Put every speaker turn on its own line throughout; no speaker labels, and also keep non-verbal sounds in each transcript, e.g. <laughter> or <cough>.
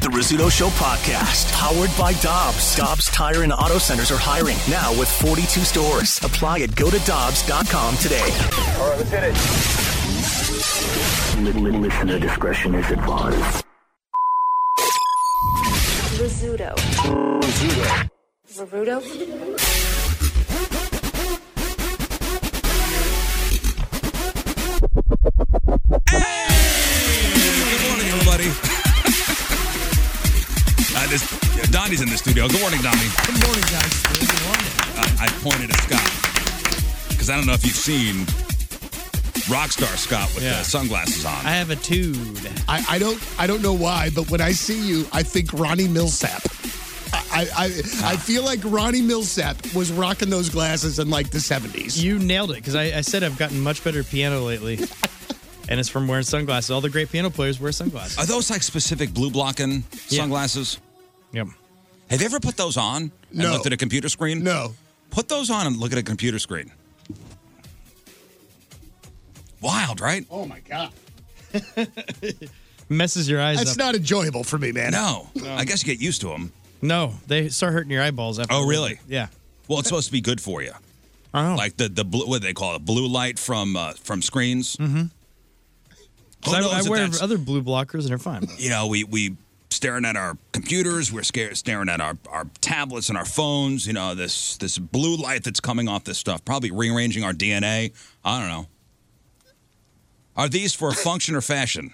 The Rizzuto Show podcast, powered by Dobbs. Dobbs Tire and Auto Centers are hiring now with 42 stores. Apply at go to Dobbs.com today.
All right, let's hit it.
Listener discretion is advised.
Rizzuto. Rizzuto.
Good morning, everybody. Uh, this, yeah, Donnie's in the studio. Good morning, Donnie. Good morning, guys. Good morning. I pointed at Scott because I don't know if you've seen Rockstar Scott with
Yeah.
the sunglasses on.
I have a dude.
I, I don't I don't know why, but when I see you, I think Ronnie Millsap. I I, I,
Ah.
I feel like Ronnie Millsap was rocking those glasses in like the seventies.
You nailed it because I, I said I've gotten much better at piano
<laughs>
lately, and it's from wearing sunglasses. All the great piano players wear sunglasses.
Are those like specific blue blocking sunglasses?
Yep.
Have you ever put those on and
No.
looked at a computer screen? No. Put those on and look at a computer screen. Wild, right?
Oh my god.
Messes your eyes
That's
up.
not enjoyable for me, man.
No. I guess you get used to them.
no, they start hurting your eyeballs after.
Oh, really?
Yeah.
Well, it's supposed to be good for you.
Oh.
Like the the blue, what do they call it, blue light from uh, from screens.
Mm-hmm.
Who knows
I, I
if
wear
that's-
other blue blockers and they're fine.
You know, we we staring at our computers, we're scared, staring at our our tablets and our phones. You know, this this blue light that's coming off this stuff, probably rearranging our DNA. I don't know. Are these for function or fashion?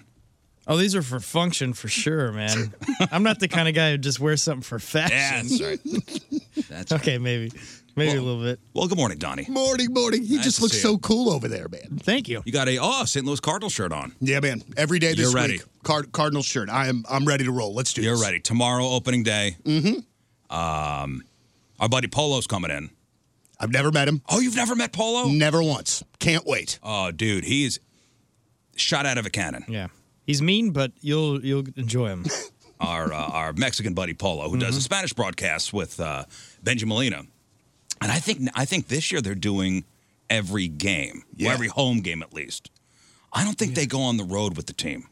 Oh, these are for function for sure,
<laughs>
man. I'm not the kind of guy who just wears something for fashion.
Yeah, that's
<laughs>
right.
okay, maybe, maybe a little bit.
Well, good morning, Donnie.
Morning, morning. He
Nice
just
to
looks
see
so
you.
cool over there, man.
Thank you.
You got a oh St. Louis Cardinal shirt on.
Yeah, man. Every day this
You're ready.
week. Card- Cardinal shirt. I am I'm ready to roll. Let's do
You're
this.
ready. Tomorrow opening day. Mm-hmm. Um, our buddy Polo's coming in.
I've never met him.
Oh, you've never met Polo?
Never once. Can't wait.
Oh, dude, he's shot out of a cannon.
Yeah, he's mean, but you'll you'll enjoy
<laughs>
him.
Our uh, our Mexican buddy Polo, who
Mm-hmm.
does the Spanish broadcasts with uh, Benji Molina, and I think I think this year they're doing every game, or every home game at least. I don't think they go on the road with the team.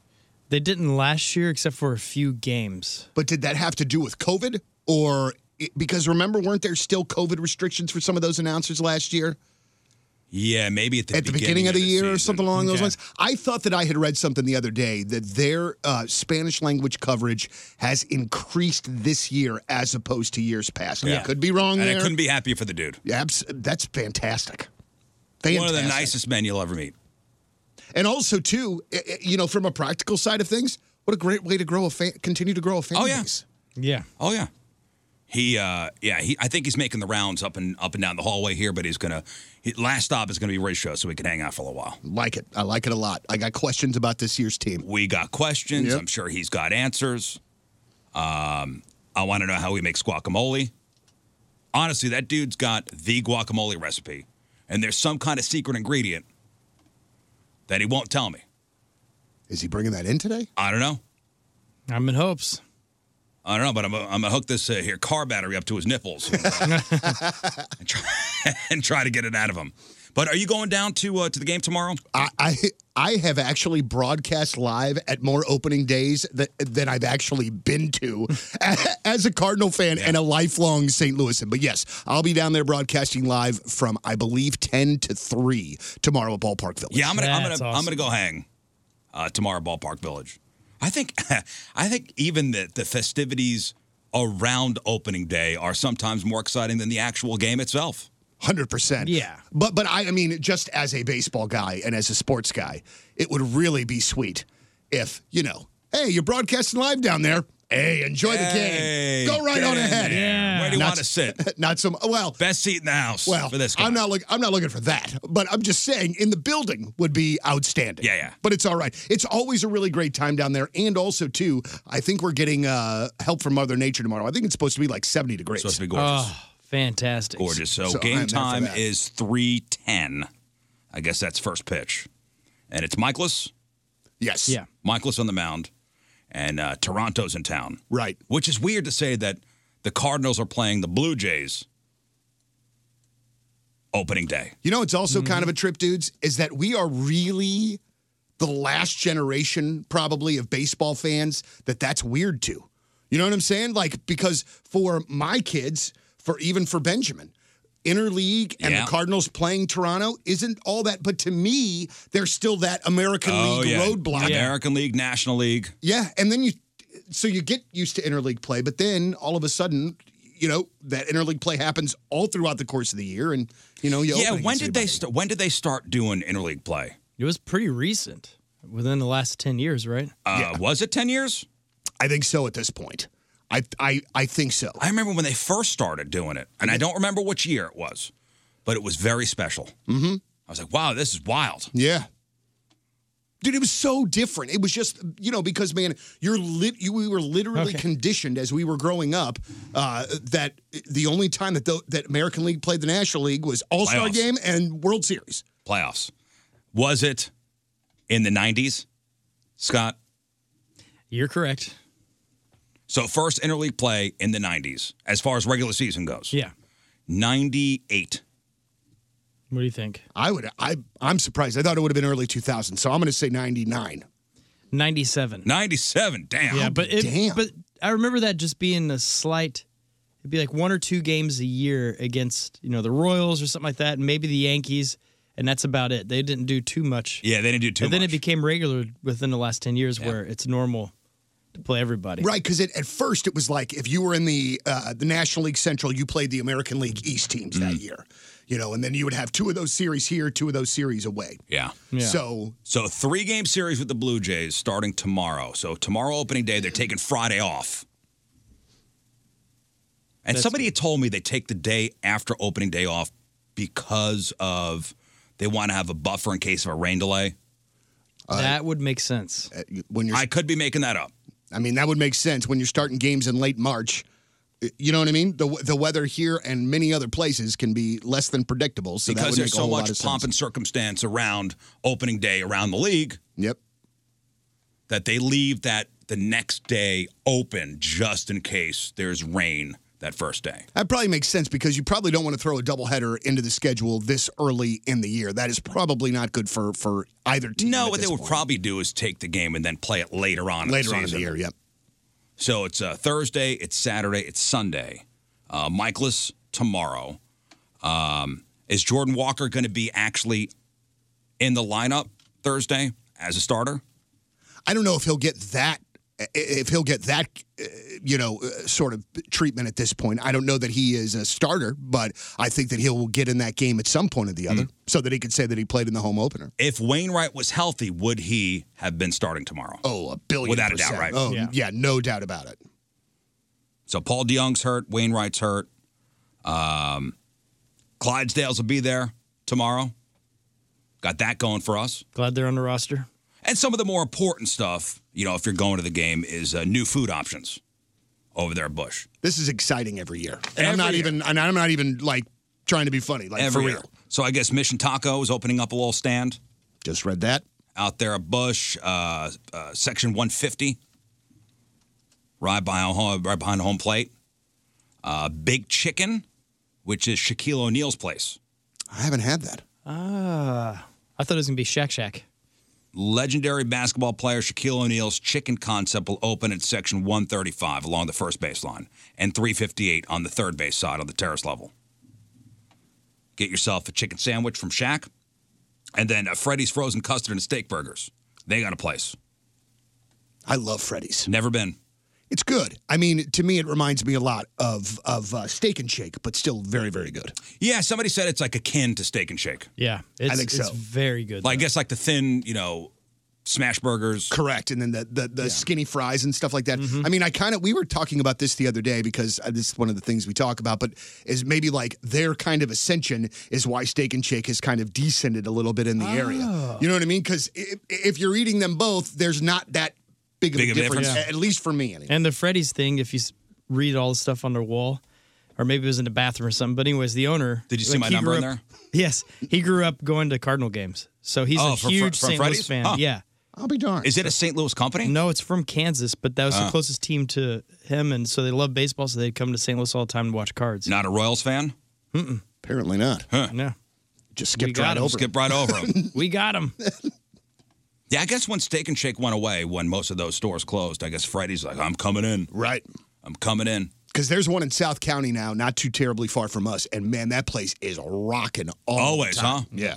They didn't last year except for a few games.
But did that have to do with COVID or it, because remember weren't there still COVID restrictions for some of those announcers last year?
Yeah, maybe at the,
at the beginning of the, year or something along those
Okay.
lines. I thought that I had read something the other day that their uh, Spanish language coverage has increased this year as opposed to years past. I could be wrong
And
there.
I couldn't be happier for the dude.
Yeah, abs- that's fantastic.
One of the
Fantastic.
nicest men you'll ever meet.
And also, too, i- i- you know, from a practical side of things, what a great way to grow a fan, continue to grow a fan oh, base.
Yeah.
Oh yeah. He uh yeah, he I think he's making the rounds up and up and down the hallway here, but he's gonna his last stop is gonna be Ray's show, so we can hang out for a little while.
Like it. I like it a lot. I got questions about this year's team.
We got questions.
Yep.
I'm sure he's got answers. Um I wanna know how we make guacamole. Honestly, that dude's got the guacamole recipe. And there's some kind of secret ingredient that he won't tell me.
Is he bringing that in today?
I don't know.
I'm in hopes.
I don't know, but I'm gonna- I'm gonna hook this uh,
<laughs>
here <laughs> car battery up to his nipples and, try, and try to get it out of him. But are you going down to uh, to the game tomorrow?
I, I I have actually broadcast live at more opening days that, than I've actually been to <laughs> as a Cardinal fan and a lifelong St. Louisan. But yes, I'll be down there broadcasting live from I believe ten to three tomorrow at Ballpark Village.
Yeah, I'm gonna I'm gonna
That's
I'm gonna go hang uh, tomorrow at Ballpark Village. I think <laughs> I think even the the festivities around opening day are sometimes more exciting than the actual game itself.
Hundred percent.
Yeah.
But but I, I mean, just as a baseball guy and as a sports guy, it would really be sweet if you know, hey, you're broadcasting live down there. Hey, enjoy
Hey,
the game. Go right
get
on
in
ahead.
there. Where do you
Not-
want to sit?
<laughs> Not some. Well,
Best seat in the house.
well.
for this guy.
I'm not look. I'm not looking for that. But I'm just saying, in the building would be outstanding.
Yeah, yeah.
But it's all right. It's always a really great time down there, and also too, I think we're getting uh, help from Mother Nature tomorrow. I think it's supposed to be like 70 degrees.
supposed to be gorgeous.
Fantastic.
gorgeous. So,
So I
game
am there for
time
that.
is three ten. I guess that's first pitch, and it's Michaelis.
yes.
Yeah.
Michaelis on the mound, and uh, Toronto's in town.
Right.
Which is weird to say that the Cardinals are playing the Blue Jays opening day.
You know, it's also
Mm-hmm.
kind of a trip, dudes, is that we are really the last generation, probably, of baseball fans that that's weird to. You know what I'm saying? Like, because for my kids, for even for Benjamin, interleague and
Yeah.
the Cardinals playing Toronto isn't all that. But to me, they're still that American League roadblock.
Oh, American League, National League.
Yeah, and then you, so you get used to interleague play, but then all of a sudden, you know, that interleague play happens all throughout the course of the year, and you know, you
Yeah,
open
when
against
did they
everybody.
st- when did they start doing interleague play?
It was pretty recent, within the last 10 years, right?
Uh, Was it ten years?
I think so at this point. I I I think so.
I remember when they first started doing it, and I don't remember which year it was, but it was very special. Mm-hmm. I was like, wow, this is wild.
yeah. Dude, it was so different. It was just, you know, because man, you're lit. You, we were literally conditioned as we were growing up uh, that the only time that the, that American League played the National League was All Star
Playoffs.
Game and World Series.
Playoffs. Was it in the nineties, Scott?
You're correct.
So first interleague play in the nineties, as far as regular season goes.
Yeah.
Ninety eight.
What do you think?
I would. I I'm surprised. I thought it would have been early 2000. So I'm going to say 99.
97.
97. Damn.
yeah, but it,
damn.
but I remember that just being a slight it'd be like one or two games a year against, you know, the Royals or something like that, and maybe the Yankees, and that's about it. They didn't do too much.
yeah, they didn't do too
and then
much.
it became regular within the last 10 years where it's normal to play everybody.
Right, because at first it was like if you were in the uh, the National League Central, you played the American League East teams
Mm.
that year, you know, and then you would have two of those series here, two of those series away.
yeah.
So
So three game series with the Blue Jays starting tomorrow. So tomorrow opening day, they're taking Friday off. And somebody had told me they take the day after opening day off because of they want to have a buffer in case of a rain delay.
that would make sense.
uh, when you're,
I
I,
could be making that up.
mean, that would make sense when you're starting games in late March. uh, You know what I mean? The the weather here and many other places can be less than predictable, so that
because
would make
there's
a
so
whole lot
much
of
pomp
sense.
and circumstance around opening day around the league
Yep.
that they leave that the next day open just in case there's rain that first day.
That probably makes sense because you probably don't want to throw a doubleheader into the schedule this early in the year. That is probably not good for for either team.
No,
at
what they
this
would
point.
probably do is take the game and then play it later on. in
later
the
on in the
season.
year. Yep.
So it's uh, Thursday, it's Saturday, it's Sunday. Uh, Michaelis tomorrow. Um, is Jordan Walker going to be actually in the lineup Thursday as a starter?
I don't know if he'll get that if he'll get that uh, you know uh, sort of treatment at this point. I don't know that he is a starter, but I think that he'll get in that game at some point or the other,
Mm-hmm.
so that he could say that he played in the home opener.
If Wainwright was healthy, would he have been starting tomorrow?
Oh, a billion
Without a doubt,
percent.
right?
Oh, yeah.
Yeah.
no doubt about it.
So Paul DeYoung's hurt, Wainwright's hurt. Um, Clydesdales will be there tomorrow. Got that going for us.
Glad they're on the roster.
And some of the more important stuff, you know, if you're going to the game, is uh, new food options over there at Bush.
This is exciting every year, and I'm
Every
not
year.
even and I'm not even like trying to be funny, like
Every
for
year.
real.
So I guess Mission Taco is opening up a little stand
Just read that.
out there at Bush, uh, uh, section 150, right behind, right behind home plate. Uh, Big Chicken, which is Shaquille O'Neal's place.
I haven't had that.
Ah, I thought it was gonna be Shack Shack.
Legendary basketball player Shaquille O'Neal's chicken concept will open at section 135 along the first baseline and 358 on the third base side on the terrace level. Get yourself a chicken sandwich from Shaq and then a Freddy's frozen custard and steak burgers. They got a place.
I love Freddy's.
Never been.
It's good. I mean, to me, it reminds me a lot of of uh, Steak and Shake, but still very, very good.
Yeah, somebody said it's like akin to steak and shake.
Yeah, it's,
think
it's
so.
very good.
Like, I guess like the thin, you know, smash burgers.
Correct, and then the the, the skinny fries and stuff like that. I mean, I kind of we were talking about this the other day because uh, this is one of the things we talk about, but is maybe like their kind of ascension is why Steak and Shake has kind of descended a little bit in the
Ah.
area. You know what I mean? Because if, if you're eating them both, there's not that big of
Big
a
of a
difference,
difference.
a- at least for me. Anyway.
And the Freddy's thing, if you s- read all the stuff on their wall, or maybe it was in the bathroom or something. But anyways, the owner.
Did you see
like,
my
he
number
grew
in
up-
there?
Yes, he grew up going to Cardinal games, so he's
Oh,
a
for- for-
huge
for
St.
Freddy's?
Louis fan.
Huh.
Yeah.
I'll be darned.
Is it a St. Louis company?
No, it's from Kansas, but that was the closest team to him, and so they love baseball, so they'd come to St. Louis all the time to watch cards.
Not a Royals fan?
Apparently not.
No,
Just
We
skipped
got
right
him.
over.
Skip right over 'em.
we got
<laughs>
him.
Yeah, I guess when Steak and Shake went away, when most of those stores closed, I guess Freddy's like, I'm coming in.
Right.
I'm coming in.
Because there's one in South County now, not too terribly far from us, and man, that place is rocking all
Always,
the time.
huh?
Yeah.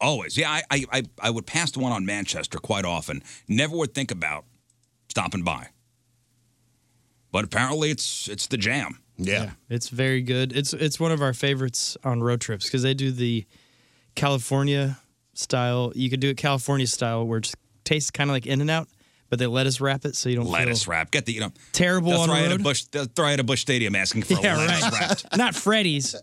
Always. Yeah, I, I, I, I would pass the one on Manchester quite often. Never would think about stopping by. But apparently it's it's the jam.
yeah,
It's very good. It's it's one of our favorites on road trips because they do the California style. You could do it California style, where it tastes kind of like In and Out, but they let us wrap it so you don't
Lettuce
feel
wrap. Get the you know
terrible
they'll
on
throw
the
you at a
road.
Bush they'll throw you at a Bush Stadium asking for
<laughs> Yeah,
a lettuce
right. <laughs>
wrapped.
Not Freddy's.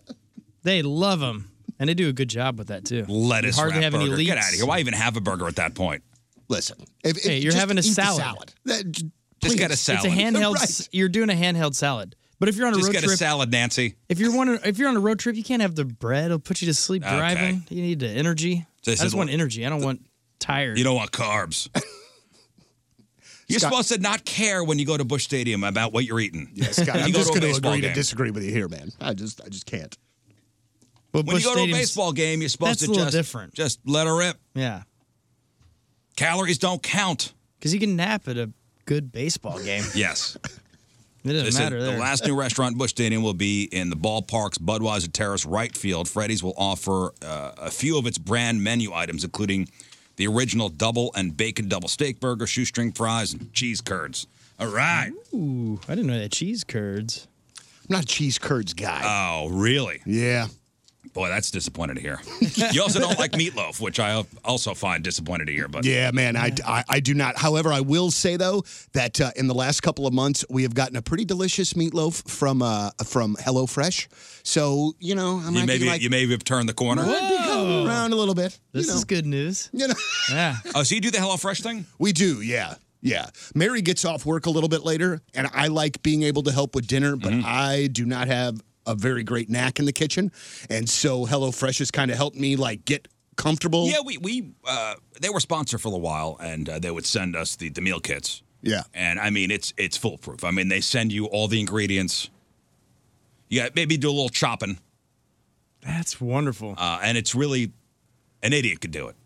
They love them, and they do a good job with that too.
Lettuce
You hardly
wrap
have
burger.
any leaks.
Get out of here. Why even have a burger at that point?
Listen, if, if
Hey, you're
just
having a
eat the
salad.
That- j-
Just get a
please.
salad.
It's a
<laughs>
handheld.
Right.
s- You're doing a handheld salad. But if you're on a
Just
road
get
trip,
a salad, Nancy.
if you're one, if you're on a road trip, you can't have the bread. It'll put you to sleep
Okay.
driving. You need the energy.
This
I
is
just want
what-
energy. I don't want tired.
You don't want
<laughs>
carbs. You're
Scott-
supposed to not care when you go to Bush Stadium about what you're eating.
Yeah, Scott,
You
I'm
go
just
to a
going to
baseball
agree to
game.
disagree with you here, man. I just, I just can't.
Well,
When
Busch
you go to a
Stadium's-
baseball game, you're supposed
That's
to
a little
just
different.
just let her rip.
yeah,
Calories don't count.
because you can nap at a good baseball game.
Yes.
It doesn't
They said
matter there.
The last new restaurant in Bush Stadium will be in the ballpark's Budweiser Terrace right field. Freddy's will offer uh, a few of its brand menu items, including the original double and bacon double steak burger, shoestring fries, and cheese curds. All right.
Ooh, I didn't know that cheese curds.
I'm not a cheese curds guy.
Oh, really?
yeah,
Boy, that's disappointed to hear. you also don't like meatloaf, which I also find disappointed to hear. But
yeah, man. I, I, I do not. However, I will say though that uh, in the last couple of months, we have gotten a pretty delicious meatloaf from, uh, from HelloFresh. So you know, I might
you
be
maybe
like,
you maybe have turned the corner.
I'd be going around a little bit. you
This
know.
is good news.
You know,
Yeah,
Oh, so you do the HelloFresh thing?
we do. Yeah. Yeah. Mary gets off work a little bit later, and I like being able to help with dinner,
Mm-hmm.
but I do not have a very great knack in the kitchen. And so HelloFresh has kind of helped me like get comfortable.
Yeah, we we uh, they were sponsored for a while, and uh, they would send us the, the meal kits.
Yeah.
and I mean it's it's foolproof. I mean they send you all the ingredients. Yeah, maybe do a little chopping,
that's wonderful.
uh, and it's really an idiot could do it.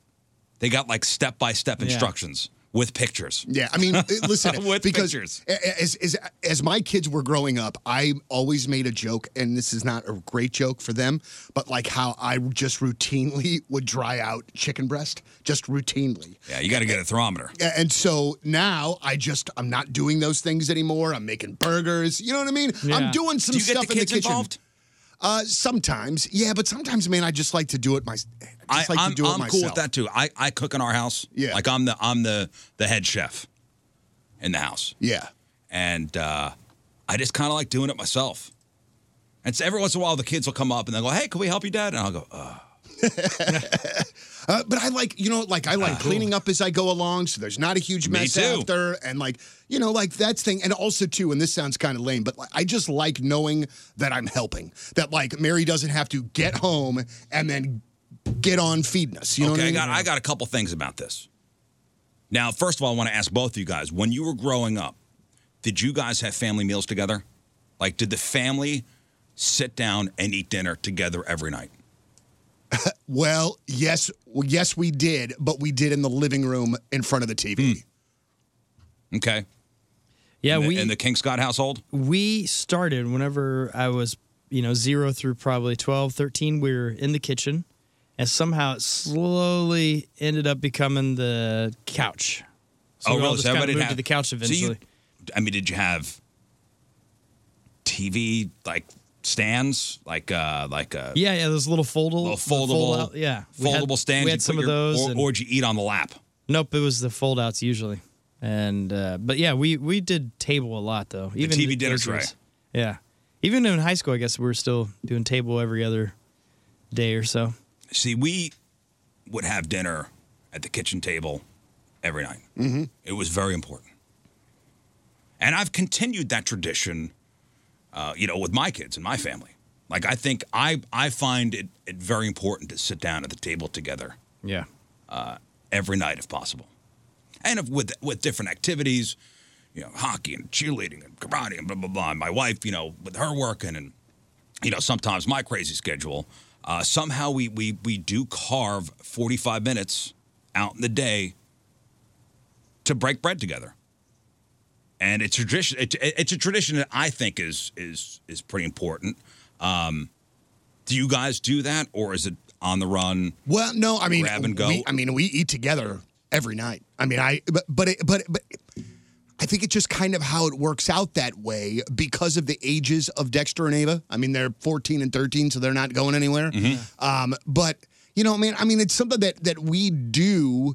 They got like step by step instructions with pictures.
Yeah, I mean, it- listen,
<laughs> With
because
pictures.
a- as, as as my kids were growing up, I always made a joke, and this is not a great joke for them, but like how I just routinely would dry out chicken breast, just routinely.
Yeah, you got to get a thermometer.
A- And so now I just I'm not doing those things anymore. I'm making burgers. You know what I mean? I'm
Yeah.
doing some
Do you get
stuff
the kids
in the kitchen.
involved?
Uh, sometimes, yeah, but sometimes, man, I just like to do it my. I just like
am
to do it
I'm
myself.
cool with that too. I, I cook in our house.
Yeah.
like I'm the I'm the the head chef in the house.
Yeah,
and uh, I just kind of like doing it myself. And so every once in a while, the kids will come up and they'll go, "Hey, can we help you, Dad?" And I'll go, uh,
uh, but I like you know like I like cleaning up as I go along, so there's not a huge
Ah, Me
mess
too.
after, and like you know like that's thing, and also too, and this sounds kind of lame, but like, I just like knowing that I'm helping, that like Mary doesn't have to get home and then get on feeding us. You know what
"Okay,
I
I got
mean?
I got a couple things about this." Now, first of all, I want to ask both of you guys: when you were growing up, did you guys have family meals together? Like, did the family sit down and eat dinner together every night?
Well, yes, well, yes, we did, but we did in the living room in front of the TV.
Hmm. Okay.
Yeah,
in the,
we-
in the King Scott household.
we started whenever I was, you know, zero through probably 12, 13. We were in the kitchen, and somehow it slowly ended up becoming the couch.
oh,
we all
really?
just
So
kinda
everybody
moved
had
to the couch
so you-
eventually.
I mean, did you have TV like stands, like uh, like uh,
yeah, yeah, those little foldable, the
little foldable,
fold-out- yeah, We had-
foldable stands?
We
you
had
put
some of
your-
those.
or,
and-
or did you eat on the lap?
nope, it was the fold outs usually, and uh, but yeah, we we did table a lot though. Even
TV dinner
groceries.
tray.
Yeah, even in high school, I guess we were still doing table every other day or so.
See, we would have dinner at the kitchen table every night. Mm-hmm. It was very important. And I've continued that tradition, uh, you know, with my kids and my family. Like, I think I, I find it, it very important to sit down at the table together
Yeah.
uh, every night if possible. And if, with, with different activities, you know, hockey and cheerleading and karate and blah, blah, blah. And my wife, you know, with her working and, you know, sometimes my crazy schedule, uh, somehow we, we, we do carve 45 minutes out in the day to break bread together. And it's a tradition. It, it- it's a tradition that I think is is is pretty important. Um, do you guys do that, or is it on the run?
Well, no, I mean,
grab and go.
We, I mean, we eat together every night. I mean, I but but it, but but I think it's just kind of how it works out that way because of the ages of Dexter and Ava. I mean, they're 14 and 13, so they're not going anywhere. Um, but you know, man, I mean, it's something that that we do.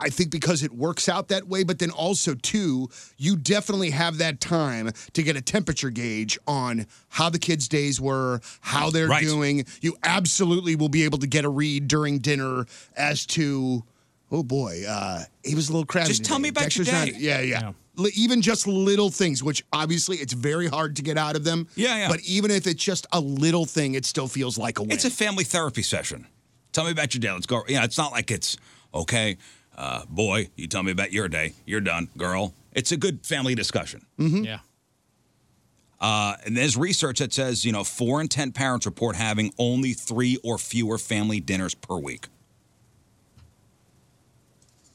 I think because it works out that way, but then also too, you definitely have that time to get a temperature gauge on how the kids' days were, how they're
Right.
doing. You absolutely will be able to get a read during dinner as to, oh boy, uh, he was a little crabby.
Just tell
today.
me about your
Dexter's not-
day.
yeah, yeah. Li- Even just little things, which obviously it's very hard to get out of them.
Yeah, yeah.
But even if it's just a little thing, it still feels like a win.
It's a family therapy session. Tell me about your day. Let's go. Yeah, it's not like it's okay, uh, boy. You tell me about your day. You're done, girl. It's a good family discussion.
Mm-hmm.
Yeah.
Uh, and there's research that says you know four in ten parents report having only three or fewer family dinners per week.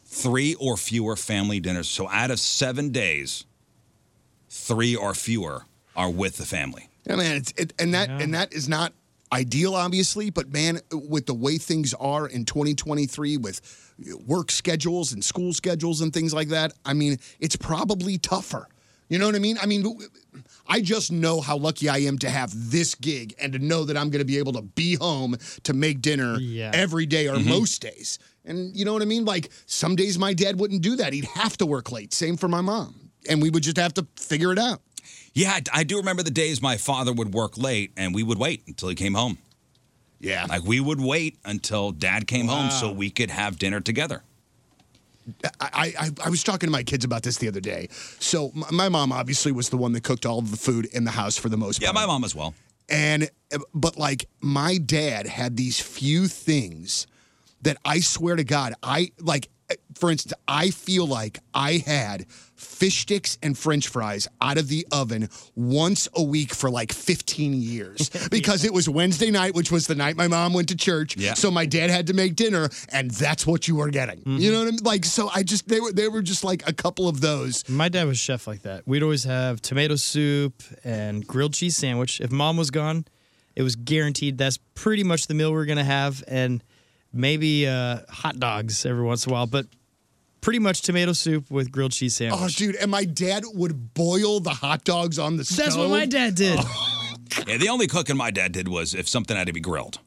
Three or fewer family dinners. So out of seven days, three or fewer are with the family.
Yeah, man, it's, it, and that and that is not ideal, obviously. But man, with the way things are in 2023, with work schedules and school schedules and things like that, I mean, it's probably tougher. You know what I mean? I mean, I just know how lucky I am to have this gig and to know that I'm going to be able to be home to make dinner
Yeah.
every day or most days. And you know what I mean? Like some days my dad wouldn't do that. He'd have to work late. Same for my mom. And we would just have to figure it out.
Yeah, I- I do remember the days my father would work late and we would wait until he came home.
Yeah.
Like we would wait until dad came home so we could have dinner together.
I, I, I was talking to my kids about this the other day. So my, my mom obviously was the one that cooked all of the food in the house for the most
Yeah,
part.
my mom as well.
And eh, but like my dad had these few things that I swear to God, I like eh, for instance, I feel like I had fish sticks and french fries out of the oven once a week for like
<laughs>
15 years because it was Wednesday night, which was the night my mom went to church.
Yeah.
So my dad had to make dinner and that's what you were getting. You know what I mean? Like, so I just, they were, they were just like a couple of those.
My dad was chef like that. We'd always have tomato soup and grilled cheese sandwich. If mom was gone, it was guaranteed that's pretty much the meal we are gonna have, and maybe uh, hot dogs every once in a while, but pretty much tomato soup with grilled cheese sandwich.
Oh, dude. And my dad would boil the hot dogs on the stove.
that's what my dad
<laughs>
did.
Yeah, the only cooking my dad did was if something had to be grilled.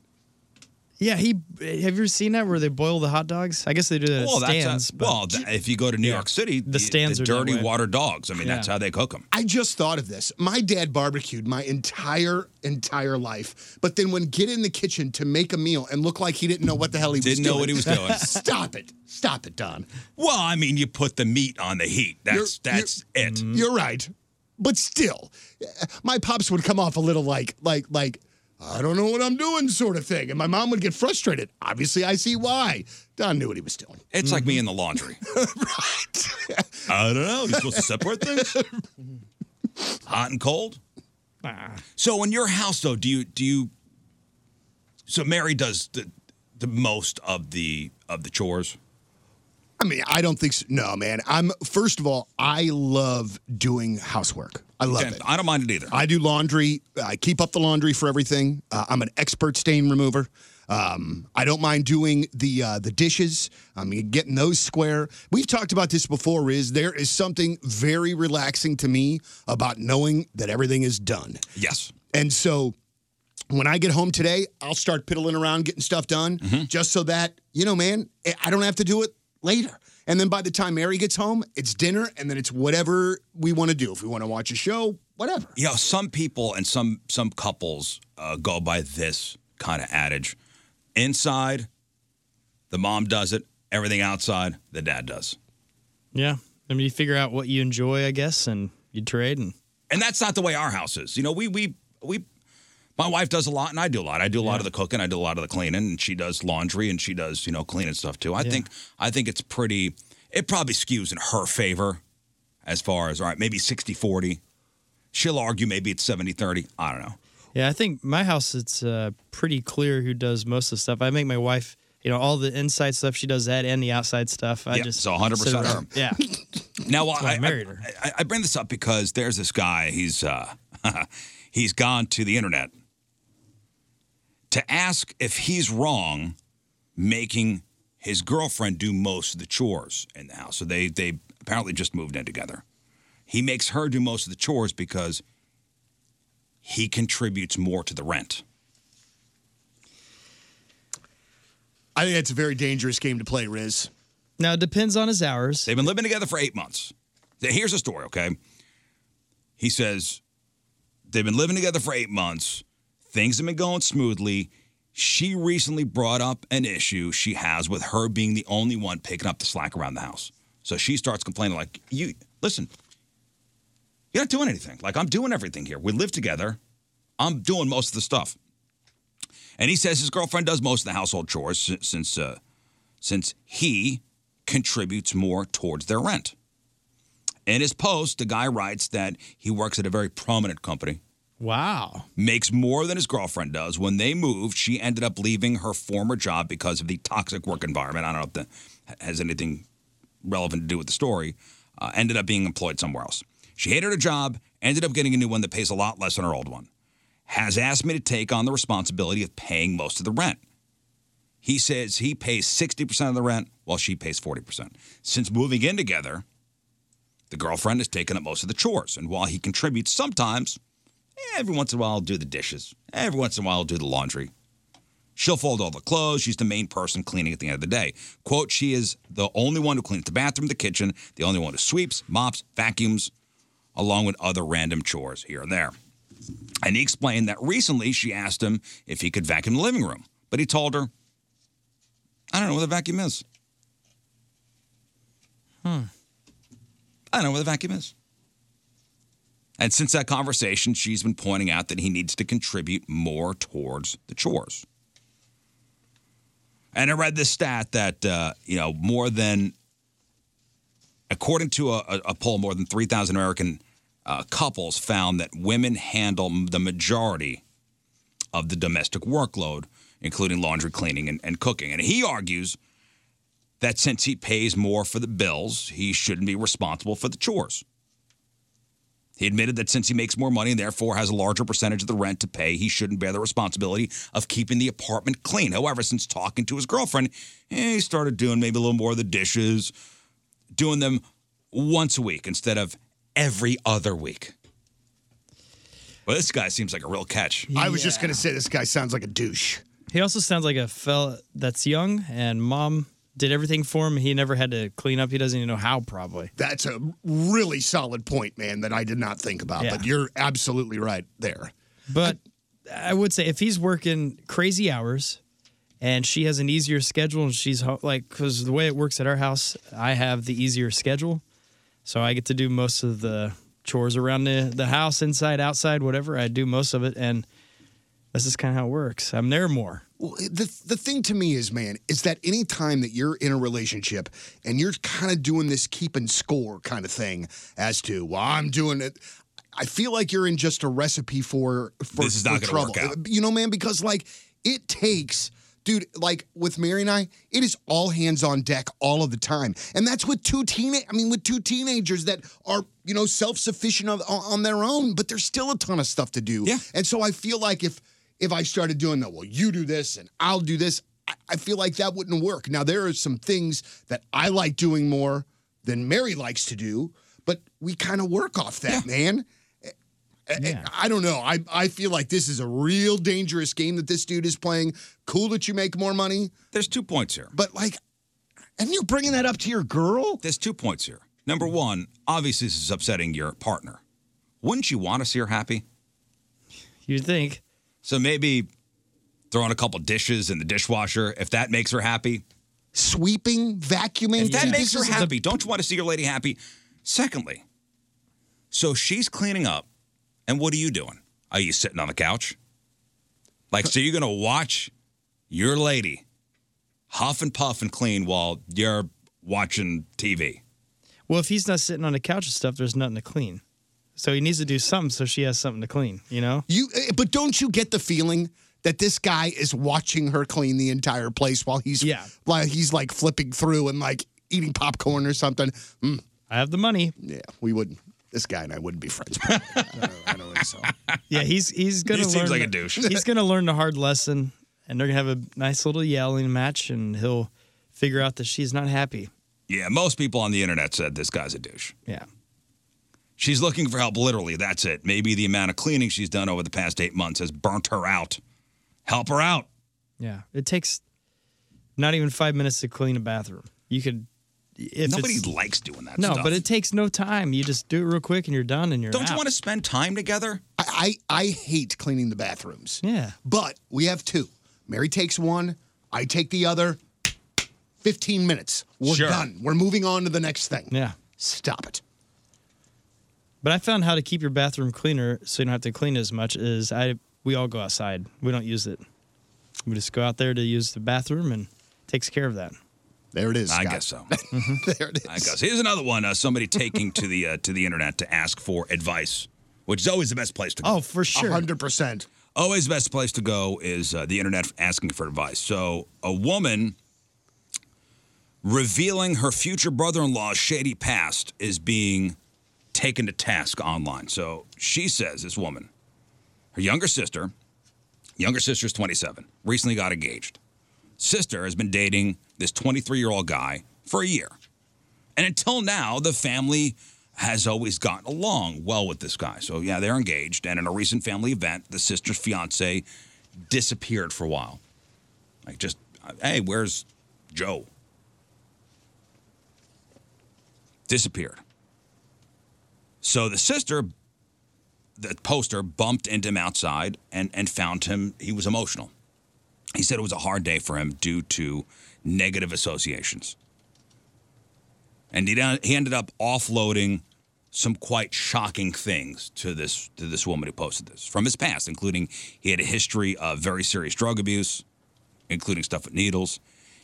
Yeah, he. Have you ever seen that where they boil the hot dogs? I guess they do that
Well,
at
Oh, that's a-
stands. but-
well, th- if you go to New York City, the,
stands
the
are that
dirty
way.
water dogs. I mean, that's
Yeah.
how they cook them.
I just thought of this. My dad barbecued my entire entire life, but then when get in the kitchen to make a meal and look like he didn't know what the hell he was
Didn't know
doing.
what he was doing.
<laughs> Stop it! Stop it, Don.
well, I mean, you put the meat on the heat. That's
You're- Mm-hmm. you're-
that's it.
You're right, but still, eh, my pops would come off a little like like like I don't know what I'm doing sort of thing, and my mom would get frustrated. Obviously, I see why. Don knew what he was doing.
It's like me in the laundry.
Mm-hmm. <laughs> right?
I don't know. You're supposed to separate
<laughs>
things. Hot and cold. So in your house, though, do you do you? So Mary does the the most of the of the chores?
I mean, I don't think so. No, man. I'm first of all, I love doing housework. I love
Damn,
it.
I don't mind it either.
I do laundry. I keep up the laundry for everything. Uh, I'm an expert stain remover. Um, I don't mind doing the uh, the dishes. I mean, getting those square. We've talked about this before. Is there is something very relaxing to me about knowing that everything is done.
yes.
And so when I get home today, I'll start piddling around getting stuff done just so that, you know, man, I- I don't have to do it later. And then by the time Mary gets home, it's dinner and then it's whatever we want to do. If we want to watch a show, whatever.
you know, some people and some some couples uh, go by this kind of adage: inside, the mom does it; everything outside, the dad does.
Yeah. I mean, you figure out what you enjoy, I guess, and you trade. And
And that's not the way our house is. You know, we we we. My wife does a lot, and I do a lot. I do a lot of the cooking, I do a lot of the cleaning, and she does laundry, and she does you know cleaning stuff too. I think I think it's pretty. It probably skews in her favor, as far as all right, maybe 60-40. She'll argue maybe it's 70-30. I don't know.
yeah, I think my house, it's uh, pretty clear who does most of the stuff. I make my wife, you know, all the inside stuff, she does that and the outside stuff. I
Yeah,
just.
so 100%
sit around.
her.
Yeah. <laughs>
Now, well,
why I
I,
married her.
I, I- I bring this up because there's this guy. He's uh, <laughs> he's gone to the internet to ask if he's wrong making his girlfriend do most of the chores in the house. So they they apparently just moved in together. He makes her do most of the chores because he contributes more to the rent.
I think that's a very dangerous game to play, Riz.
Now, it depends on his hours.
They've been living together for eight months. Th- Here's the story, okay? He says they've been living together for eight months. Things have been going smoothly. She recently brought up an issue she has with her being the only one picking up the slack around the house. So she starts complaining, like, you listen, you're not doing anything. Like, I'm doing everything here. We live together. I'm doing most of the stuff. And he says his girlfriend does most of the household chores si- since uh, since he contributes more towards their rent. In his post, the guy writes that he works at a very prominent company,
Wow.
makes more than his girlfriend does. When they moved, she ended up leaving her former job because of the toxic work environment. I don't know if that has anything relevant to do with the story. Uh, ended up being employed somewhere else. She hated her job, ended up getting a new one that pays a lot less than her old one. Has asked me to take on the responsibility of paying most of the rent. He says he pays 60% of the rent while she pays 40%. Since moving in together, the girlfriend has taken up most of the chores. And while he contributes sometimes, every once in a while, I'll do the dishes. Every once in a while, I'll do the laundry. She'll fold all the clothes. She's the main person cleaning at the end of the day. Quote, she is the only one who cleans the bathroom, the kitchen, the only one who sweeps, mops, vacuums, along with other random chores here and there. And he explained that recently she asked him if he could vacuum the living room, but he told her, I don't know what a vacuum is. Hmm. I don't know what a vacuum is. And since that conversation, she's been pointing out that he needs to contribute more towards the chores. And I read this stat that, uh, you know, more than, according to a, a- a poll, more than 3,000 American uh, couples found that women handle the majority of the domestic workload, including laundry, cleaning, and, and cooking. And he argues that since he pays more for the bills, he shouldn't be responsible for the chores. He admitted that since he makes more money and therefore has a larger percentage of the rent to pay, he shouldn't bear the responsibility of keeping the apartment clean. However, since talking to his girlfriend, eh, he started doing maybe a little more of the dishes, doing them once a week instead of every other week. Well, this guy seems like a real catch.
I was just going to say this guy sounds like a douche.
He also sounds like a fella that's young and mom did everything for him. He never had to clean up. He doesn't even know how, probably.
That's a really solid point, man, that I did not think about,
Yeah.
but you're absolutely right there.
But I would say if he's working crazy hours and she has an easier schedule and she's ho- like, because the way it works at our house, I have the easier schedule. So I get to do most of the chores around the, the house, inside, outside, whatever. I do most of it. And this is kind of how it works. I'm there more.
Well, the the thing to me is, man, is that any time that you're in a relationship and you're kind of doing this keeping score kind of thing as to, well, I'm doing it. I feel like you're in just a recipe for for,
This is not
for
gonna work
trouble.
out.
You know, man, because like it takes Dude, like with Mary and I, it is all hands on deck all of the time. And that's with two teenage I mean with two teenagers that are, you know, self-sufficient on, on their own, but there's still a ton of stuff to do.
Yeah.
And so I feel like if if I started doing that, well, you do this and I'll do this, I, I feel like that wouldn't work. Now there are some things that I like doing more than Mary likes to do, but we kind of work off that, man. I don't know. I, I feel like this is a real dangerous game that this dude is playing. Cool that you make more money,
There's two points here.
but like, and you're bringing that up to your girl?
There's two points here. Number one, obviously this is upsetting your partner. Wouldn't you want to see her happy?
You'd think.
So maybe throwing a couple dishes in the dishwasher, if that makes her happy.
Sweeping, vacuuming.
If that
dude,
makes
this
her
is a-
happy, don't you want to see your lady happy? Secondly, so she's cleaning up, and what are you doing? Are you sitting on the couch? Like, so you're gonna watch your lady huff and puff and clean while you're watching TV?
Well, if he's not sitting on the couch and stuff, there's nothing to clean. So he needs to do something so she has something to clean, you know?
You, eh, but don't you get the feeling that this guy is watching her clean the entire place while he's
Yeah.
while he's like flipping through and like eating popcorn or something? Mm,
I have the money.
yeah, we wouldn't. This guy and I wouldn't be friends. <laughs> probably. I, don't, I don't think so.
Yeah, he's he's gonna
He
learn
seems like
the-
a douche.
<laughs>
He's gonna learn the hard lesson and they're gonna have a nice little yelling match and he'll figure out that she's not happy.
Yeah, most people on the internet said this guy's a douche.
Yeah.
She's looking for help, literally. That's it. Maybe the amount of cleaning she's done over the past eight months has burnt her out. Help her out.
Yeah. It takes not even five minutes to clean a bathroom. You could if
Nobody
it's,
likes doing that
No,
stuff.
but it takes no time. You just do it real quick and you're done and you're
Don't you
out.
want to spend time together?
I, I I hate cleaning the bathrooms.
Yeah.
But we have two. Mary takes one, I take the other. 15 minutes. We're
Sure.
done. We're moving on to the next thing.
Yeah.
Stop it.
But I found how to keep your bathroom cleaner so you don't have to clean as much is I we all go outside. We don't use it. We just go out there to use the bathroom and takes care of that.
There it is.
I
Scott.
guess so.
<laughs> There it is.
I guess. Here's another one. Uh, somebody taking to the uh, to the internet to ask for advice, which is always the best place to go.
Oh, for sure.
100%.
always the best place to go is uh, the internet asking for advice. So a woman revealing her future brother-in-law's shady past is being taken to task online. So she says this woman, her younger sister, younger sister's 27, recently got engaged. Sister has been dating this 23-year-old guy for a year. And until now, the family has always gotten along well with this guy. So, yeah, they're engaged. And in a recent family event, the sister's fiance disappeared for a while. Like, just, hey, where's Joe? Disappeared. So the sister, the poster, bumped into him outside and, and found him. He was emotional. He said it was a hard day for him due to negative associations and he, down, he ended up offloading some quite shocking things to this to this woman who posted this from his past, including he had a history of very serious drug abuse, including stuff with needles.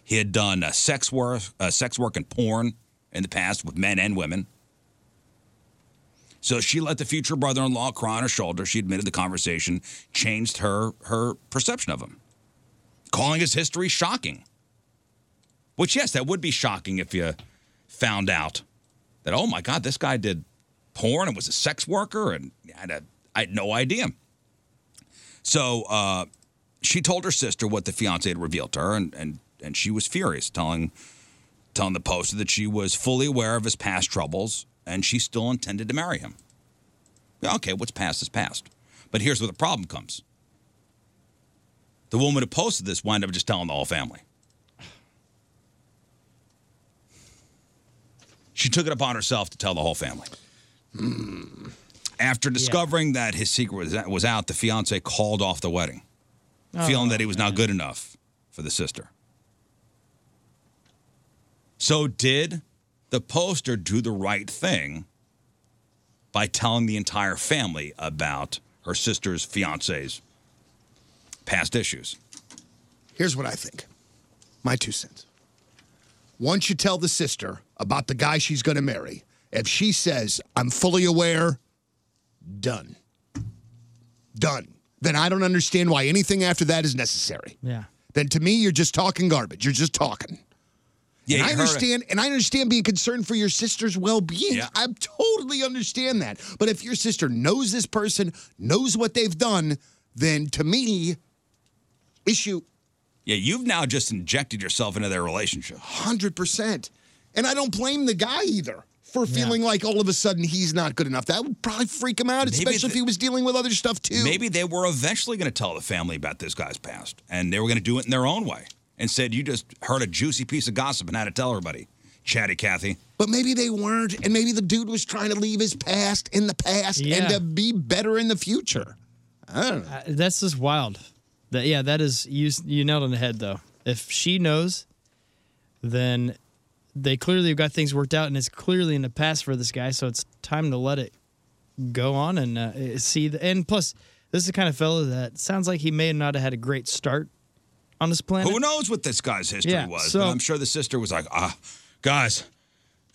He had done uh, sex work, uh, sex work and porn in the past with men and women. So she let the future brother-in-law cry on her shoulder. She admitted the conversation changed her her perception of him, calling his history shocking. Which, yes, that would be shocking if you found out that oh my god, this guy did porn and was a sex worker, and I had, a, I had no idea. So uh, she told her sister what the fiance had revealed to her, and and and she was furious, telling telling the poster that she was fully aware of his past troubles and she still intended to marry him. Okay, what's past is past. But here's where the problem comes. The woman who posted this wound up just telling the whole family. She took it upon herself to tell the whole family. After discovering that his secret was, was out, the fiance called off the wedding, feeling that he was not good enough for the sister. So, did the poster do the right thing by telling the entire family about her sister's fiance's past issues?
Here's what I think my two cents. Once you tell the sister about the guy she's going to marry, if she says, I'm fully aware, done. Done. Then I don't understand why anything after that is necessary.
Yeah.
then to me you're just talking garbage. You're just talking.
Yeah,
and I
you heard it.
understand, and I understand being concerned for your sister's well-being. I totally understand that. But if your sister knows this person, knows what they've done, then to me, issue
Yeah, you've now just injected yourself into their relationship.
hundred percent. And I don't blame the guy either for feeling like all of a sudden he's not good enough. That would probably freak him out,
Maybe
especially if
the-
he was dealing with other stuff too.
Maybe they were eventually going to tell the family about this guy's past, and they were going to do it in their own way. And said, "You just heard a juicy piece of gossip and had to tell everybody." Chatty Cathy.
But maybe they weren't, and maybe the dude was trying to leave his past in the past
Yeah.
and to be better in the future. I don't know.
Uh, That's just wild. That yeah, that is you. s- You nailed it on the head though. If she knows, then they clearly have got things worked out, and it's clearly in the past for this guy. So it's time to let it go on and uh, see. The, and plus, this is the kind of fellow that sounds like he may not have had a great start on this planet.
Who knows what this guy's history
Yeah,
was?
so-
but I'm sure the sister was like, "Ah, guys,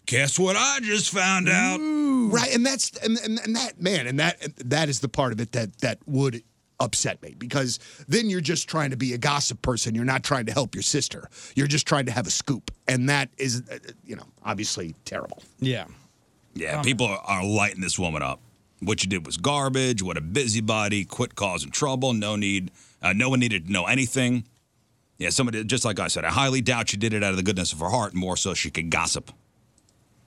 guess what I just found out."
Right, and that's and, and, and that man, and that that is the part of it that that would upset me because then you're just trying to be a gossip person. You're not trying to help your sister. You're just trying to have a scoop, and that is, uh, you know, obviously terrible.
Yeah.
Yeah,
Oh.
people are, are lighting this woman up. What you did was garbage. What a busybody. Quit causing trouble. No need. Uh, no one needed to know anything. Yeah, somebody just like I said. I highly doubt she did it out of the goodness of her heart, more so she could gossip.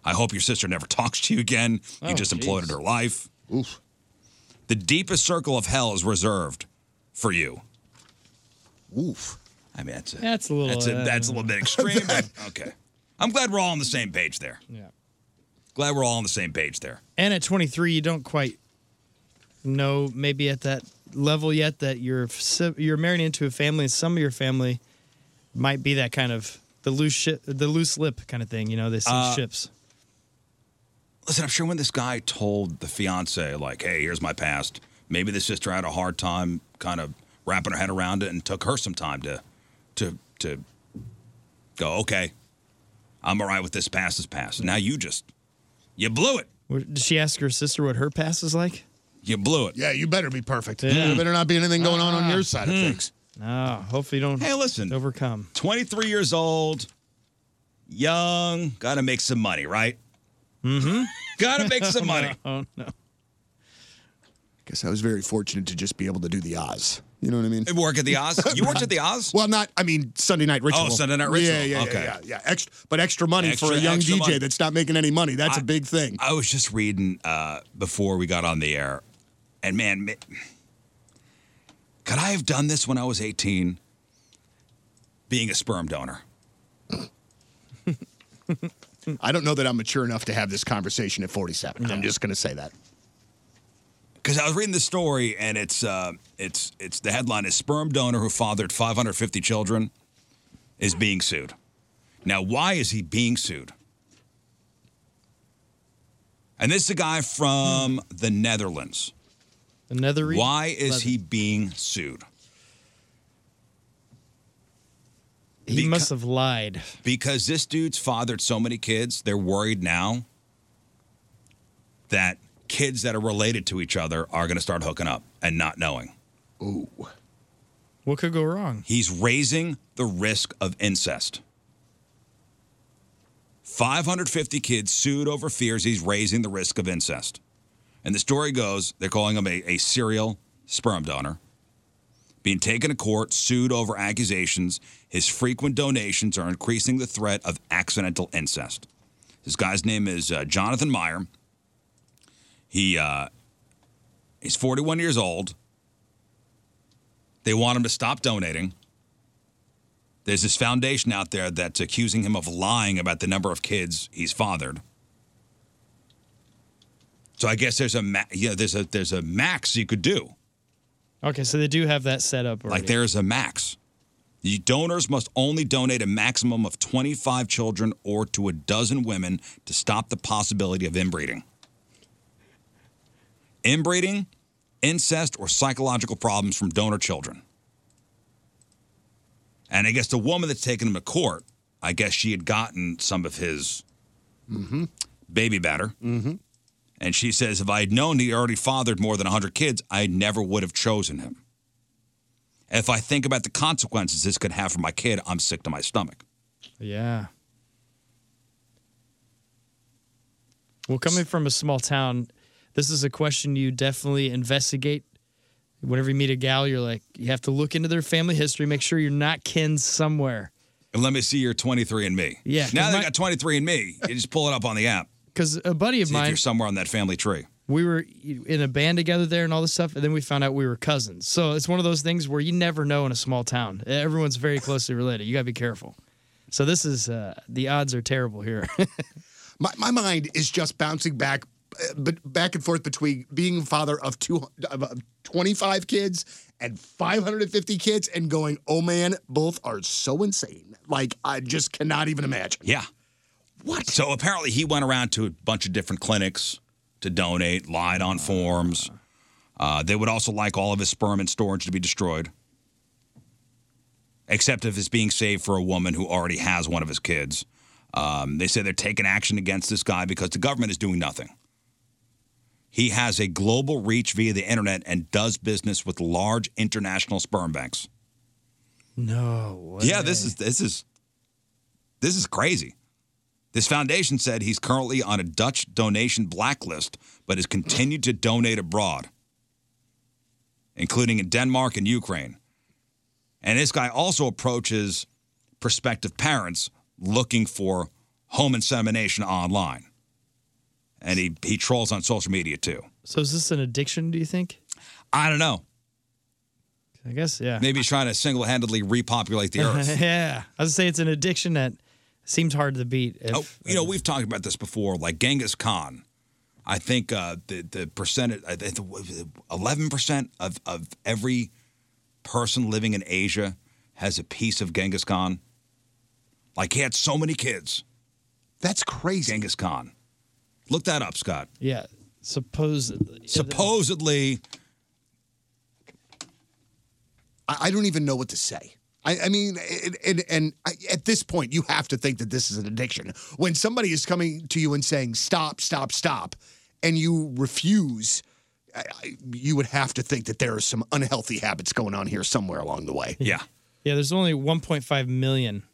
I hope your sister never <laughs> talks to you again. You
Oh,
just imploded
jeez.
her life.
Oof.
The deepest circle of hell is reserved for you.
Oof.
I mean, that's a,
That's a little,
That's a,
uh,
that's a little bit extreme.
<laughs>
but okay, I'm glad we're all on the same page there.
Yeah.
Glad we're all on the same page there.
And at 23, you don't quite know maybe at that level yet that you're f- you're married into a family, and some of your family might be that kind of the loose shi the loose lip kind of thing. You know, they see
Uh,
ships.
listen, I'm sure when this guy told the fiance, like, hey, here's my past, maybe the sister had a hard time kind of wrapping her head around it and took her some time to to to go, okay, I'm all right with this past is past. Now you just you blew it.
Where- Did she ask her sister what her past is like?
You blew it.
Yeah, you better be perfect.
Yeah.
Hmm.
There better not be anything going on
Ah,
on your side of things.
No, Ah, hopefully you don't.
Hey, listen.
overcome.
23 years old, young, gotta make some money, right? Mm-hmm.
<laughs>
gotta make some money.
Oh no.
Guess I was very fortunate to just be able to do the Oz. You know what I mean?
Work at the Oz.
<laughs>
You worked at the Oz? Oh,
Well, not. I mean, Sunday night ritual.
Sunday Night Ritual.
Yeah, yeah,
Okay.
yeah, yeah, yeah. Extra, but extra money for
Extra-
a young
extra
DJ
money.
that's not making any money. That's a big thing.
I was just reading uh, before we got on the air, and man, ma- could I have done this when I was 18? Being a sperm donor.
I don't know that I'm mature enough to have this conversation at 47. I'm just going to say that.
Because I was reading this story, and it's uh, it's it's the headline is sperm donor who fathered 550 children is being sued. Now, why is he being sued? And this is a guy from the Netherlands.
Another reason.
Why is
Love
he being sued?
it. He
beca-
must have lied.
because this dude's fathered so many kids, they're worried now that kids that are related to each other are going to start hooking up and not knowing.
What could go wrong?
He's raising the risk of incest. 550 kids sued over fears he's raising the risk of incest. And the story goes they're calling him a, a serial sperm donor, being taken to court, sued over accusations. His frequent donations are increasing the threat of accidental incest. This guy's name is uh, Jonathan Meyer. He, uh, he's 41 years old. They want him to stop donating. There's this foundation out there that's accusing him of lying about the number of kids he's fathered. So I guess there's a ma- yeah there's a there's a max you could do.
Okay, so they do have that set up already.
Like there's a max. The donors must only donate a maximum of 25 children or to a dozen women to stop the possibility of inbreeding. Inbreeding, incest, or psychological problems from donor children. And I guess the woman that's taken him to court, I guess she had gotten some of his baby batter. And she says, if I had known he already fathered more than 100 kids, I never would have chosen him. If I think about the consequences this could have for my kid, I'm sick to my stomach.
Yeah. Well, coming from a small town, this is a question you definitely investigate. Whenever you meet a gal, you're like, you have to look into their family history, make sure you're not kin somewhere.
And let me see your 23 and me.
Yeah, 'cause
Now they
my-
got 23 and me. You just pull it up on
<laughs>
the app.
Because a buddy of
See if
mine,
you're somewhere on that family tree.
we were in a band together there and all this stuff, and then we found out we were cousins. So it's one of those things where you never know in a small town. Everyone's very closely related. You got to be careful. So this is uh, the odds are terrible here. <laughs>
my, my mind is just bouncing back uh, but back and forth between being a father of two of uh, 25 kids and 550 kids and going oh man both are so insane like i just cannot even imagine
Yeah. What? So apparently he went around to a bunch of different clinics to donate, lied on forms. Uh, they would also like all of his sperm and storage to be destroyed, except if it's being saved for a woman who already has one of his kids. Um, they say they're taking action against this guy because the government is doing nothing. He has a global reach via the internet and does business with large international sperm banks.
no.
Yeah, this is this is this is crazy. This foundation said he's currently on a Dutch donation blacklist, but has continued to donate abroad, including in Denmark and Ukraine. And this guy also approaches prospective parents looking for home insemination online. And he, he trolls on social media too.
So is this an addiction? Do you think?
I don't know.
I guess yeah.
Maybe he's trying to single handedly
<laughs>
repopulate the earth.
yeah, I would say it's an addiction that seems hard to beat. If,
Oh, you know, we've talked about this before. Like Genghis Khan, I think uh, the the percentage, eleven percent of of every person living in Asia has a piece of Genghis Khan. Like he had so many kids.
that's crazy
Genghis Khan. Look that up, Scott.
yeah, supposedly.
Supposedly,
I, I don't even know what to say. I, I mean, and, and, and I, at this point, you have to think that this is an addiction. When somebody is coming to you and saying, stop, stop, stop, and you refuse, I, I, you would have to think that there are some unhealthy habits going on here somewhere along the way.
yeah.
Yeah, there's only 1.5 million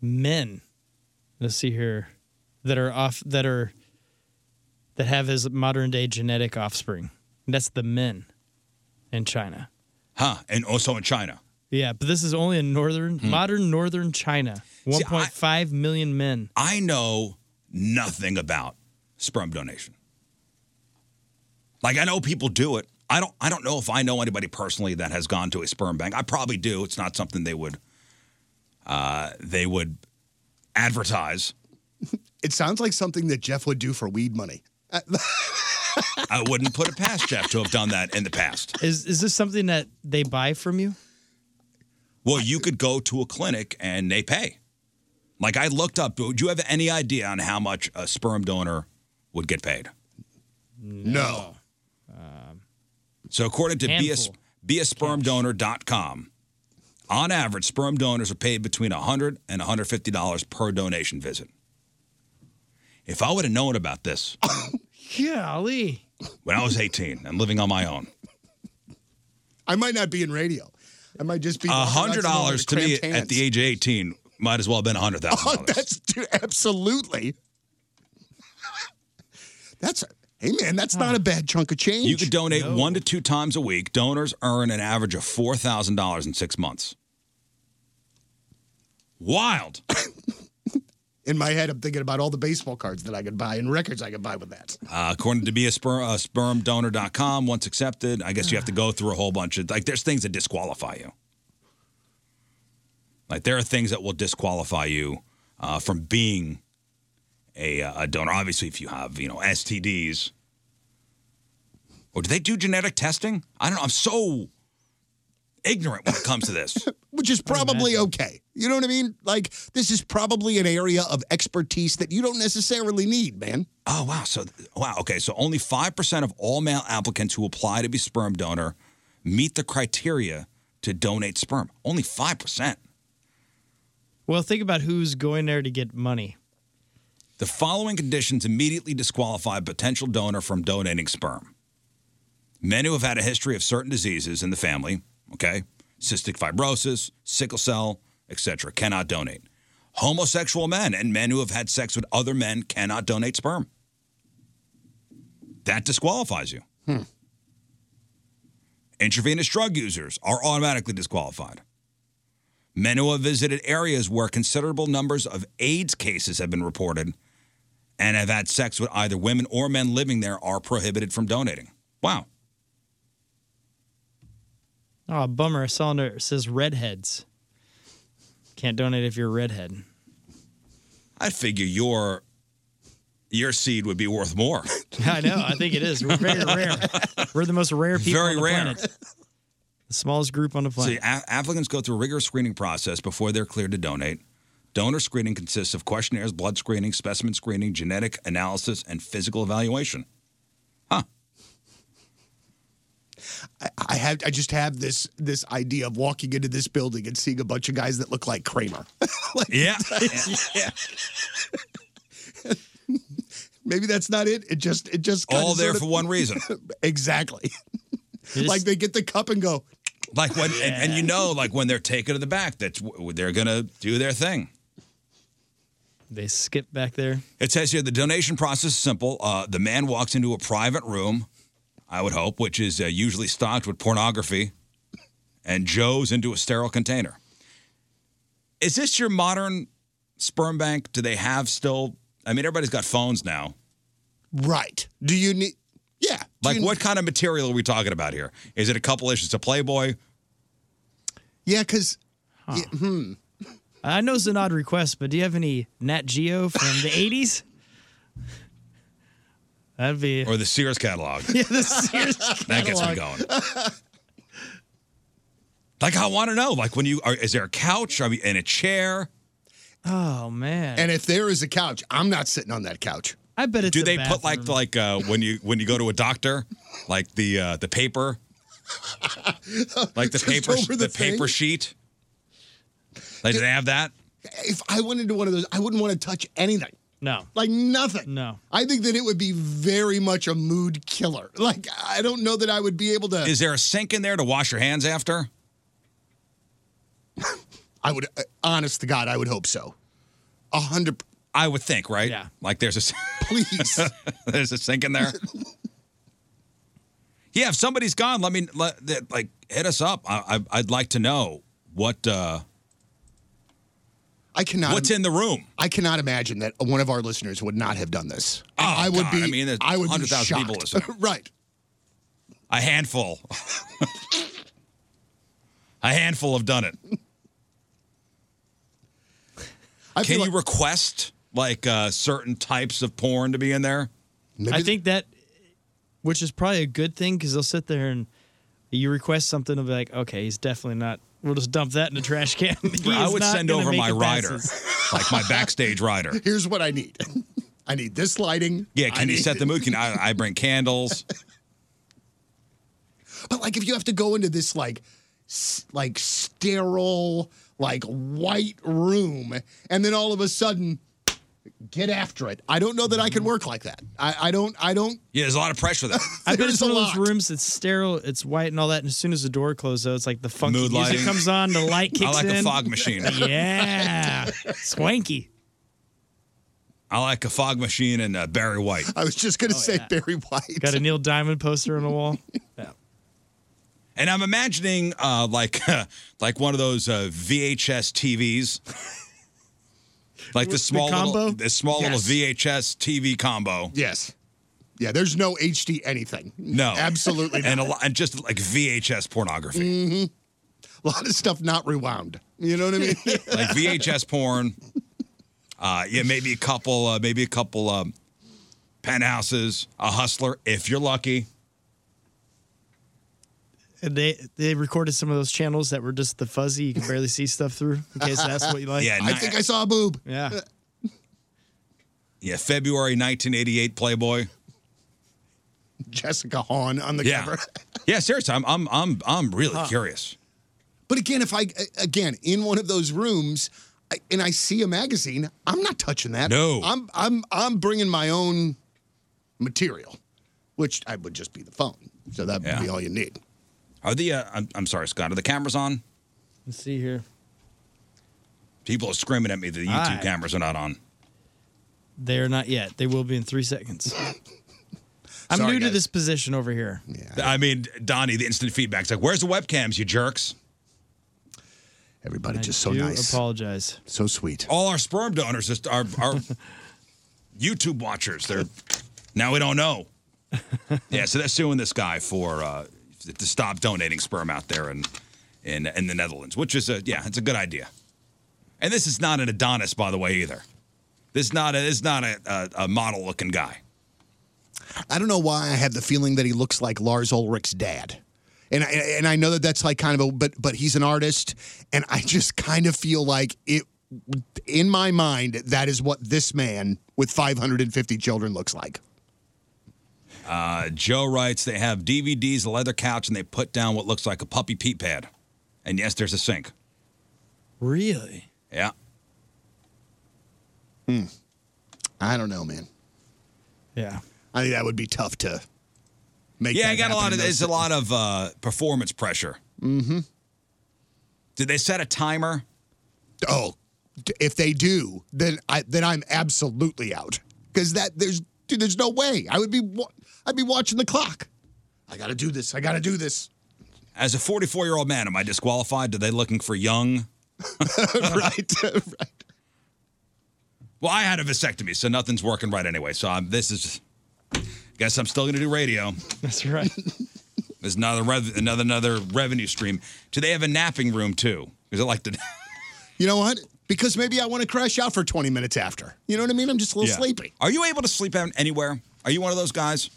men. Let's see here, that are off that are that have his modern day genetic offspring. And that's the men in China.
Huh. And also in China.
Yeah, but this is only in northern modern northern China.
I-
1.5 million men.
I know nothing about sperm donation. Like I know people do it. I don't I don't know if I know anybody personally that has gone to a sperm bank. I probably do. It's not something they would uh, they would advertise.
It sounds like something that Jeff would do for weed money.
I wouldn't put it past Jeff to have done that in the past.
Is is this something that they buy from you?
Well, you could go to a clinic and they pay. Like I looked up, do you have any idea on how much a sperm donor would get paid? Um,
No.
So according to BS,
Handful.
beaspermdonor.com, on average, sperm donors are paid between $100 and $150 per donation visit. If I would have known about this
Golly.
when I was 18 and living on my own,
I might not be in radio. I might just be walking around somewhere
$100
with
to me
cramped
at the
hands.
age of 18 might as well have been
Oh,
$100,000.
that's dude, absolutely. <laughs> that's hey man, that's not a bad chunk of change.
You could donate one to two times a week. Donors earn an average of $4,000 in six months. Wild.
<laughs> in my head, I'm thinking about all the baseball cards that I could buy and records I could buy with that.
Uh, according to be a sperm, uh, spermdonor.com, once accepted, I guess you have to go through a whole bunch of like. There's things that disqualify you. Like there are things that will disqualify you uh, from being a, uh, a donor. Obviously, if you have you know STDs, or do they do genetic testing? I don't know. I'm so ignorant when it comes to this.
Which is probably okay. You know what I mean? Like, this is probably an area of expertise that you don't necessarily need, man.
Oh wow! So wow. Okay. So only five percent of all male applicants who apply to be sperm donor meet the criteria to donate sperm. Only five percent.
Well, think about who's going there to get money.
The following conditions immediately disqualify a potential donor from donating sperm: men who have had a history of certain diseases in the family, okay? Cystic fibrosis, sickle cell, etc. cannot donate. Homosexual men and men who have had sex with other men cannot donate sperm. That disqualifies you.
Hmm.
Intravenous drug users are automatically disqualified. Men who have visited areas where considerable numbers of AIDS cases have been reported and have had sex with either women or men living there are prohibited from donating. Wow.
Oh, bummer. I saw under it says redheads. Can't donate if you're a redhead.
I figure your your seed would be worth more.
<laughs> I know. I think it is. We're <laughs>
<laughs>
very rare. We're the most rare people
Very
on the
rare.
planet. The smallest group on the
See,
planet.
a- applicants go through a rigorous screening process before they're cleared to donate. Donor screening consists of questionnaires, blood screening, specimen screening, genetic analysis, and physical evaluation. <laughs>
I have I just have this this idea of walking into this building and seeing a bunch of guys that look like Kramer. <laughs> Like-
Yeah.
yeah. Maybe that's not it. It just it just kinda
All there
sort of-
for one reason.
<laughs> exactly. like they get the cup and go.
<laughs> Like when, and, and you know, like when they're taken to the back, that's w- they're gonna do their thing.
They skip back there.
It says here the donation process is simple. Uh, the man walks into a private room, I would hope, which is uh, usually stocked with pornography, and Joe's into a sterile container. Is this your modern sperm bank? Do they have still? I mean, everybody's got phones now.
Right. Do you need? Yeah.
Like, what kind of material are we talking about here? Is it a couple issues of Playboy?
Yeah, because
hmm. I know it's an odd request, but do you have any Nat Geo from the 80s? That'd be.
Or the Sears
<laughs>
catalog? <laughs>
Yeah, the Sears
That gets me
catalog. <laughs>
Like, I want to know. Like, when you are, is there a couch? I mean, and a chair?
Oh man.
And if there is a couch, I'm not sitting on that couch.
I bet
Do they put like like uh, when you when you go to a doctor, like the uh, the
<laughs>
paper, like the
Just
paper
over
the,
the
paper
thing?
sheet? Like, do they have that?
If I went into one of those, I wouldn't want to touch anything.
No.
Like nothing.
No.
I think that it would be very much a mood killer. Like I don't know that I would be able to.
Is there a sink in there to wash your hands after?
I would, uh, honest to God, I would hope so. A hundred.
I would think, right? Yeah. Like there's a s- <laughs>
please.
there's a sink in
<laughs>
there. yeah, if somebody's gone, let me let, that- like hit us up. I, I I'd like to know what uh
I cannot.
What's in the room?
I cannot imagine that one of our listeners would not have done this.
Oh,
I would
God,
be.
I mean, there's
I would be
100,000 people
shocked.
listening.
<laughs> right.
a handful. <laughs> a handful have done it.
I
Can
feel
you
like-
request like uh, certain types of porn to be in there?
I think that, which is probably a good thing because they'll sit there and you request something, they'll be like, okay, he's definitely not. We'll just dump that in the trash can. <laughs> He
I
is
would
not
send
gonna
over
make
my
it
rider,
passes.
<laughs> like my backstage rider.
Here's what I need. <laughs> I need this lighting.
Yeah, can
I
you
need-
set the mood? Can I, I bring candles?
But like, if you have to go into this like, s- like sterile, like white room, and then all of a sudden, get after it. I don't know that I can work like that. I, I don't. I don't.
Mm-hmm. Yeah, there's a lot of pressure
<laughs>
there.
I bet it's
There's a
one of those rooms that's sterile, it's white and all that. And as soon as the door closes, though, it's like the funky
Mood
music
lighting.
comes on, the light kicks
I like
in.
a fog machine.
<laughs> Yeah, swanky.
I like a fog machine and uh, Barry White.
I was just gonna say Barry White.
Oh, Got a Neil Diamond poster on the wall.
And I'm imagining uh, like <laughs> like one of those uh, VHS
<laughs>
TVs, like the
The
small
combo?
little the small
Yes.
little VHS TV combo.
Yes. Yeah. There's no HD anything.
No,
Absolutely
<laughs> and a
not.
lot, and just like VHS pornography.
Mm-hmm. A lot of stuff not rewound. You know what
<laughs>
I mean?
like VHS
<laughs>
porn. Uh, yeah, maybe a couple, uh, maybe a couple um, penthouses, a hustler, if you're lucky.
And they they recorded some of those channels that were just the fuzzy, you can barely see stuff through. In case that's what you like.
<laughs> Yeah,
I
ni-
think I saw a boob.
Yeah.
yeah, February 1988 Playboy.
<laughs> Jessica Hahn on the
Yeah,
cover.
yeah. Seriously, I'm, I'm, I'm, I'm really curious.
But again, if I again in one of those rooms I, and I see a magazine, I'm not touching that.
No.
I'm I'm I'm bringing my own material, which I would just be the phone. So that would
Yeah.
be all you need.
Are the uh, I'm, I'm sorry, Scott. Are the cameras on?
Let's see here.
People are screaming at me that the YouTube
Aye.
cameras are not on.
They are not yet. They will be in three seconds. I'm
Sorry,
new to
guys.
this position over here.
I mean, Donnie, the instant feedback's like, "Where's the webcams, you jerks?"
Everybody
I
just so
do
nice.
Apologize.
So sweet.
All our sperm donors just are
<laughs>
are YouTube watchers. They're now we
<laughs>
don't know. yeah, so they're suing this guy for uh, to stop donating sperm out there in in in the Netherlands, which is a yeah, it's a good idea. And this is not an Adonis, by the way, either. This is not a, this is not a, a, a model looking guy.
I don't know why I have the feeling that he looks like Lars Ulrich's dad. And I, and I know that that's like kind of a but but he's an artist and I just kind of feel like it in my mind that is what this man with 550 children looks like.
Uh, Joe writes they have DVDs, a leather couch, and they put down what looks like a puppy pee pad. And yes, there's a sink.
Really? <laughs>
Yeah.
Hmm. I don't know, man.
Yeah.
I think that would be tough to make
yeah,
that
I got a lot
happen
of
in those
it's a lot of uh, performance pressure.
Mhm.
Did they set a timer?
Oh, d- if they do, then I then I'm absolutely out because that there's dude, there's no way I would be wa- I'd be watching the clock. I got to do this. I got to do this.
As a 44 year old man, am I disqualified? Are they looking for young?
<laughs> right, <laughs> right.
Well, I had a vasectomy, so nothing's working right anyway. So I'm, this is, guess I'm still going to do radio.
That's right.
There's another rev, another another revenue stream. Do they have a napping room too? Is it like the? <laughs>
You know what? Because maybe I want to crash out for 20 minutes after. You know what I mean? I'm just a little
Yeah.
sleepy.
Are you able to sleep out anywhere? Are you one of those guys?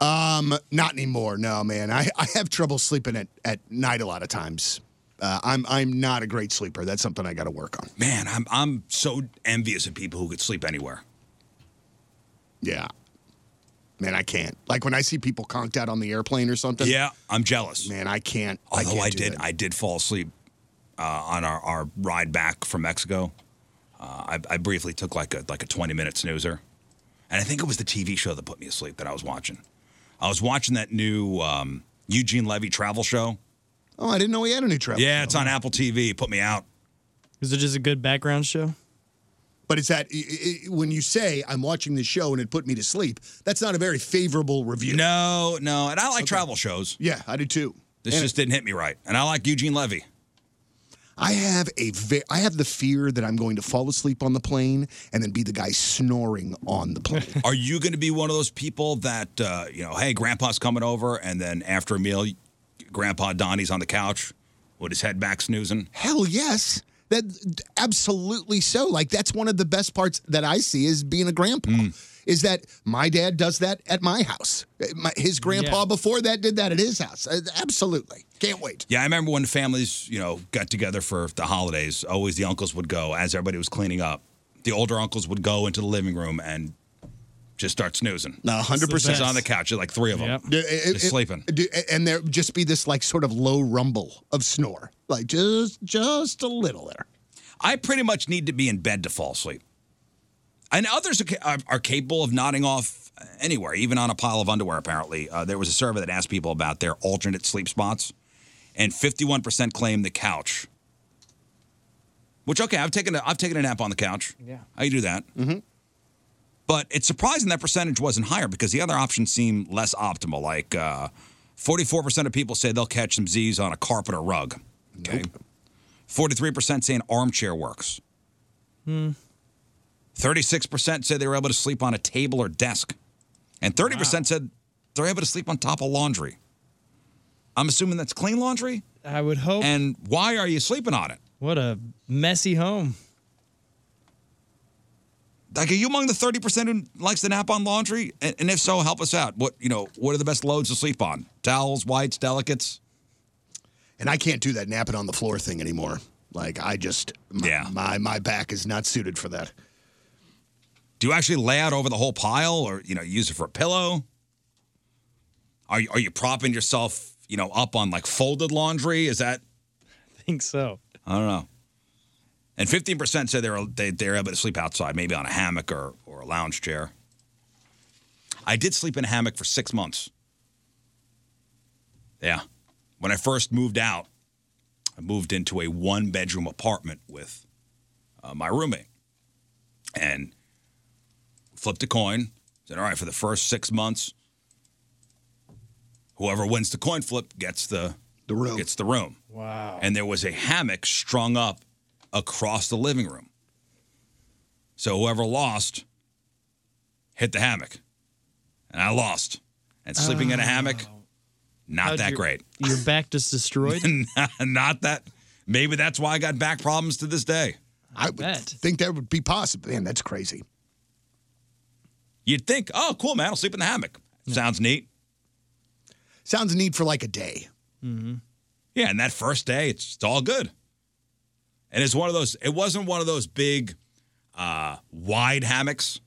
Um, not anymore. No, man. I, I have trouble sleeping at, at night a lot of times. Uh, I'm I'm not a great sleeper. That's something I got to work on.
Man, I'm I'm so envious of people who could sleep anywhere.
Yeah. Man, I can't. Like when I see people conked out on the airplane or something.
Yeah, I'm jealous.
Man, I can't. I
Although
can't
I,
do
did,
that.
I did fall asleep uh, on our, our ride back from Mexico. Uh, I, I briefly took like a like a 20 minute snoozer, and I think it was the TV show that put me asleep that I was watching. I was watching that new um, Eugene Levy travel show.
Oh, I didn't know he had a new travel.
yeah, it's on Apple TV. It Put me out.
Is it just a good background show?
But it's that i i when you say I'm watching this show and it put me to sleep, that's not a very favorable review.
No, no, and I like travel shows.
Yeah, I do too.
This
And
just didn't hit me right, and I like Eugene Levy.
I have a ve- I have the fear that I'm going to fall asleep on the plane and then be the guy snoring on the plane.
<laughs> Are you going to be one of those people that uh, you know? Hey, Grandpa's coming over, and then after a meal, Grandpa Donnie's on the couch with his head back snoozing.
Hell yes. That absolutely so. Like that's one of the best parts that I see is being a grandpa.
Hmm.
Is that my dad does that at my house? Uh, My, his grandpa
Yeah.
before that did that at his house. Uh, Absolutely, can't wait.
Yeah, I remember when families, you know, got together for the holidays. Always the uncles would go as everybody was cleaning up. The older uncles would go into the living room and just start snoozing.
No, 100%.
Just on the couch, like three of them,
Yeah, it-
just
it-
sleeping.
eh, do- eh, and there just be this like sort of low rumble of snore, like just just a little there.
I pretty much need to be in bed to fall asleep. And others are, ca- are, are capable of nodding off anywhere, even on a pile of underwear, apparently. Uh, there was a survey that asked people about their alternate sleep spots, and 51% claim the couch. Which, okay, I've taken a, I've taken a nap on the couch.
Yeah.
I do that. Mm-hmm. But it's surprising that percentage wasn't higher because the other options seem less optimal. Like uh, 44% of people say they'll catch some Z's on a carpet or rug. Okay. 43% saying armchair works.
<laughs>
Hmm.
36% said they were able to sleep on a table or desk. And 30% said they're able to sleep on top of laundry. I'm assuming that's clean laundry.
I would hope.
And why are you sleeping on it?
What a messy home.
Like, are you among the 30% who likes to nap on laundry? And, and if so, help us out. What, you know, what are the best loads to sleep on? Towels, whites, delicates?
And I can't do that napping on the floor thing anymore. Like I just my, yeah. my my back is not suited for that.
Do you actually lay out over the whole pile or, you know, use it for a pillow? Are you, are you propping yourself, you know, up on like folded laundry? Is that?
I think so.
I don't know. And 15% said they're, they, they're able to sleep outside, maybe on a hammock or, or a lounge chair. I did sleep in a hammock for six months. Yeah. When I first moved out, I moved into a one bedroom apartment with uh, my roommate. And flipped a coin, said, all right, for the first six months, whoever wins the coin flip gets the, the room. Gets the room.
Wow.
And there was a hammock strung up across the living room. So whoever lost hit the hammock. And I lost. And sleeping in a hammock,
Oh.
not
How'd
that
your-
great.
Your back just
<laughs>
destroyed.
not that. Maybe that's why I got back problems to this day.
I would think that would be possible. Man, that's crazy.
You'd think, oh, cool, man, I'll sleep in the hammock. Sounds neat.
Sounds neat for like a day.
Mm-hmm. Yeah, and that first day, it's, it's all good. And it's one of those, it wasn't one of those big, uh, wide hammocks,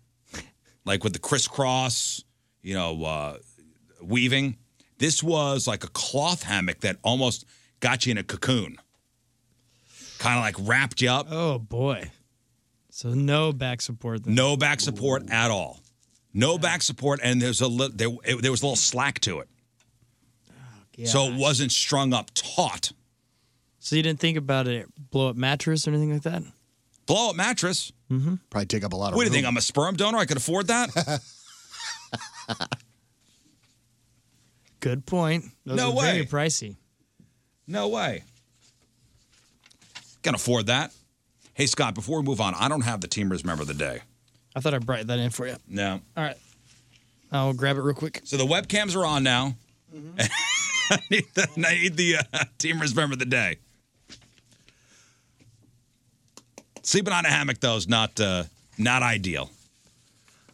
like with the crisscross, you know, uh, weaving. This was like a cloth hammock that almost got you in a cocoon, kind of like wrapped you up.
Oh, boy. So no back support. Then.
No back support at all. No back support, and there's a li- there, it- there was a little slack to it, so it wasn't strung up taut.
So you didn't think about a blow up mattress or anything like that?
Blow up mattress.
Mm-hmm.
Probably take up a lot
What do you think? I'm a sperm donor. I could afford that.
Good point. Those
No
are Very
way.
pricey.
no way. Can afford that. Hey Scott, before we move on, I don't have the teamers member of the day.
I thought I'd brighten that in for you.
No.
All right. I'll grab it real quick.
So the webcams are on now. <laughs> I need the, I need the uh, teamers member of the day. Sleeping on a hammock though is not uh, not ideal.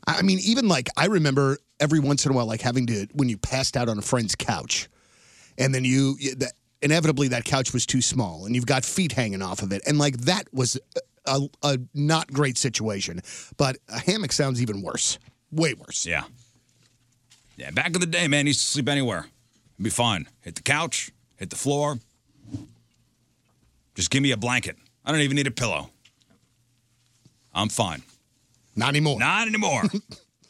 I I mean, even like I remember every once in a while, like having to when you passed out on a friend's couch, and then you, you that, inevitably that couch was too small, and you've got feet hanging off of it, and like that was a, a not great situation. But a hammock sounds even worse, way worse.
Yeah. Yeah, back in the day, man, you used to sleep anywhere. It'd be fine. Hit the couch, hit the floor. Just give me a blanket. I don't even need a pillow. I'm fine.
Not anymore.
Not anymore.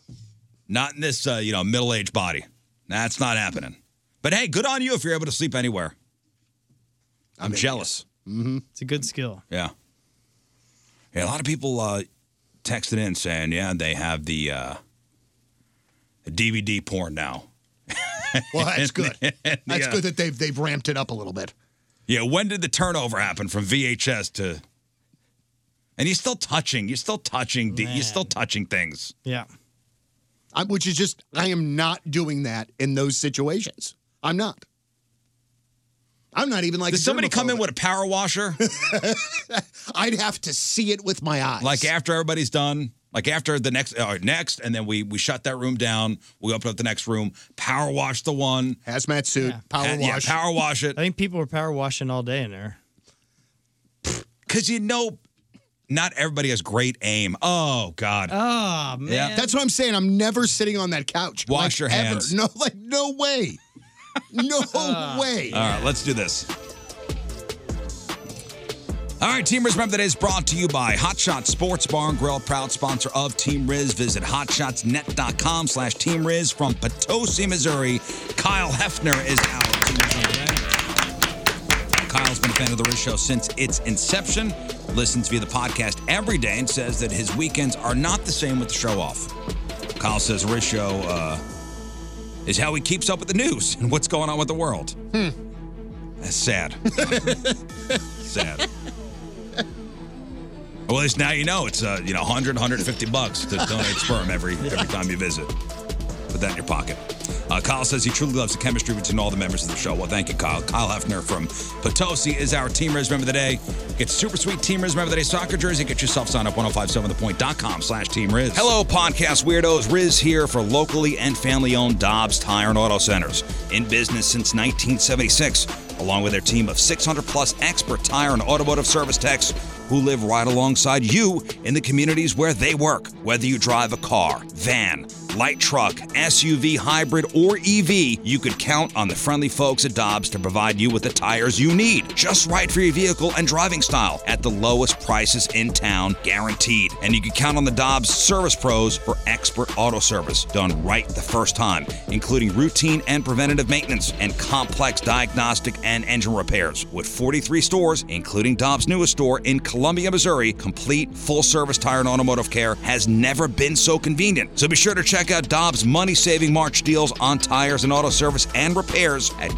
<laughs> not in this, uh, you know, middle-aged body. That's not happening. But hey, good on you if you're able to sleep anywhere. I'm jealous.
Mm-hmm. It's a good skill.
Yeah. Yeah, a lot of people uh, texted in saying, yeah, they have the, uh, the DVD porn now. <laughs>
Well, that's good.
And the,
That's
uh,
good that they've they've ramped it up a little bit.
Yeah, when did the turnover happen from VHS to? And you're still touching. You're still touching. D- you're still touching things.
Yeah.
I, which is just, I am not doing that in those situations. I'm not. I'm not even like.
Did somebody come in with a power washer?
<laughs> I'd have to see it with my eyes.
Like after everybody's done, like after the next, all right, next, and then we we shut that room down. We open up the next room, power wash the one,
hazmat suit, power
yeah,
wash.
power wash it,
I think people were power washing all day in there.
because you know, not everybody has great aim. Oh God,
Oh,
man.
That's what I'm saying. I'm never sitting on that couch.
Wash
Like,
your
ever.
hands.
No, like no way. No way.
Ah. All right, let's do this. All right, Team Riz Remember Today is brought to you by Hot Shot Sports Bar and Grill, proud sponsor of Team Riz. Visit hotshotsnet.com slash Team Riz from Potosi, Missouri. Kyle Hefner is our Team Riz Member Today. Kyle's been a fan of the Riz Show since its inception, listens via the podcast every day, and says that his weekends are not the same with the show off. Kyle says Riz Show uh, is how he keeps up with the news and what's going on with the world.
Hmm.
That's sad. sad. Well, at least now you know it's uh, you know 100, 150 bucks to donate sperm every every time you visit. Put that in your pocket. Uh, Kyle says he truly loves the chemistry between all the members of the show. Well, thank you, Kyle. Kyle Hefner from Potosi is our Teamers Member of the Day. Get super sweet Teamers Member of the Day soccer jersey. Get yourself signed up 1057thepoint.com slash Team Riz. Hello, podcast weirdos. Riz here for locally and family owned Dobbs Tire and Auto Centers. In business since 1976, along with their team of 600 plus expert tire and automotive service techs who live right alongside you in the communities where they work. Whether you drive a car, van, light truck, SUV, hybrid, or EV, you could count on the friendly folks at Dobbs to provide you with the tires you need, just right for your vehicle and driving style, at the lowest prices in town, guaranteed. And you can count on the Dobbs Service Pros for expert auto service done right the first time, including routine and preventative maintenance and complex diagnostic and engine repairs. With 43 stores, including Dobbs' newest store in Columbia, Missouri, complete full service tire and automotive care has never been so convenient. So be sure to check out Dobbs' money saving March deals on tires and auto service and repairs at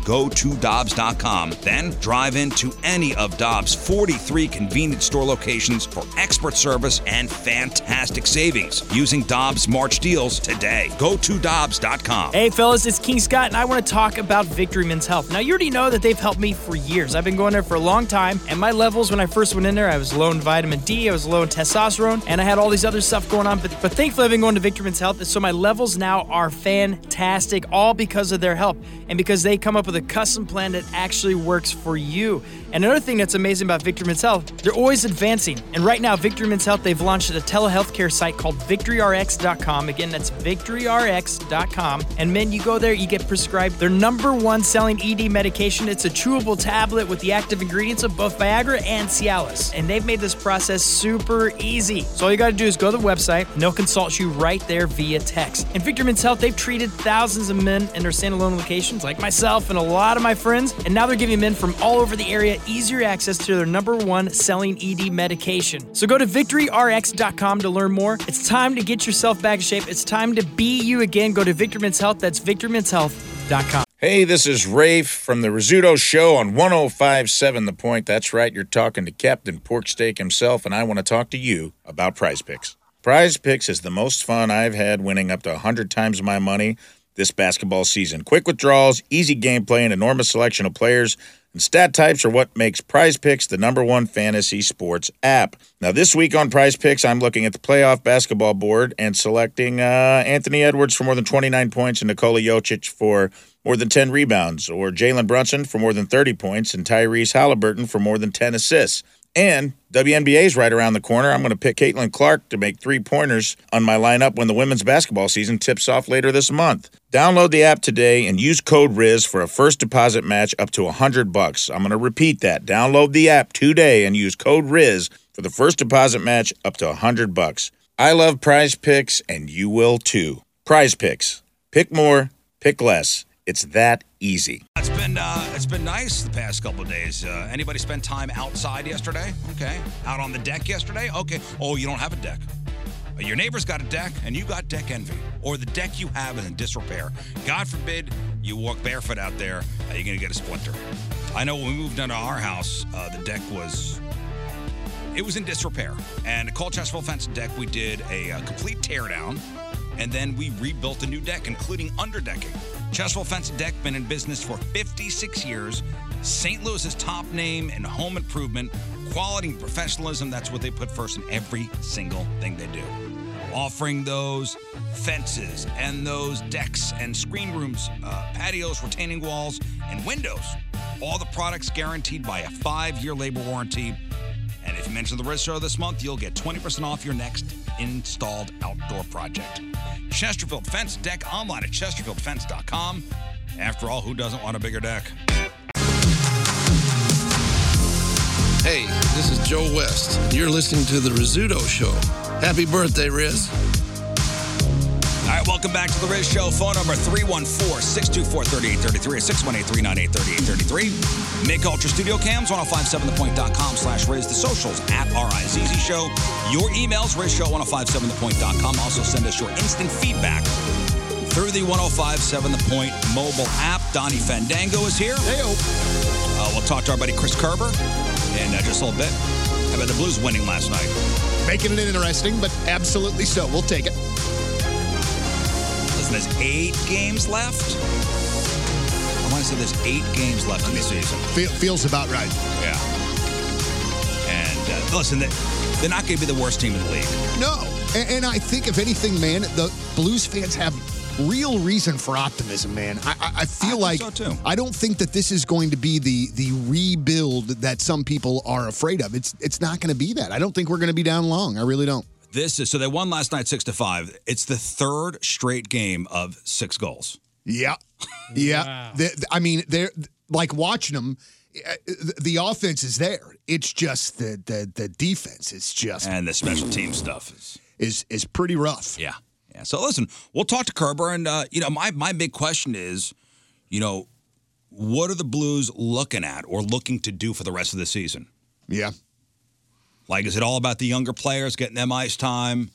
gotodobbs.com. Then drive into any of Dobbs' 43 convenience store locations for expert service and fantastic savings using Dobbs' March deals today. Go to Dobbs.com.
Hey, fellas, it's King Scott, and I want to talk about Victory Men's Health. Now, you already know that they've helped me for years. I've been going there for a long time, and my levels when I first went in there, I was low in vitamin D, I was low in testosterone, and I had all these other stuff going on. But, but thankfully, I've been going to Victory Men's Health, so my levels now are fantastic, all because of their help and because they come up with a custom plan that actually works for you. And another thing that's amazing about Victory Men's Health, they're always advancing. And right now, Victory Men's Health, they've launched a telehealth care site called victoryrx.com. Again, that's victoryrx.com. And men, you go there, you get prescribed their number one selling ED medication. It's a chewable tablet with the active ingredients of both Viagra and Cialis. And they've made this process super easy. So all you got to do is go to the website, and they'll consult you right there via text. And Victor Men's Health, they've treated thousands of men in their standalone locations, like myself and a lot of my friends. And now they're giving men from all over the area easier access to their number one selling ED medication. So go to victoryrx.com to learn more. It's time to get yourself back in shape. It's time to be you again. Go to Victor Men's Health. That's victormenshealth.com.
Hey, this is Rafe from the Rizzuto Show on 1057 The Point. That's right, you're talking to Captain Porksteak himself, and I want to talk to you about prize picks. Prize picks is the most fun I've had winning up to 100 times my money this basketball season. Quick withdrawals, easy gameplay, and enormous selection of players and stat types are what makes Prize Picks the number one fantasy sports app. Now, this week on Prize Picks, I'm looking at the playoff basketball board and selecting uh, Anthony Edwards for more than 29 points and Nikola Jokic for more than 10 rebounds, or Jalen Brunson for more than 30 points and Tyrese Halliburton for more than 10 assists. And WNBA's right around the corner. I'm going to pick Caitlin Clark to make three pointers on my lineup when the women's basketball season tips off later this month. Download the app today and use code RIZ for a first deposit match up to 100 bucks. I'm going to repeat that. Download the app today and use code RIZ for the first deposit match up to 100 bucks. I love prize picks and you will too. Prize picks. Pick more, pick less. It's that easy.
It's been uh, it's been nice the past couple of days. Uh, anybody spend time outside yesterday? Okay. Out on the deck yesterday? Okay. Oh, you don't have a deck. Uh, Your neighbor's got a deck, and you got deck envy, or the deck you have is in disrepair. God forbid you walk barefoot out there, uh, you're gonna get a splinter. I know when we moved into our house, uh, the deck was it was in disrepair. And at Colchesterville Fence and Deck, we did a uh, complete teardown, and then we rebuilt a new deck, including underdecking. Chesterfield Fence and Deck been in business for 56 years. St. Louis's top name in home improvement, quality, and professionalism. That's what they put first in every single thing they do offering those fences and those decks and screen rooms, uh, patios, retaining walls, and windows. All the products guaranteed by a five year labor warranty. And if you mention the Red Show this month, you'll get 20% off your next installed outdoor project. Chesterfield Fence Deck online at chesterfieldfence.com. After all, who doesn't want a bigger deck?
Hey, this is Joe West. and You're listening to The Rizzuto Show. Happy birthday, Riz.
All right, welcome back to the Riz Show. Phone number 314-624-3833 or 618-398-3833. Mid Culture Studio Cams, 1057thepoint.com slash Riz. The socials at R-I-Z-Z Show. Your emails, rizshow1057thepoint.com. Also send us your instant feedback through the 1057 The Point mobile app. Donnie Fandango is here. Uh, we'll talk to our buddy Chris Kerber in uh, just a little bit. How about the Blues winning last night?
Making it interesting, but absolutely so. We'll take it.
Listen, there's eight games left. I want to say there's eight games left in the season.
Fe- feels about right.
Yeah. And uh, listen, they- they're not going to be the worst team in the league.
No. And, and I think, if anything, man, the Blues fans have real reason for optimism, man. I, I, I feel
I
like
think so, too.
I don't think that this is going to be the the rebuild that some people are afraid of. It's it's not going to be that. I don't think we're going to be down long. I really don't.
This is so they won last night six to five. It's the third straight game of six goals.
Yeah. Yeah. The- the- I mean, they're like watching them. uh, The, the offense is there. It's just the the, the defense is just
and the special team stuff is
is is pretty rough.
Yeah. Yeah. So listen, we'll talk to Kerber, and uh, you know, my my big question is, you know, what are the Blues looking at or looking to do for the rest of the season?
Yeah.
Like, is it all about the younger players getting them ice time,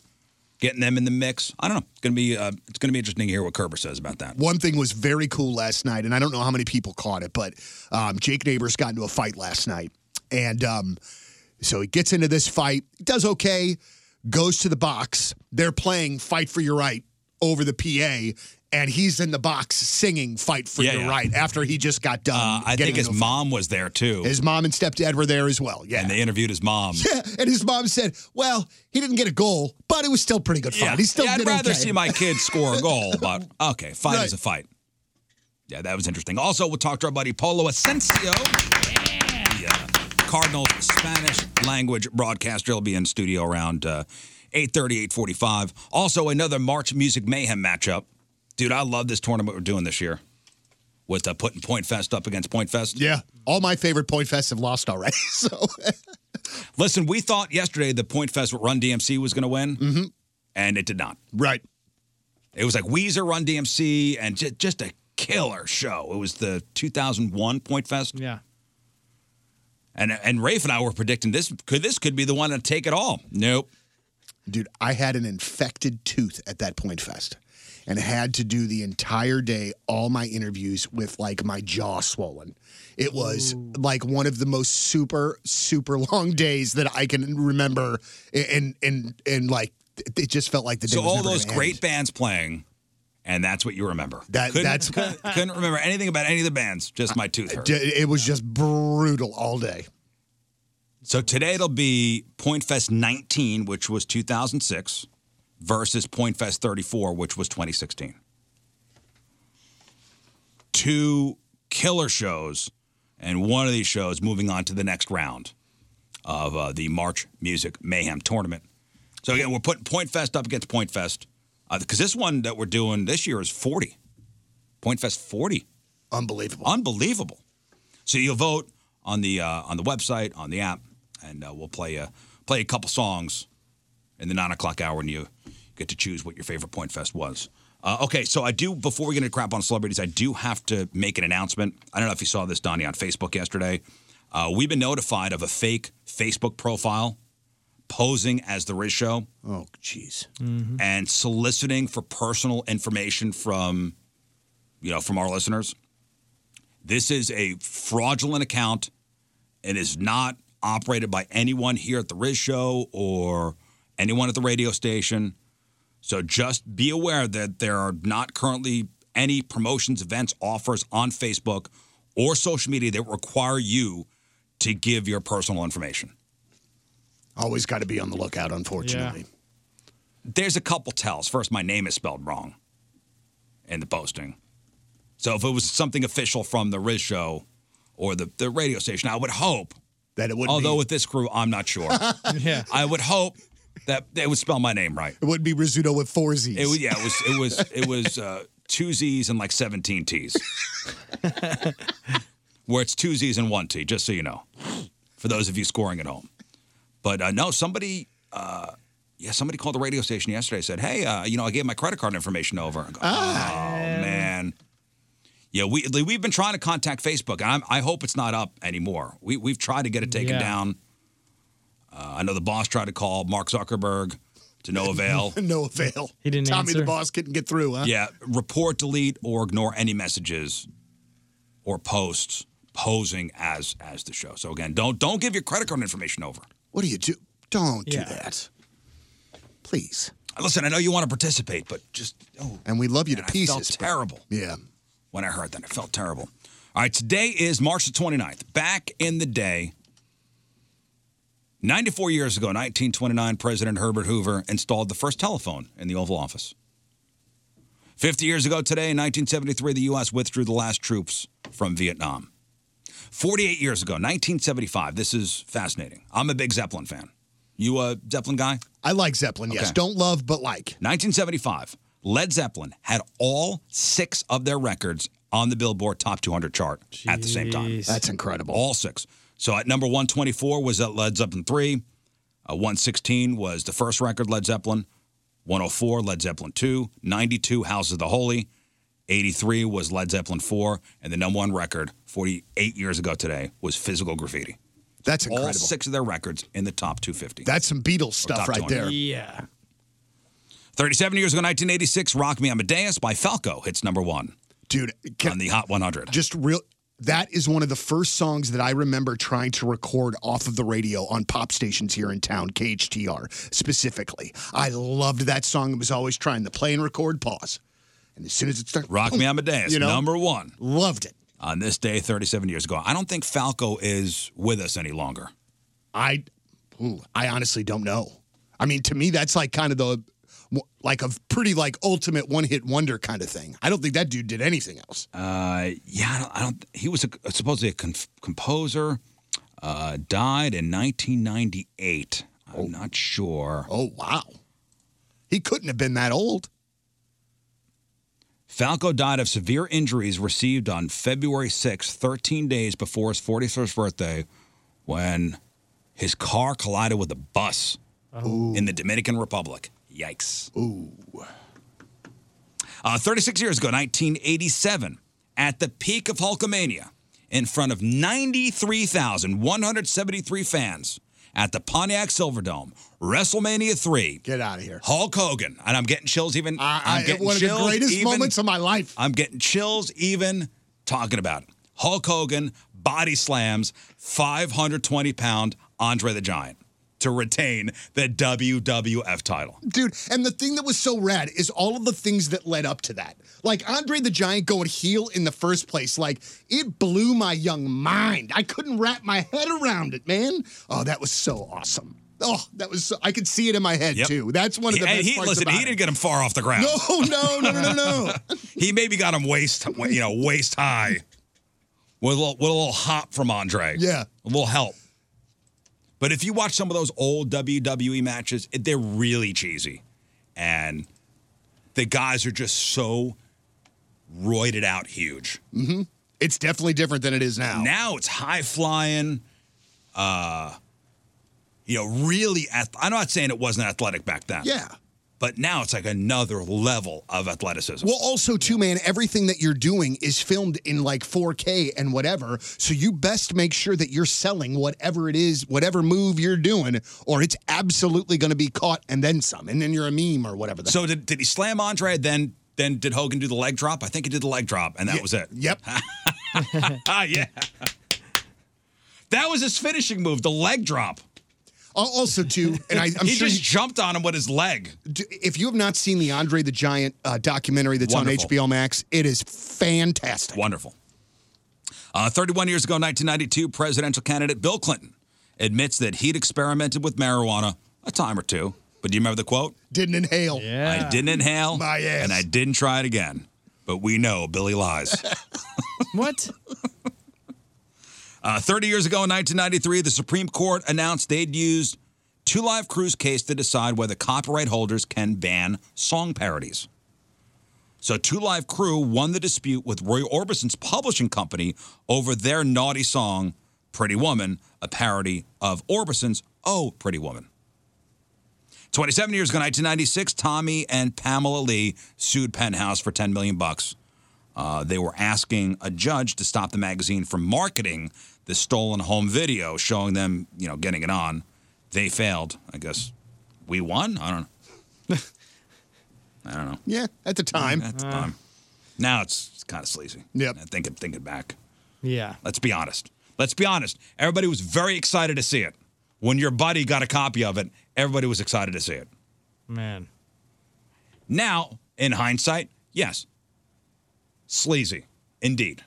getting them in the mix? I don't know. It's gonna be uh, it's gonna be interesting to hear what Kerber says about that.
One thing was very cool last night, and I don't know how many people caught it, but um, Jake Neighbors got into a fight last night. And um, so he gets into this fight, does okay, goes to the box. They're playing Fight for Your Right over the PA, and he's in the box singing Fight for
Yeah,
Your
yeah.
Right after he just got done.
Uh, I
getting
think his
into a
mom was there too.
fight. His mom and stepdad were there as well. Yeah.
And they interviewed his mom.
<laughs> Yeah, and his mom said, "Well, he didn't get a goal, but it was still pretty good fight. He still
I'd
did
rather
okay."
see my kids score a goal, but okay, fight
Right.
is a fight. Yeah, that was interesting. Also, we'll talk to our buddy Polo Asensio. The, uh, Cardinals Spanish language broadcaster. He'll be in studio around uh, 8.30, 8.45. Also, another March Music Mayhem matchup. Dude, I love this tournament we're doing this year with uh, putting Point Fest up against Point Fest.
Yeah, all my favorite point fests have lost already. <laughs> So
Listen, we thought yesterday the Point Fest with Run DMC was going to win, and it did not.
Mm-hmm. Right.
It was like Weezer, Run DMC, and ju- just a killer show. It was the 2001 Point Fest.
Yeah.
And and Rafe and I were predicting this could this could be the one to take it all. Nope.
Dude, I had an infected tooth at that point fest and had to do the entire day all my interviews with like my jaw swollen. It was like one of the most super super long days that I can remember and and and like it just felt like the day
So
was
all
never
those
gonna
great
end.
bands playing, and that's what you remember.
That-
couldn't,
that's-
couldn't, <laughs> couldn't remember anything about any of the bands. Just my tooth hurt.
D- It was just brutal all day.
So today it'll be Point Fest 19, which was 2006, versus Point Fest 34, which was 2016. Two killer shows, and one of these shows moving on to the next round of uh, the March Music Mayhem Tournament. So again, we're putting Point Fest up against Point Fest because this one that we're doing this year is 40. Point Fest 40.
Unbelievable.
Unbelievable. So you'll vote on the uh, on the website, on the app, and uh, we'll play uh, play a couple songs in the nine o'clock hour, and you get to choose what your favorite Point Fest was. Uh, okay, so I do before we get into crap on celebrities, I do have to make an announcement. I don't know if you saw this, Donnie, on Facebook yesterday. Uh, we've been notified of a fake Facebook profile posing as the Riz Show
Oh jeez.
Mm-hmm.
Mm-hmm.
and soliciting for personal information from you know from our listeners this is a fraudulent account it is not operated by anyone here at the riz show or anyone at the radio station so just be aware that there are not currently any promotions events offers on facebook or social media that require you to give your personal information
Always got to be on the lookout unfortunately.
there's a couple tells. First, my name is spelled wrong in the posting. So if it was something official from the Riz show or the, the radio station, I would hope
that it would.
Although
be-
with this crew, I'm not
<laughs>
sure.
Yeah.
I would hope that they would spell my name right.
It would be Rizzuto with four Z's.
It was yeah. It was it was it was uh, two Z's and like 17 T's, where it's two Z's and one T. Just so you know, for those of you scoring at home. But uh, no, somebody. Uh, yeah, somebody called the radio station yesterday. Said, "Hey, uh, you know, I gave my credit card information over." I go,
Ah,
oh
Um.
man, yeah, we we've been trying to contact Facebook. I'm, I hope it's not up anymore. We we've tried to get it taken
Yeah.
down. Uh, I know the boss tried to call Mark Zuckerberg to no
<laughs>
avail.
no avail.
He didn't
Tommy
answer.
the boss couldn't get through, uh, huh?
Yeah, report, delete, or ignore any messages or posts posing as as the show. So again, don't don't give your credit card information over.
What do you do? Don't do that. Please.
Uh, Listen, I know you want to participate, but just oh,
and we love you to pieces.
I felt terrible.
Yeah.
When I heard that, I felt terrible. All right, today is March the 29th. Back in the day, 94 years ago, 1929, President Herbert Hoover installed the first telephone in the Oval Office. 50 years ago today, in 1973, the U.S. withdrew the last troops from Vietnam. 48 years ago, 1975, this is fascinating. I'm a big Zeppelin fan. You a Zeppelin guy?
I like Zeppelin, yes.
Okay.
Don't love, but like.
1975, Led Zeppelin had all six of their records on the Billboard Top 200 chart at the same time.
That's incredible.
All six. So at number 124 was at Led Zeppelin 3. Uh, 116 was the first record, Led Zeppelin. 104, Led Zeppelin 2. 92, House of the Holy. 83 was Led Zeppelin 4. And the number one record 48 years ago today was Physical Graffiti.
That's
All
incredible.
six of their records in the top 250.
That's some Beatles
Or top
stuff right
200.
there.
37 years ago, 1986, Rock Me Amadeus by Falco hits number one.
Dude,
on the Hot 100.
Just real. That is one of the first songs that I remember trying to record off of the radio on pop stations here in town, KHTR specifically. I loved that song and was always trying to play and record, pause. And as soon as it
<laughs>
started,
Rock Me Amadeus,
You know?
number one.
Loved it.
On this day, 37 years ago. I don't think Falco is with us any longer.
I, ooh, I honestly don't know. I mean, to me, that's like kind of the, like a pretty like ultimate one hit wonder kind of thing. I don't think that dude did anything else.
Uh, yeah, I don't, I don't. He was a, supposedly a conf- composer. Uh, died in 1998. I'm not sure.
Oh wow, he couldn't have been that old.
Falco died of severe injuries received on February 6, 13 days before his 41st birthday, when his car collided with a bus in the Dominican Republic. Yikes.
Ooh.
Uh, 36 years ago, 1987, at the peak of Hulkamania, in front of 93,173 fans at the Pontiac Silverdome, WrestleMania 3.
Get out of here.
Hulk Hogan. And I'm getting chills even. I, am
I,
getting
one of the
chills
greatest
even-
moments of my life.
I'm getting chills even talking about it. Hulk Hogan body slams 520 pound Andre the Giant to retain the WWF title.
Dude, and the thing that was so rad is all of the things that led up to that. Like Andre the Giant going heel in the first place, like it blew my young mind. I couldn't wrap my head around it, man. Oh, that was so awesome. Oh, that was so, I could see it in my head
Yep.
too. That's one of the
And
best
he,
parts
listen,
about
he didn't get him far off the ground.
No, no, no, no, no, no.
<laughs> he maybe got him waist, you know, waist high with a little, with a little hop from Andre.
Yeah.
a little help. But if you watch some of those old WWE matches, it, they're really cheesy, and the guys are just so roided out, huge.
it. hmm It's definitely different than it is now.
Now it's high flying. Uh, you know, really. Ath- I'm not saying it wasn't athletic back then.
Yeah.
But now it's like another level of athleticism.
Well, also too, man, everything that you're doing is filmed in like 4K and whatever, so you best make sure that you're selling whatever it is, whatever move you're doing, or it's absolutely going to be caught and then some, and then you're a meme or whatever. The
So did, did he slam Andre? Then then did Hogan do the leg drop? I think he did the leg drop, and that was it.
Yep.
<laughs> ah, yeah. That was his finishing move, the leg drop.
Al- Also, too, and I, I'm
he
sure
just
you-
jumped on him with his leg.
d- if you have not seen the Andre the Giant uh, documentary that's
Wonderful.
on HBO Max, it is fantastic.
Wonderful. Uh, 31 years ago, 1992, presidential candidate Bill Clinton admits that he'd experimented with marijuana a time or two. But do you remember the quote?
Didn't inhale.
I didn't inhale,
Uh, My ass.
and I didn't try it again. But we know Billy
<laughs>
lies.
what?
Uh, 30 years ago in 1993, the Supreme Court announced they'd used Two Live Crew's case to decide whether copyright holders can ban song parodies. So, Two Live Crew won the dispute with Roy Orbison's publishing company over their naughty song, Pretty Woman, a parody of Orbison's Oh, Pretty Woman. 27 years ago, 1996, Tommy and Pamela Lee sued Penthouse for 10 million bucks. Uh, they were asking a judge to stop the magazine from marketing the stolen home video, showing them, you know, getting it on. They failed. I guess we won. I don't know. <laughs> I don't know.
Yeah, at the time.
At the time. Now it's, it's kind of sleazy.
Yep.
I think thinking back.
Yeah.
Let's be honest. Let's be honest. Everybody was very excited to see it. When your buddy got a copy of it, everybody was excited to see it.
Man.
Now, in hindsight, yes, sleazy, indeed.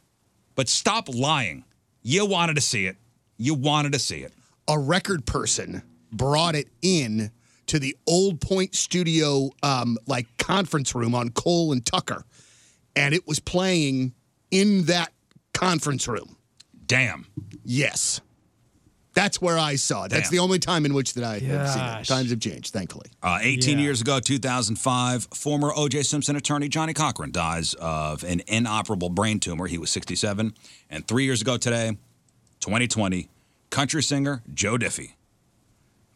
But stop lying. You wanted to see it. You wanted to see it.
a record person brought it in to the Old Point Studio um, like conference room on Cole and Tucker, and it was playing in that conference room.
Damn.
Yes, That's where I saw it. That's
Damn.
the only time in which that I have seen it.
Gosh.
Times have changed, thankfully.
Uh, 18
Yeah.
years ago, 2005, former O.J. Simpson attorney Johnny Cochran dies of an inoperable brain tumor. He was 67. And three years ago today, 2020, country singer Joe Diffie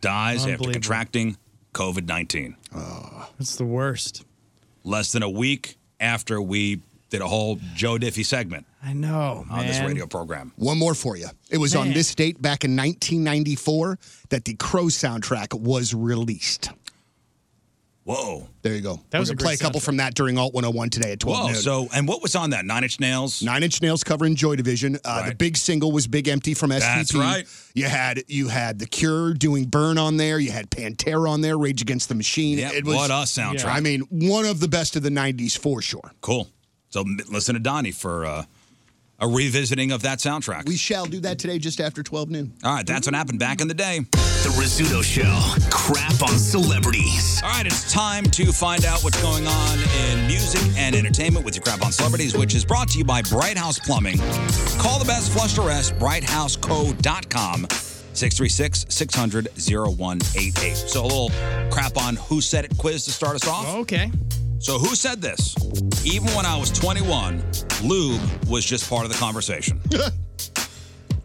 dies after
Unbelievable.
contracting COVID 19.
That's the worst.
Less than a week after we did a whole Joe Diffie segment
I know.
on this
Man.
radio program.
One more for you. It was on
Oh, Man.
this date back in 1994 that the Crow soundtrack was released.
Whoa.
There you go.
That
We're
was a
gonna
great
play a couple from that during Alt 101 today at 12
Whoa.
noon.
So, and what was on that? Nine Inch Nails?
Nine Inch Nails covering Joy Division. Uh, The big single was "Big Empty" from STP.
That's right.
You had you had The Cure doing "Burn" on there. You had Pantera on there. Rage Against the Machine.
Yep, what a soundtrack.
I mean, one of the best of the '90s for sure.
Cool. So m- listen to Donnie for uh, a revisiting of that soundtrack.
We shall do that today, just after 12 noon.
All right, that's what happened back in the day.
The Rizzuto Show. Crap on celebrities.
All right, it's time to find out what's going on in music and entertainment with your crap on celebrities, which is brought to you by Bright House Plumbing. Call the best flush to rest, brighthouseco.com. 636 600 0188. So, a little crap on who said it quiz to start us off.
Okay.
So, who said this? Even when I was 21, lube was just part of the conversation.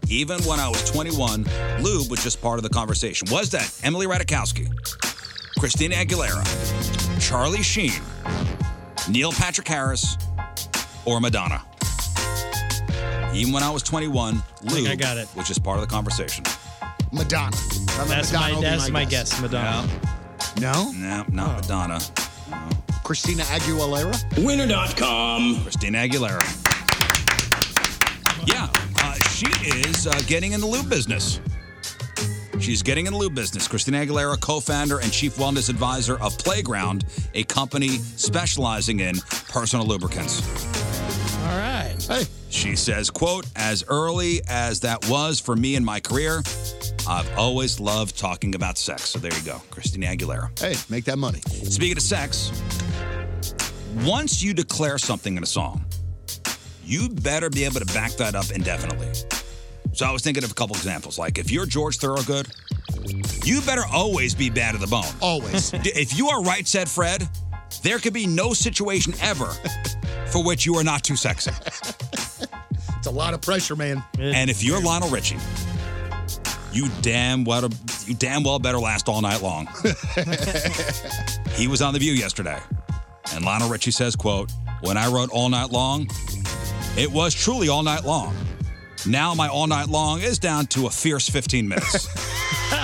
Even when I was 21, lube was just part of the conversation. Was that Emily Ratajkowski, Christina Aguilera, Charlie Sheen, Neil Patrick Harris, or Madonna? Even when I was 21, lube I got it. was just part of the conversation.
Madonna.
That's
Madonna
my
will be
that's
my
my guess, Madonna.
No?
No, not Madonna.
Christina Aguilera.
Winner.com. Christina Aguilera. Yeah, uh, she is uh, getting in the lube business. She's getting in the lube business. Christina Aguilera, co founder and chief wellness advisor of Playground, a company specializing in personal lubricants.
All right.
Hey.
She says, quote, as early as that was for me in my career, I've always loved talking about sex. So there you go, Christina Aguilera.
Hey, make that money.
Speaking of sex, once you declare something in a song, you better be able to back that up indefinitely. So I was thinking of a couple examples. Like if you're George Thorogood, you better always be bad to the bone. <laughs>
Always.
if you are right said Fred, there could be no situation
<laughs>
ever for which you are not too sexy.
It's a lot of pressure, man.
and if you're Lionel Richie, you damn well you damn well better last all night long. he was on the View yesterday, and Lionel Richie says, "quote When I wrote All Night Long, it was truly all night long. Now my all night long is down to a fierce 15 minutes."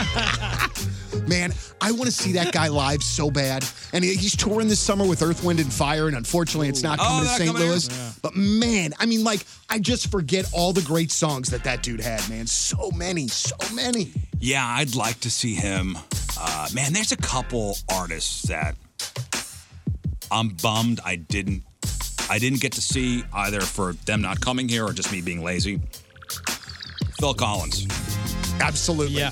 <laughs> Man, I want to see that guy live so bad. And he- he's touring this summer with Earth, Wind, and Fire, and unfortunately, it's not
Oh, they're
coming to St.
coming here?
Louis. But man, I mean, like, I just forget all the great songs that that dude had, man. So many, so many.
Yeah, I'd like to see him. Uh, man, there's a couple artists that I'm bummed I didn't I didn't get to see either for them not coming here or just me being lazy. Phil Collins.
Absolutely.
Yeah.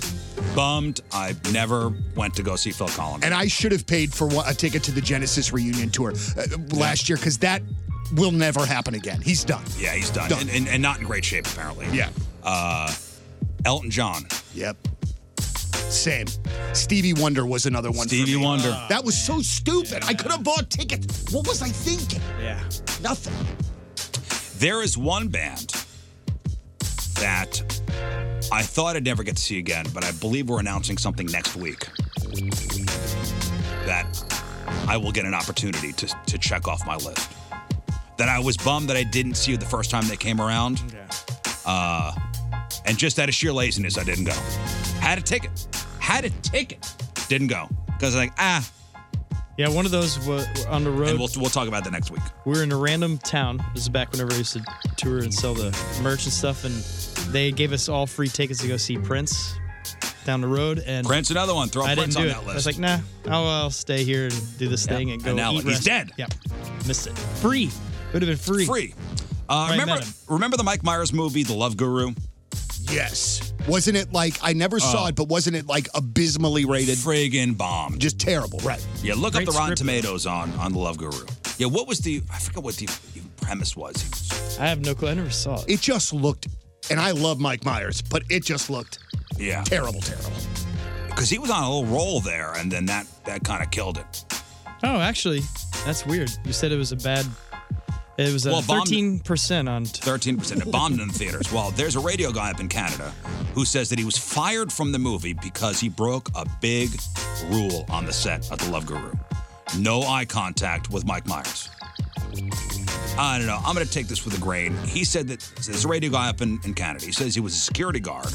Bummed I never went to go see Phil Collins.
And I should have paid for one- a ticket to the Genesis reunion tour uh, last year because that will never happen again. He's done.
Yeah, he's done.
Done.
And, and, and not in great shape, apparently.
Yeah.
Uh, Elton John.
Yep. Same. Stevie Wonder was another one. for
Stevie
me.
Wonder.
that was so stupid. I could have bought tickets. What was I thinking?
Yeah.
Nothing.
There is one band that I thought I'd never get to see again, but I believe we're announcing something next week that I will get an opportunity to, to check off my list. That I was bummed that I didn't see the first time they came around. Uh, and just out of sheer laziness, I didn't go. Had a ticket. Had a ticket. Didn't go. Because, like, ah.
Yeah, one of those was on the road.
And we'll, we'll talk about that next week.
we were in a random town. This is back whenever I used to tour and sell the merch and stuff, and they gave us all free tickets to go see Prince down the road. And
Prince, another one. Throw
I
Prince
didn't do
on
it.
that
I
list.
was like, nah, I'll, I'll stay here and do this thing and go.
And now
eat
he's
rest-
dead.
Yep, missed it. Free. Would have been free.
Free. Uh,
Right,
remember,
madam.
remember the Mike Myers movie, The Love Guru?
Yes. Wasn't it like I never saw
Oh.
it, but wasn't it like abysmally rated?
Friggin' bomb.
Just terrible, right?
Yeah, look up
Great
the Rotten
script.
Tomatoes on on The Love Guru. Yeah, what was the? I forget what the even premise was. He was-
I have no clue. I never saw it.
It just looked, and I love Mike Myers, but it just looked
Yeah.
Terrible, terrible.
Because he was on a little roll there, and then that that kind of killed it.
Oh, actually, that's weird. You said it was a bad. It was
Well,
a
it bombed-
thirteen percent on.
Thirteen percent. It bombed in theaters. Well, there's a radio guy up in Canada who says that he was fired from the movie because he broke a big rule on the set of The Love Guru: no eye contact with Mike Myers. I don't know. I'm going to take this with a grain. He said that this radio guy up in, in Canada, he says he was a security guard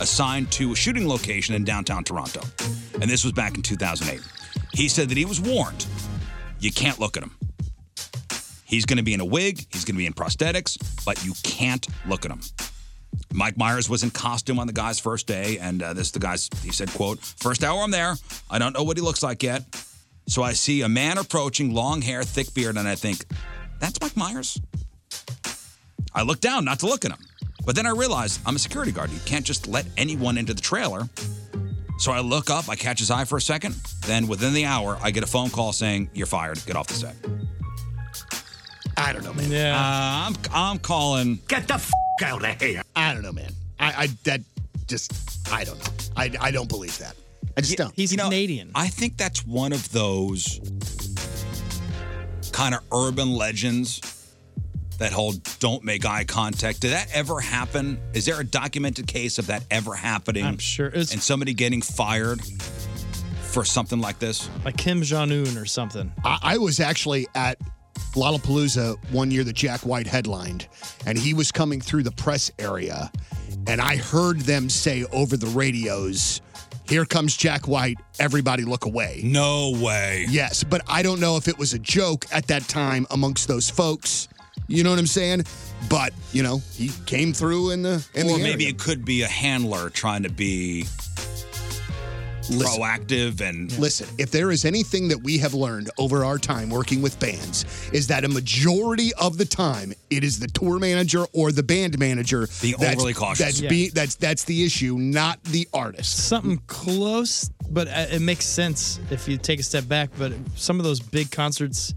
assigned to a shooting location in downtown Toronto. And this was back in 2008. He said that he was warned you can't look at him. He's going to be in a wig, he's going to be in prosthetics, but you can't look at him. Mike Myers was in costume on the guy's first day, and uh, this the guy's. He said, "quote First hour I'm there, I don't know what he looks like yet, so I see a man approaching, long hair, thick beard, and I think that's Mike Myers." I look down, not to look at him, but then I realize I'm a security guard. You can't just let anyone into the trailer. So I look up, I catch his eye for a second, then within the hour, I get a phone call saying, "You're fired. Get off the set."
I don't know, man.
Yeah, uh, I'm I'm calling.
Get the f- out of here. I don't know, man. I, I that just I don't know. I, I don't believe that. I just don't.
He's Canadian.
I think that's one of those kind of urban legends that whole don't make eye contact. Did that ever happen? Is there a documented case of that ever happening?
I'm sure it's-
and somebody getting fired for something like this?
Like Kim Jong Un or something.
I, I was actually at Lollapalooza one year that Jack White headlined, and he was coming through the press area, and I heard them say over the radios, "Here comes Jack White! Everybody look away!"
No way.
Yes, but I don't know if it was a joke at that time amongst those folks. You know what I'm saying? But you know, he came through in the in
or
the
maybe
area.
it could be a handler trying to be
Listen.
proactive and
Listen, if there is anything that we have learned over our time working with bands, is that a majority of the time it is the tour manager or the band manager
The
that's,
overly cautious.
That's,
Yeah.
be, that's that's the issue, not the artist.
Something close, but uh, it makes sense if you take a step back. But some of those big concerts,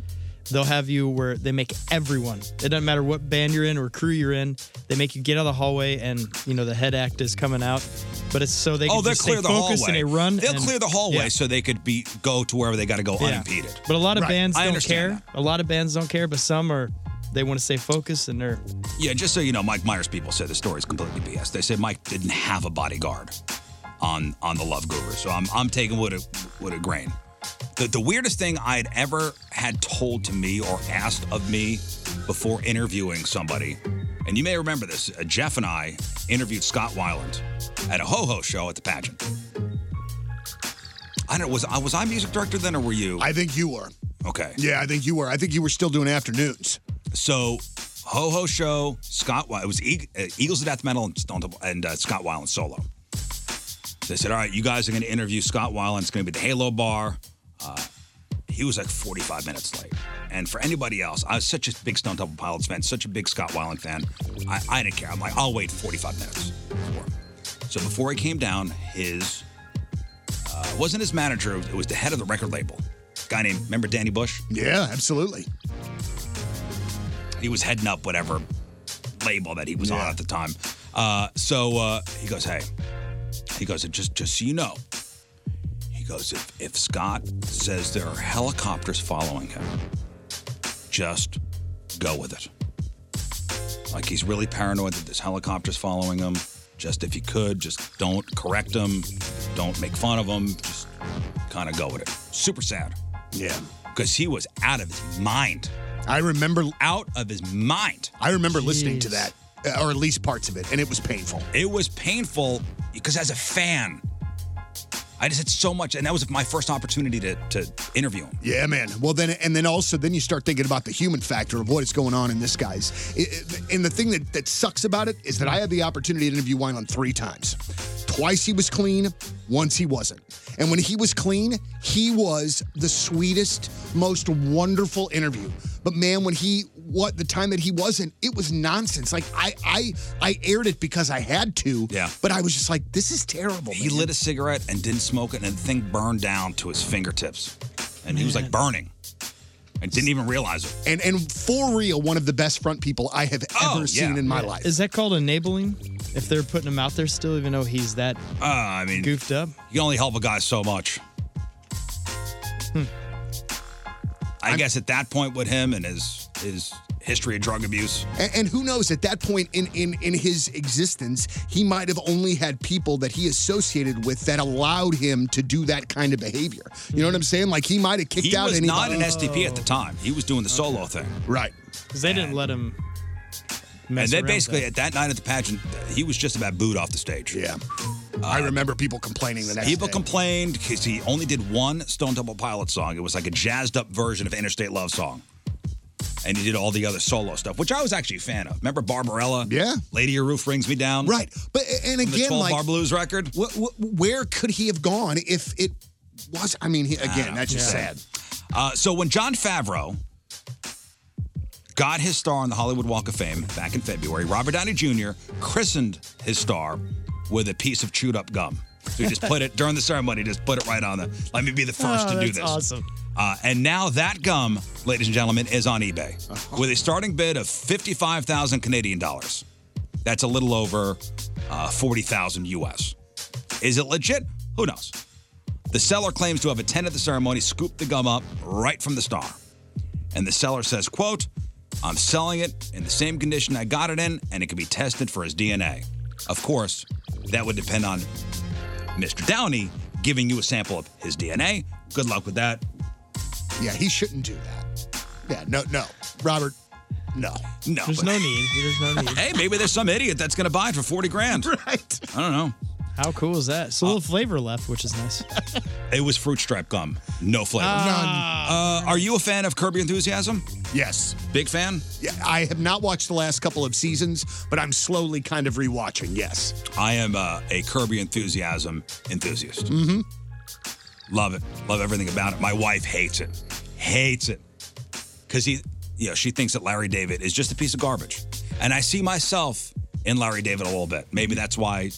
they'll have you where they make everyone. It doesn't matter what band you're in or crew you're in. They make you get out of the hallway, and you know the head act is coming out. But it's so they
oh,
can
they'll
just
clear
stay
the
focused
hallway.
and they run.
They'll
and-
clear the hallway
Yeah.
so they could be go to wherever they got to go
Yeah.
unimpeded.
But a lot of
Right.
bands
I
don't
understand
care.
that.
A lot of bands don't care, but some are. They want to stay focused, and they're
Yeah, just so you know, Mike Myers people said the story is completely BS. They said Mike didn't have a bodyguard on on the Love Guru, so I'm I'm taking with a with a grain. The, the weirdest thing I'd ever had told to me or asked of me before interviewing somebody, and you may remember this, uh, Jeff and I interviewed Scott Weiland at a ho ho show at the pageant. I don't know, was I was I music director then, or were you?
I think you were.
Okay.
Yeah, I think you were. I think you were still doing afternoons.
So, Ho Ho Show, Scott, Wy- it was Eag- uh, Eagles of Death Metal and, Stone Temple- and uh, Scott Weiland solo. They said, all right, you guys are going to interview Scott Weiland. It's going to be the Halo Bar. Uh, he was like 45 minutes late. And for anybody else, I was such a big Stone Temple Pilots fan, such a big Scott Weiland fan. I, I didn't care. I'm like, I'll wait 45 minutes. For him. So before he came down, his uh, wasn't his manager. It was the head of the record label, guy named remember Danny Bush.
Yeah, absolutely.
he was heading up whatever label that he was on at the time. Uh, so uh, he goes, "Hey," he goes, "Just, just so you know," he goes, "If if Scott says there are helicopters following him, just go with it. Like he's really paranoid that there's helicopters following him. Just if you could, just don't correct him, don't make fun of him, just kind of go with it. Super sad.
Yeah,
because he was out of his mind."
I remember
out of his mind.
I remember listening to
Jeez.
that, uh, or at least parts of it, and it was painful.
It was painful because as a fan, I just had so much, and that was my first opportunity to, to interview him.
Yeah, man. Well, then, and then also, then you start thinking about the human factor of what is going on in this guy's. It- it- and the thing that, that sucks about it is that I had the opportunity to interview Wyland three times. Twice he was clean, once he wasn't. And when he was clean, he was the sweetest, most wonderful interview. But man, when he what the time that he wasn't, it was nonsense. Like I I I aired it because I had to.
Yeah.
But I was just like, this is terrible.
He
man.
lit a cigarette and didn't smoke it, and the thing burned down to his fingertips. And he was like burning and didn't even realize it.
and and for real, one of the best front people I have ever
Oh, yeah.
seen in my life.
Is that called enabling? If they're putting him out there still, even though he's that
Uh, I mean,
goofed up.
You can only help a guy so much.
Hmm.
I guess at that point with him and his his history of drug abuse,
And, and who knows, at that point in, in, in his existence, he might have only had people that he associated with that allowed him to do that kind of behavior. You know what I'm saying? Like he might have kicked
he
out
was
anybody.
not an STP at the time. He was doing the solo thing.
Right.
Because they didn't let him.
And
mess
then
around
basically
with
at that night at the pageant, he was just about booed off the stage. Yeah.
I remember people complaining the next
People
day.
complained because he only did one Stone Temple Pilot song. It was like a jazzed up version of Interstate Love Song. And he did all the other solo stuff, which I was actually a fan of. Remember Barbarella? Yeah. Lady Your Roof Rings Me Down.
Right. But and
From the
again,
12
like
bar blues record.
Wh- wh- where could he have gone if it was? I mean, he, again, that's just sad.
Uh, so when John Favreau got his star on the Hollywood Walk of Fame back in February, Robert Downey Jr. christened his star with a piece of chewed up gum. So he just put it during the ceremony, just put it right on the. Let me be the first
Oh,
to do
that's
this.
awesome.
Uh, and now that gum, ladies and gentlemen, is on eBay with a starting bid of fifty-five thousand Canadian dollars. That's a little over uh, forty thousand US. Is it legit? Who knows? The seller claims to have attended the ceremony, scooped the gum up right from the star. And the seller says, quote, I'm selling it in the same condition I got it in, and it can be tested for his DNA. Of course, that would depend on Mr. Downey giving you a sample of his DNA. Good luck with that.
Yeah, he shouldn't do that. Yeah, no, no. Robert, no.
No.
There's no need. There's
<laughs>
no need.
Hey, maybe there's some idiot that's going to buy it for 40 grand. <laughs> Right. I don't know. Uh,
How cool is that? It's a little flavor left, which is nice.
<laughs> It was fruit stripe gum. No flavor.
Ah.
None. Uh, are you a fan of Kirby Enthusiasm?
Yes.
Big fan?
Yeah, I have not watched the last couple of seasons, but I'm slowly kind of rewatching. Yes.
I am uh, a Kirby Enthusiasm enthusiast.
Mm-hmm.
Love it. Love everything about it. My wife hates it. Hates it. Because he, you know, she thinks that Larry David is just a piece of garbage. And I see myself in Larry David a little bit. Maybe that's why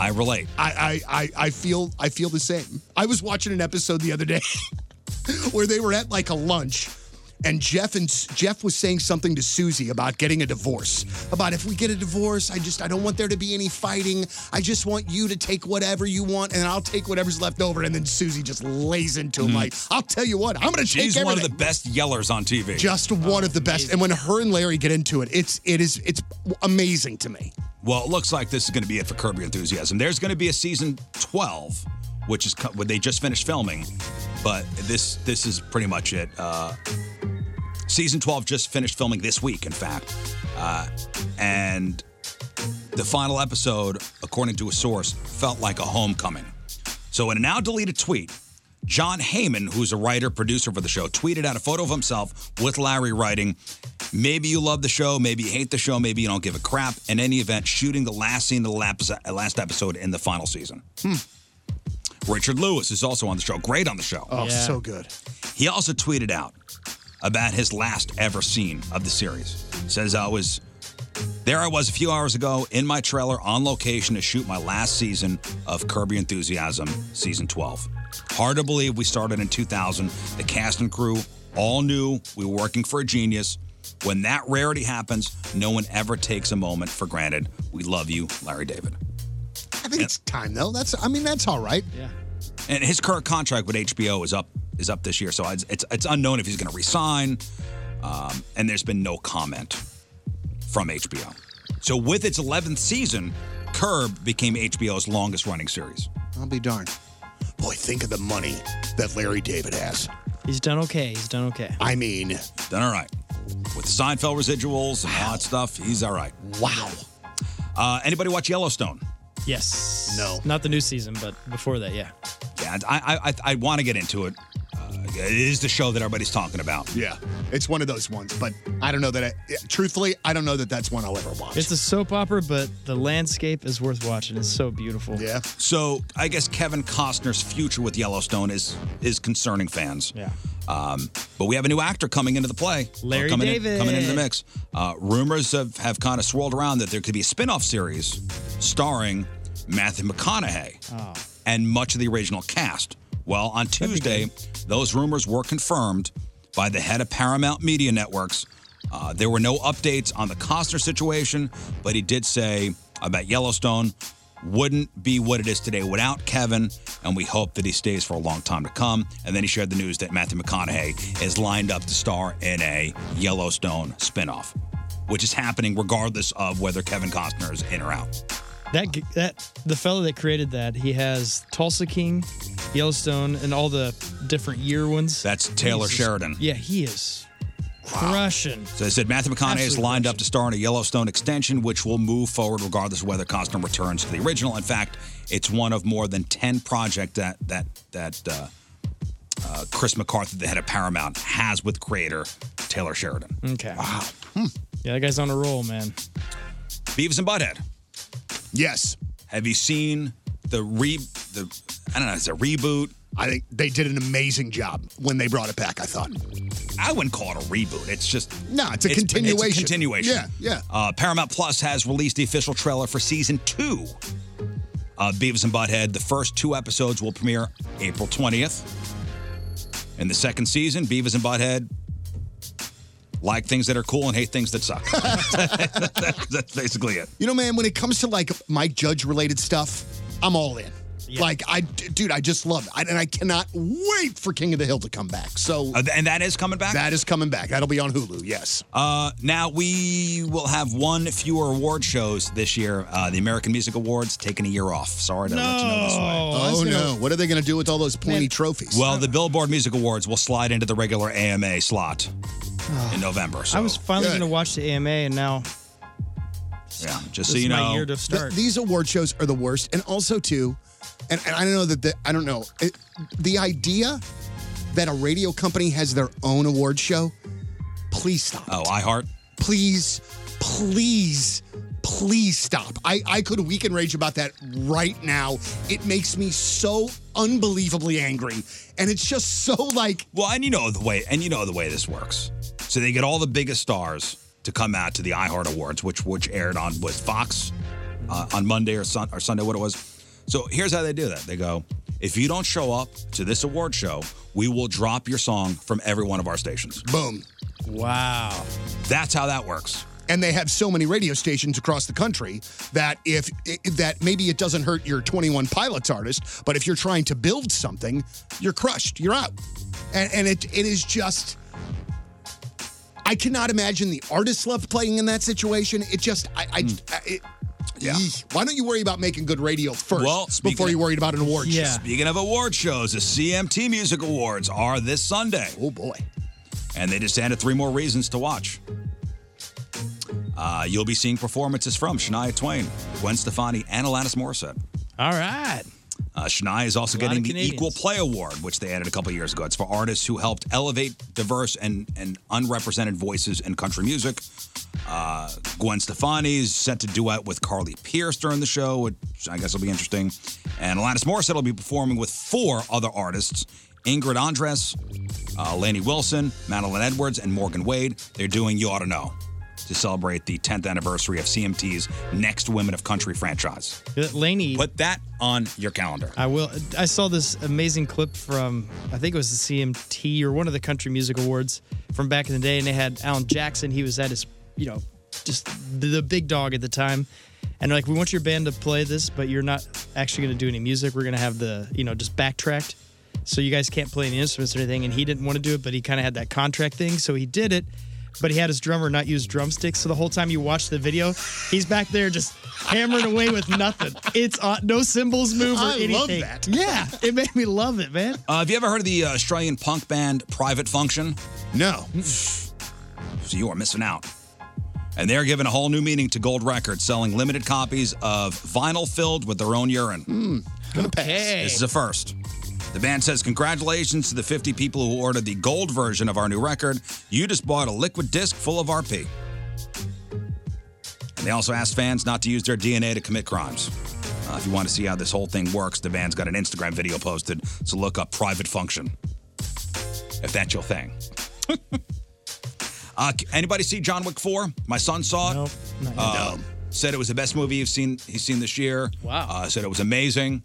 I relate.
I, I, I, I feel I feel the same. I was watching an episode the other day <laughs> where they were at like a lunch. And Jeff and Jeff was saying something to Susie about getting a divorce. About if we get a divorce, I just I don't want there to be any fighting. I just want you to take whatever you want, and I'll take whatever's left over. And then Susie just lays into him
Mm.
like, "I'll tell you what, I'm gonna take
She's
everything."
one of the best yellers on TV.
Just one of the best. And when her and Larry get into it, it's it is it's amazing to me.
Well, it looks like this is going to be it for Kirby Enthusiasm. There's going to be a season 12, which is co- what they just finished filming, but this this is pretty much it. Uh, season 12 just finished filming this week, in fact, uh, and the final episode, according to a source, felt like a homecoming. So, in a now deleted tweet, John Heyman, who's a writer producer for the show, tweeted out a photo of himself with Larry writing, Maybe you love the show, maybe you hate the show, maybe you don't give a crap. In any event, shooting the last scene of the lap- last episode in the final season.
Hmm.
Richard Lewis is also on the show. Great on the show.
Oh, so good.
He also tweeted out about his last ever scene of the series. Says I was there I was a few hours ago in my trailer on location to shoot my last season of Kirby Enthusiasm season 12. Hard to believe we started in 2000. The cast and crew all knew we were working for a genius. When that rarity happens, no one ever takes a moment for granted. We love you, Larry David.
I think it's time though. That's I mean that's all right.
Yeah.
And his current contract with HBO is up is up this year, so it's it's, it's unknown if he's going to resign. Um, and there's been no comment from HBO. So with its 11th season, Curb became HBO's longest running series.
I'll be darned. Boy, think of the money that Larry David has.
He's done okay. He's done okay.
I mean,
done all right with Seinfeld residuals and all that stuff. He's all right.
Wow.
Uh, anybody watch Yellowstone?
Yes. No. Not the new season, but before that, yeah.
Yeah, I I, I, I want to get into it. Uh, it is the show that everybody's talking about.
Yeah, it's one of those ones, but I don't know that I, yeah, truthfully, I don't know that that's one I'll ever watch.
It's a soap opera, but the landscape is worth watching. It's so beautiful.
Yeah.
So I guess Kevin Costner's future with Yellowstone is is concerning fans.
Yeah.
Um, but we have a new actor coming into the play. or
Larry
coming in-
David.
coming into the mix. Uh, rumors have, have kind of swirled around that there could be a spin-off series starring Matthew McConaughey.
Oh.
and much of the original cast. Well, on Tuesday, those rumors were confirmed by the head of Paramount Media Networks, Uh, there were no updates on the Costner situation, but he did say about Yellowstone wouldn't be what it is today without Kevin, and we hope that he stays for a long time to come. And then he shared the news that Matthew McConaughey is lined up to star in a Yellowstone spinoff, which is happening regardless of whether Kevin Costner is in or out.
That g- that the fellow that created that he has Tulsa King, Yellowstone, and all the different year ones.
That's Taylor
Jesus.
Sheridan.
Yeah, he is crushing.
So they said Matthew McConaughey is
Absolute
lined up to star in a Yellowstone extension, which will move forward regardless of whether Costner returns to the original. In fact, it's one of more than ten projects that that that uh, uh, Chris McCarthy, the head of Paramount, has with creator Taylor Sheridan.
Okay. Wow. Yeah, that guy's on a roll, man.
Beavis and Butthead.
Yes.
Have you seen the re the I don't know, it's a reboot.
I think they did an amazing job when they brought it back, I thought.
I wouldn't call it a reboot. It's just
No, it's a continuation.
It's a continuation.
Yeah, yeah.
Uh, Paramount Plus has released the official trailer for season two of Beavis and Butthead. The first two episodes will premiere April 20th. In the second season, Beavis and Butthead like things that are cool and hate things that suck. <laughs> That's basically it.
You know, man, when it comes to like Mike Judge related stuff, I'm all in. Like I, d- dude, I just love it, I, and I cannot wait for King of the Hill to come back. So,
Uh, and that is coming back.
That is coming back. That'll be on Hulu. Yes.
Uh, now we will have one fewer award shows this year. Uh, the American Music Awards taking a year off. Sorry to let you know this way.
Oh no! What are they going to do with all those pointy trophies?
Well, the Billboard Music Awards will slide into the regular AMA slot in November. So
I was finally going to watch the AMA, and now
yeah, just so
this is
you
my
know,
year to start.
Th- these award shows are the worst, and also too, and, and I don't know that the, I don't know it, the idea that a radio company has their own award show. Please stop.
oh, iHeart.
Please, please, please stop. I I could weak and rage about that right now. It makes me so unbelievably angry, and it's just so like
Well, and you know the way, and you know the way this works. So they get all the biggest stars to come out to the iHeart Awards, which which aired on was Fox uh, on Monday or, sun, or Sunday, what it was. So here's how they do that. They go, if you don't show up to this award show, we will drop your song from every one of our stations.
boom.
Wow.
That's how that works.
and they have so many radio stations across the country that if i- that maybe it doesn't hurt your 21 pilots artist but if you're trying to build something you're crushed you're out and, and it it is just i cannot imagine the artist love playing in that situation it just i,
Hmm.
I, I it, Eesh. why don't you worry about making good radio first
Well, speaking
before
of-
you worried about an award show
Speaking of award shows, the CMT Music Awards are this Sunday.
oh boy
and they just added three more reasons to watch. Uh, you'll be seeing performances from Shania Twain, Gwen Stefani, and Alanis Morissette.
All right.
Uh, Shania is
A
also
lot
getting
of
the
Canadians.
Equal Play Award, which they added a couple years ago. It's for artists who helped elevate diverse and, and unrepresented voices in country music. Uh, Gwen Stefani is set to duet with Carly Pierce during the show, which I guess will be interesting. And Alanis Morissette will be performing with four other artists Ingrid Andres, uh, Laney Wilson, Madeline Edwards, and Morgan Wade. They're doing You Ought to Know to celebrate the 10th anniversary of CMT's Next Women of Country franchise.
Laney,
Put that on your calendar.
I will. I saw this amazing clip from I think it was the CMT or one of the Country Music Awards from back in the day, and they had Alan Jackson. He was at his, you know, just the, the big dog at the time, and they're like we want your band to play this, but you're not actually going to do any music. We're going to have the, you know, just backtracked, so you guys can't play any instruments or anything. And he didn't want to do it, but he kind of had that contract thing, so he did it. But he had his drummer not use drumsticks, so the whole time you watch the video, he's back there just hammering away with nothing. It's uh, no cymbals move or
I
anything.
love that.
Yeah, it made me love it, man.
Uh, have you ever heard of the uh, Australian punk band Private Function?
no
So you are missing out. And they're giving a whole new meaning to gold records, selling limited copies of vinyl filled with their own urine.
Hey,
This is a first. The band says, Congratulations to the 50 people who ordered the gold version of our new record. You just bought a liquid disc full of RP. And they also asked fans not to use their DNA to commit crimes. Uh, if you want to see how this whole thing works, the band's got an Instagram video posted, so look up Private Function. If that's your thing. <laughs> uh, c- anybody see John Wick 4? My son saw it.
Nope, not yet.
Uh, Said it was the best movie he's seen he's seen this year.
Wow.
Uh, said it was amazing.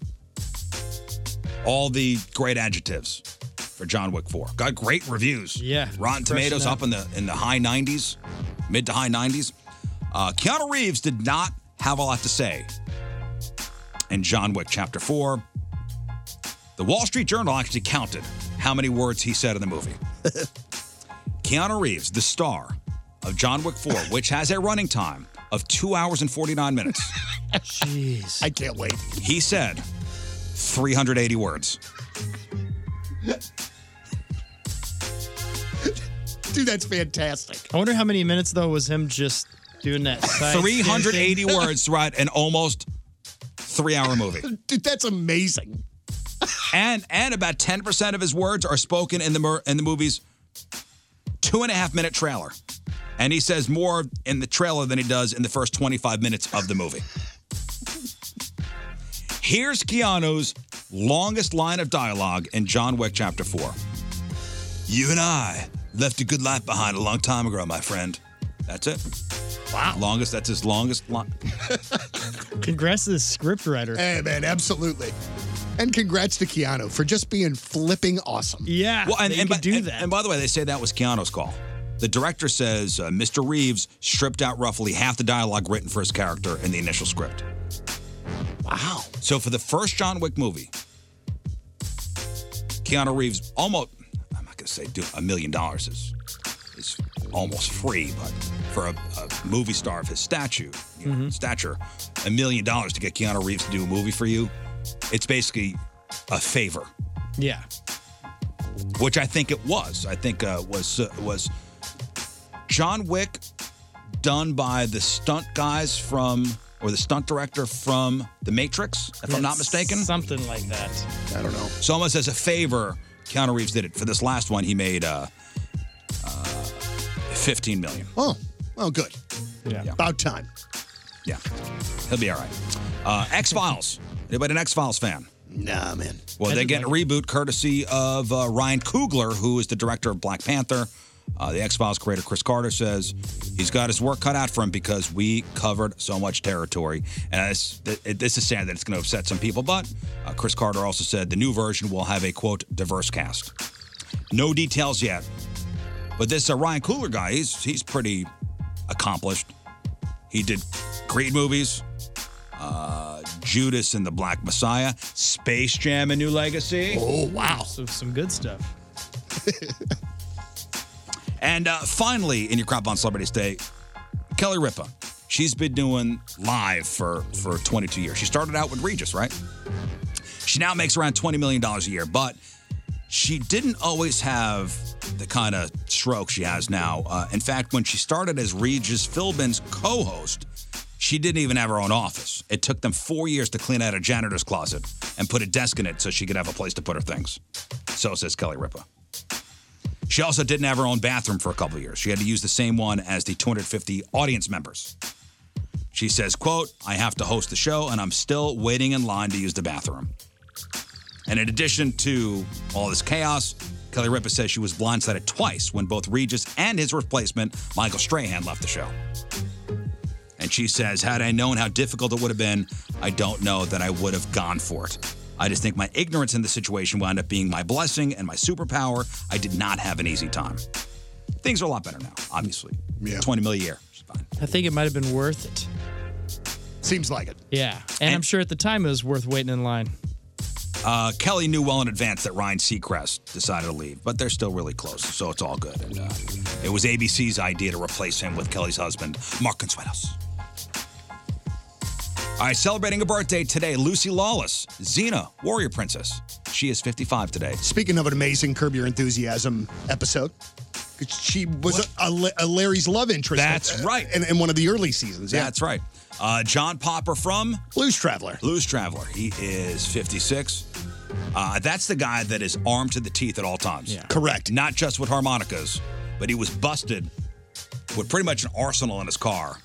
All the great adjectives. for John Wick 4. Got great reviews.
Yeah. Fresh
Rotten Tomatoes
enough.
up in the in the high 90s, mid to high 90s. Uh, Keanu Reeves did not have a lot to say in John Wick Chapter 4. The Wall Street Journal actually counted how many words he said in the movie. Keanu Reeves, the star of John Wick 4, which has a running time of two hours and 49 minutes.
<laughs> Jeez. I can't wait.
He said 380 words.
Dude, that's fantastic.
I wonder how many minutes though was him just doing that. side <laughs>
<laughs>
380
scan thing.
words to write an almost three hour movie.
Dude, that's amazing.
And and about 10% of his words are spoken in the mer- in the movie's two and a half minute trailer. And he says more in the trailer than he does in the first 25 minutes of the movie. Here's Keanu's longest line of dialogue in John Wick Chapter 4. You and I left a good life behind a long time ago, my friend. That's it. Wow. Longest, that's his longest line.
Congrats to the scriptwriter.
Hey, man, absolutely. And congrats to Keanu for just being flipping awesome.
Yeah.
Well, and, and, by, and- and by the way, they say that was Keanu's call. The director says uh, Mr. Reeves stripped out roughly half the dialogue written for his character in the initial script. Wow. So for the first John Wick movie, Keanu Reeves almost, I'm not going to say do a million dollars is, is almost free, but for a, a movie star of his statue, you know, stature, a million dollars to get Keanu Reeves to do a movie for you, it's basically a favor
Yeah.
which I think it was. I think uh, was uh, was John Wick done by the stunt guys from or the stunt director from The Matrix, if I'm not
Yes,
mistaken.
Something like that.
I don't know.
So almost as a favor, Keanu Reeves did it for this last one. He made uh, uh, 15 million.
Oh, well, good.
Yeah.
About time.
Yeah, he'll be all right. Uh, X Files. Anybody an X Files fan?
Nah, man.
Well, they get a reboot courtesy of uh, Ryan Coogler, who is the director of Black Panther. Uh, the X Files creator Chris Carter says he's got his work cut out for him because we covered so much territory. And this, th- this is sad that it's going to upset some people, but uh, Chris Carter also said the new version will have a quote diverse cast. No details yet, but this uh, Ryan Coogler guy, he's he's pretty accomplished. He did Creed movies, uh, Judas and the Black Messiah, Space Jam: A New Legacy.
Oh wow,
so some good stuff.
<laughs> And uh, finally, in your crop on Celebrity Day, Kelly Ripa. She's been doing live for for 22 years. She started out with Regis, right? She now makes around 20 million dollars a year, but she didn't always have the kind of stroke she has now. Uh, in fact, when she started as Regis Philbin's co-host, she didn't even have her own office. It took them four years to clean out a janitor's closet and put a desk in it so she could have a place to put her things. So says Kelly Ripa. She also didn't have her own bathroom for a couple of years. She had to use the same one as the 250 audience members. She says, quote, I have to host the show and I'm still waiting in line to use the bathroom. And in addition to all this chaos, Kelly Ripa says she was blindsided twice when both Regis and his replacement, Michael Strahan, left the show. And she says, Had I known how difficult it would have been, I don't know that I would have gone for it. I just think my ignorance in the situation wound up being my blessing and my superpower. I did not have an easy time. Things are a lot better now, obviously. Yeah. 20 mil a year.
I think it might have been worth it.
Seems like it.
Yeah. And, I'm sure at the time it was worth waiting in line.
Uh, Kelly knew well in advance that Ryan Seacrest decided to leave, but they're still really close, so it's all good. And, uh, it was ABC's idea to replace him with Kelly's husband, Mark Consuelos. All right, celebrating a birthday today, Lucy Lawless, Xena, Warrior Princess. She is 55 today.
Speaking of an amazing Curb Your Enthusiasm episode, she was a, a Larry's love interest.
That's
uh,
right.
In, in one of the early seasons. Yeah.
That's right. Uh, John Popper from
Blues Traveler.
Blues Traveler. He is 56. Uh, that's the guy that is armed to the teeth at all times.
Correct.
Not just with harmonicas, but he was busted with pretty much an arsenal in his car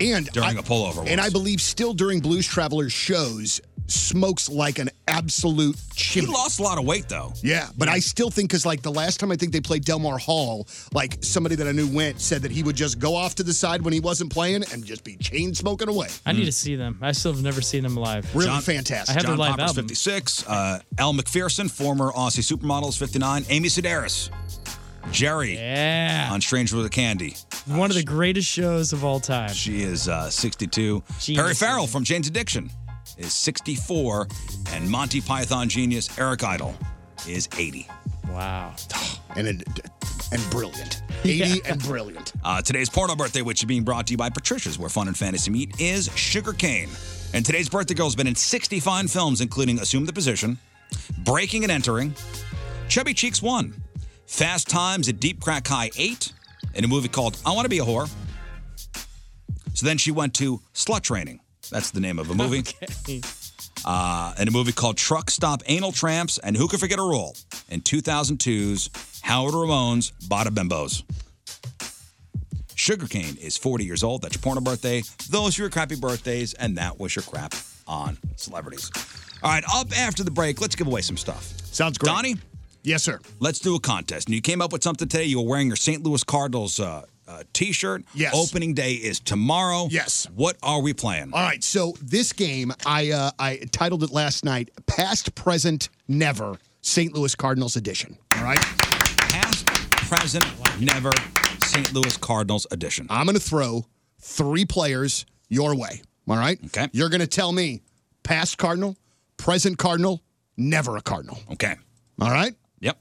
and
during a pullover.
And I believe still during Blues Traveler shows, smokes like an absolute
He
chimney.
lost a lot of weight though.
Yeah, but I still think because like the last time I think they played Delmar Hall, like somebody that I knew went said that he would just go off to the side when he wasn't playing and just be chain smoking away.
I
Hmm.
need to see them. I still have never seen them live.
Really fantastic.
I have
John
their live
Popper's
album.
56. Uh, Elle McPherson, former Aussie supermodel, is 59. Amy Sedaris. Jerry.
Yeah.
On Stranger with a Candy.
One of the greatest shows of all time.
She is uh, 62. Harry Farrell from Jane's Addiction is 64. And Monty Python genius Eric Idle is 80.
Wow.
<sighs> And, and brilliant. 80 and brilliant.
Uh, today's Porno Birthday, which is being brought to you by Patricia's, where fun and fantasy meet, is Sugarcane. And today's birthday girl has been in 60 fine films, including Assume the Position, Breaking and Entering, Chubby Cheeks 1, Fast Times at Deep Crack High 8, and a movie called I Want to Be a Whore. So then she went to Slut Training. That's the name of
<laughs>
a movie. Uh, and a movie called Truck Stop Anal Tramps, and who could forget a role in 2002's Howard Ramones Bada Bimbos. Sugarcane is 40 years old. That's your porno birthday. Those are your crappy birthdays, and that was your crap on celebrities. All right, up after the break, let's give away some stuff.
Sounds great.
Donnie?
Yes, sir.
Let's do a contest. And you came up with something today. You were wearing your St. Louis Cardinals uh, uh, t shirt. Yes. Opening day is tomorrow. Yes. What are we playing?
All right, so this game I uh, I titled it last night Past Present Never St. Louis Cardinals edition. All right?
Past Present Never St. Louis Cardinals edition.
I'm going to throw three players your way. All right? Okay. You're going to tell me past Cardinal, present Cardinal, never a Cardinal.
Okay.
All right?
Yep.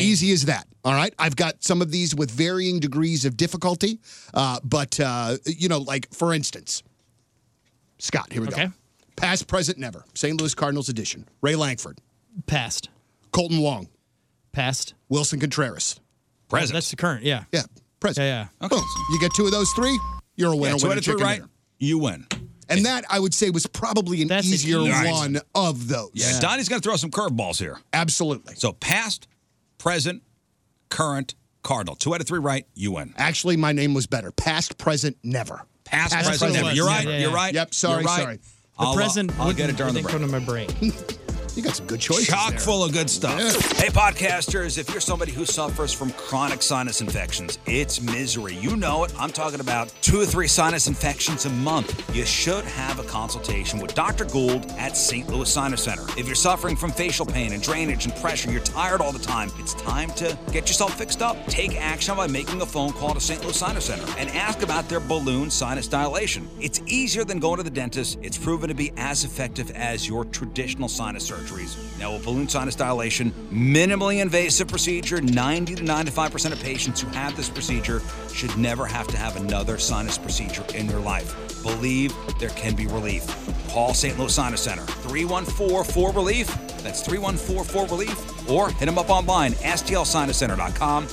Easy as that. All right. I've got some of these with varying degrees of difficulty. Uh, but, uh, you know, like for instance, Scott, here we go. Past, present, never. St. Louis Cardinals edition. Ray Langford.
Past.
Colton Wong.
Past.
Wilson Contreras.
Present.
that's the current, yeah.
Yeah. Present.
Yeah, yeah.
Boom. You get two of those three, you're a winner.
Yeah, two
winner,
out of three
chicken
right,
dinner.
you win.
And that, I would say, was probably an easier
key. Nice.
one of those.
Yeah, Donnie's going to throw some curveballs here.
Absolutely.
So past, present, current, cardinal. Two out of three right, you win.
Actually, my name was better. Past, present, never.
Past, present, never. You're right. You're right.
Yep. Sorry.
You're right.
Sorry.
I'll, uh, I'll get it during the break.
my brain.
<laughs> you got some good choices.
Chock
there.
full of good stuff. Hey, podcasters, if you're somebody who suffers from chronic sinus infections, it's misery. You know it. I'm talking about two or three sinus infections a month. You should have a consultation with Dr. Gould at St. Louis Sinus Center. If you're suffering from facial pain and drainage and pressure, you're tired all the time, it's time to get yourself fixed up. Take action by making a phone call to St. Louis Sinus Center and ask about their balloon sinus dilation. It's easier than going to the dentist. It's proven to be as effective as your traditional sinus surgeries. Now, a balloon sinus dilation, minimally invasive procedure, 90 to 95% of patients who have this procedure should never have to have another sinus procedure in their life. Believe there can be relief. Call St. Louis Sinus Center, 314 relief That's 314 relief Or hit them up online, stlsinuscenter.com,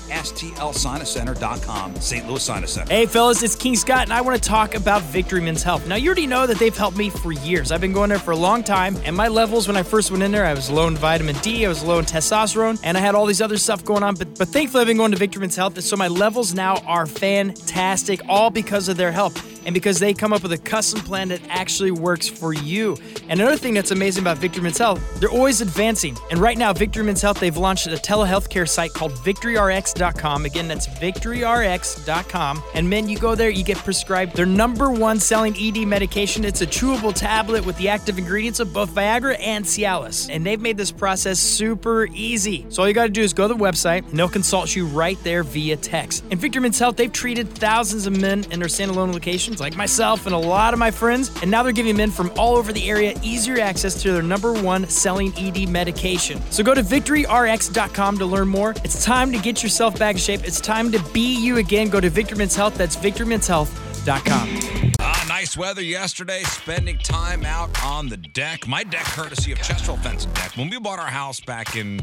stlsinuscenter.com, St. Louis Sinus Center.
Hey, fellas, it's King Scott, and I want to talk about Victory Men's Health. Now, you already know that they've helped me for years. I've been going there for a long time, and my levels when I first went in there, I was low in vitamin D, I was low in testosterone, and I had all these other stuff going on. But, but thankfully, I've been going to Victory Men's Health, so my levels now are fantastic, all because of their help. And because they come up with a custom plan that actually works for you. And another thing that's amazing about Victory Men's Health, they're always advancing. And right now, Victory Men's Health, they've launched a telehealth care site called victoryrx.com. Again, that's victoryrx.com. And men, you go there, you get prescribed their number one selling ED medication. It's a chewable tablet with the active ingredients of both Viagra and Cialis. And they've made this process super easy. So all you got to do is go to the website, and they'll consult you right there via text. And Victor Men's Health, they've treated thousands of men in their standalone locations, like myself and a lot of my friends. And now they're giving men from all over the area easier access to their number one selling ED medication. So go to victoryrx.com to learn more. It's time to get yourself back in shape. It's time to be you again. Go to Victor Men's Health. That's victormenshealth.com.
Ah, nice weather yesterday. Spending time out on the deck. My deck, courtesy of Chesterfield Fencing Deck. When we bought our house back in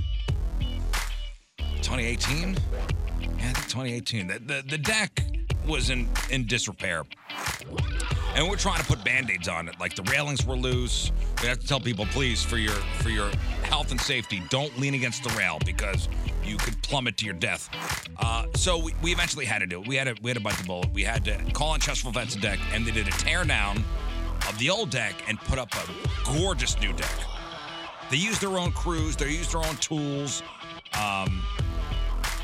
2018, yeah, I think 2018. The, the, the deck was in, in disrepair. And we're trying to put band-aids on it. Like the railings were loose. We have to tell people, please, for your for your health and safety, don't lean against the rail because you could plummet to your death. Uh, so we, we eventually had to do it. We had to we had to bite the bullet. We had to call on Chesterfield Vets Deck, and they did a tear down of the the old deck and put up a gorgeous new deck. They used their own crews, they used their own tools. Um,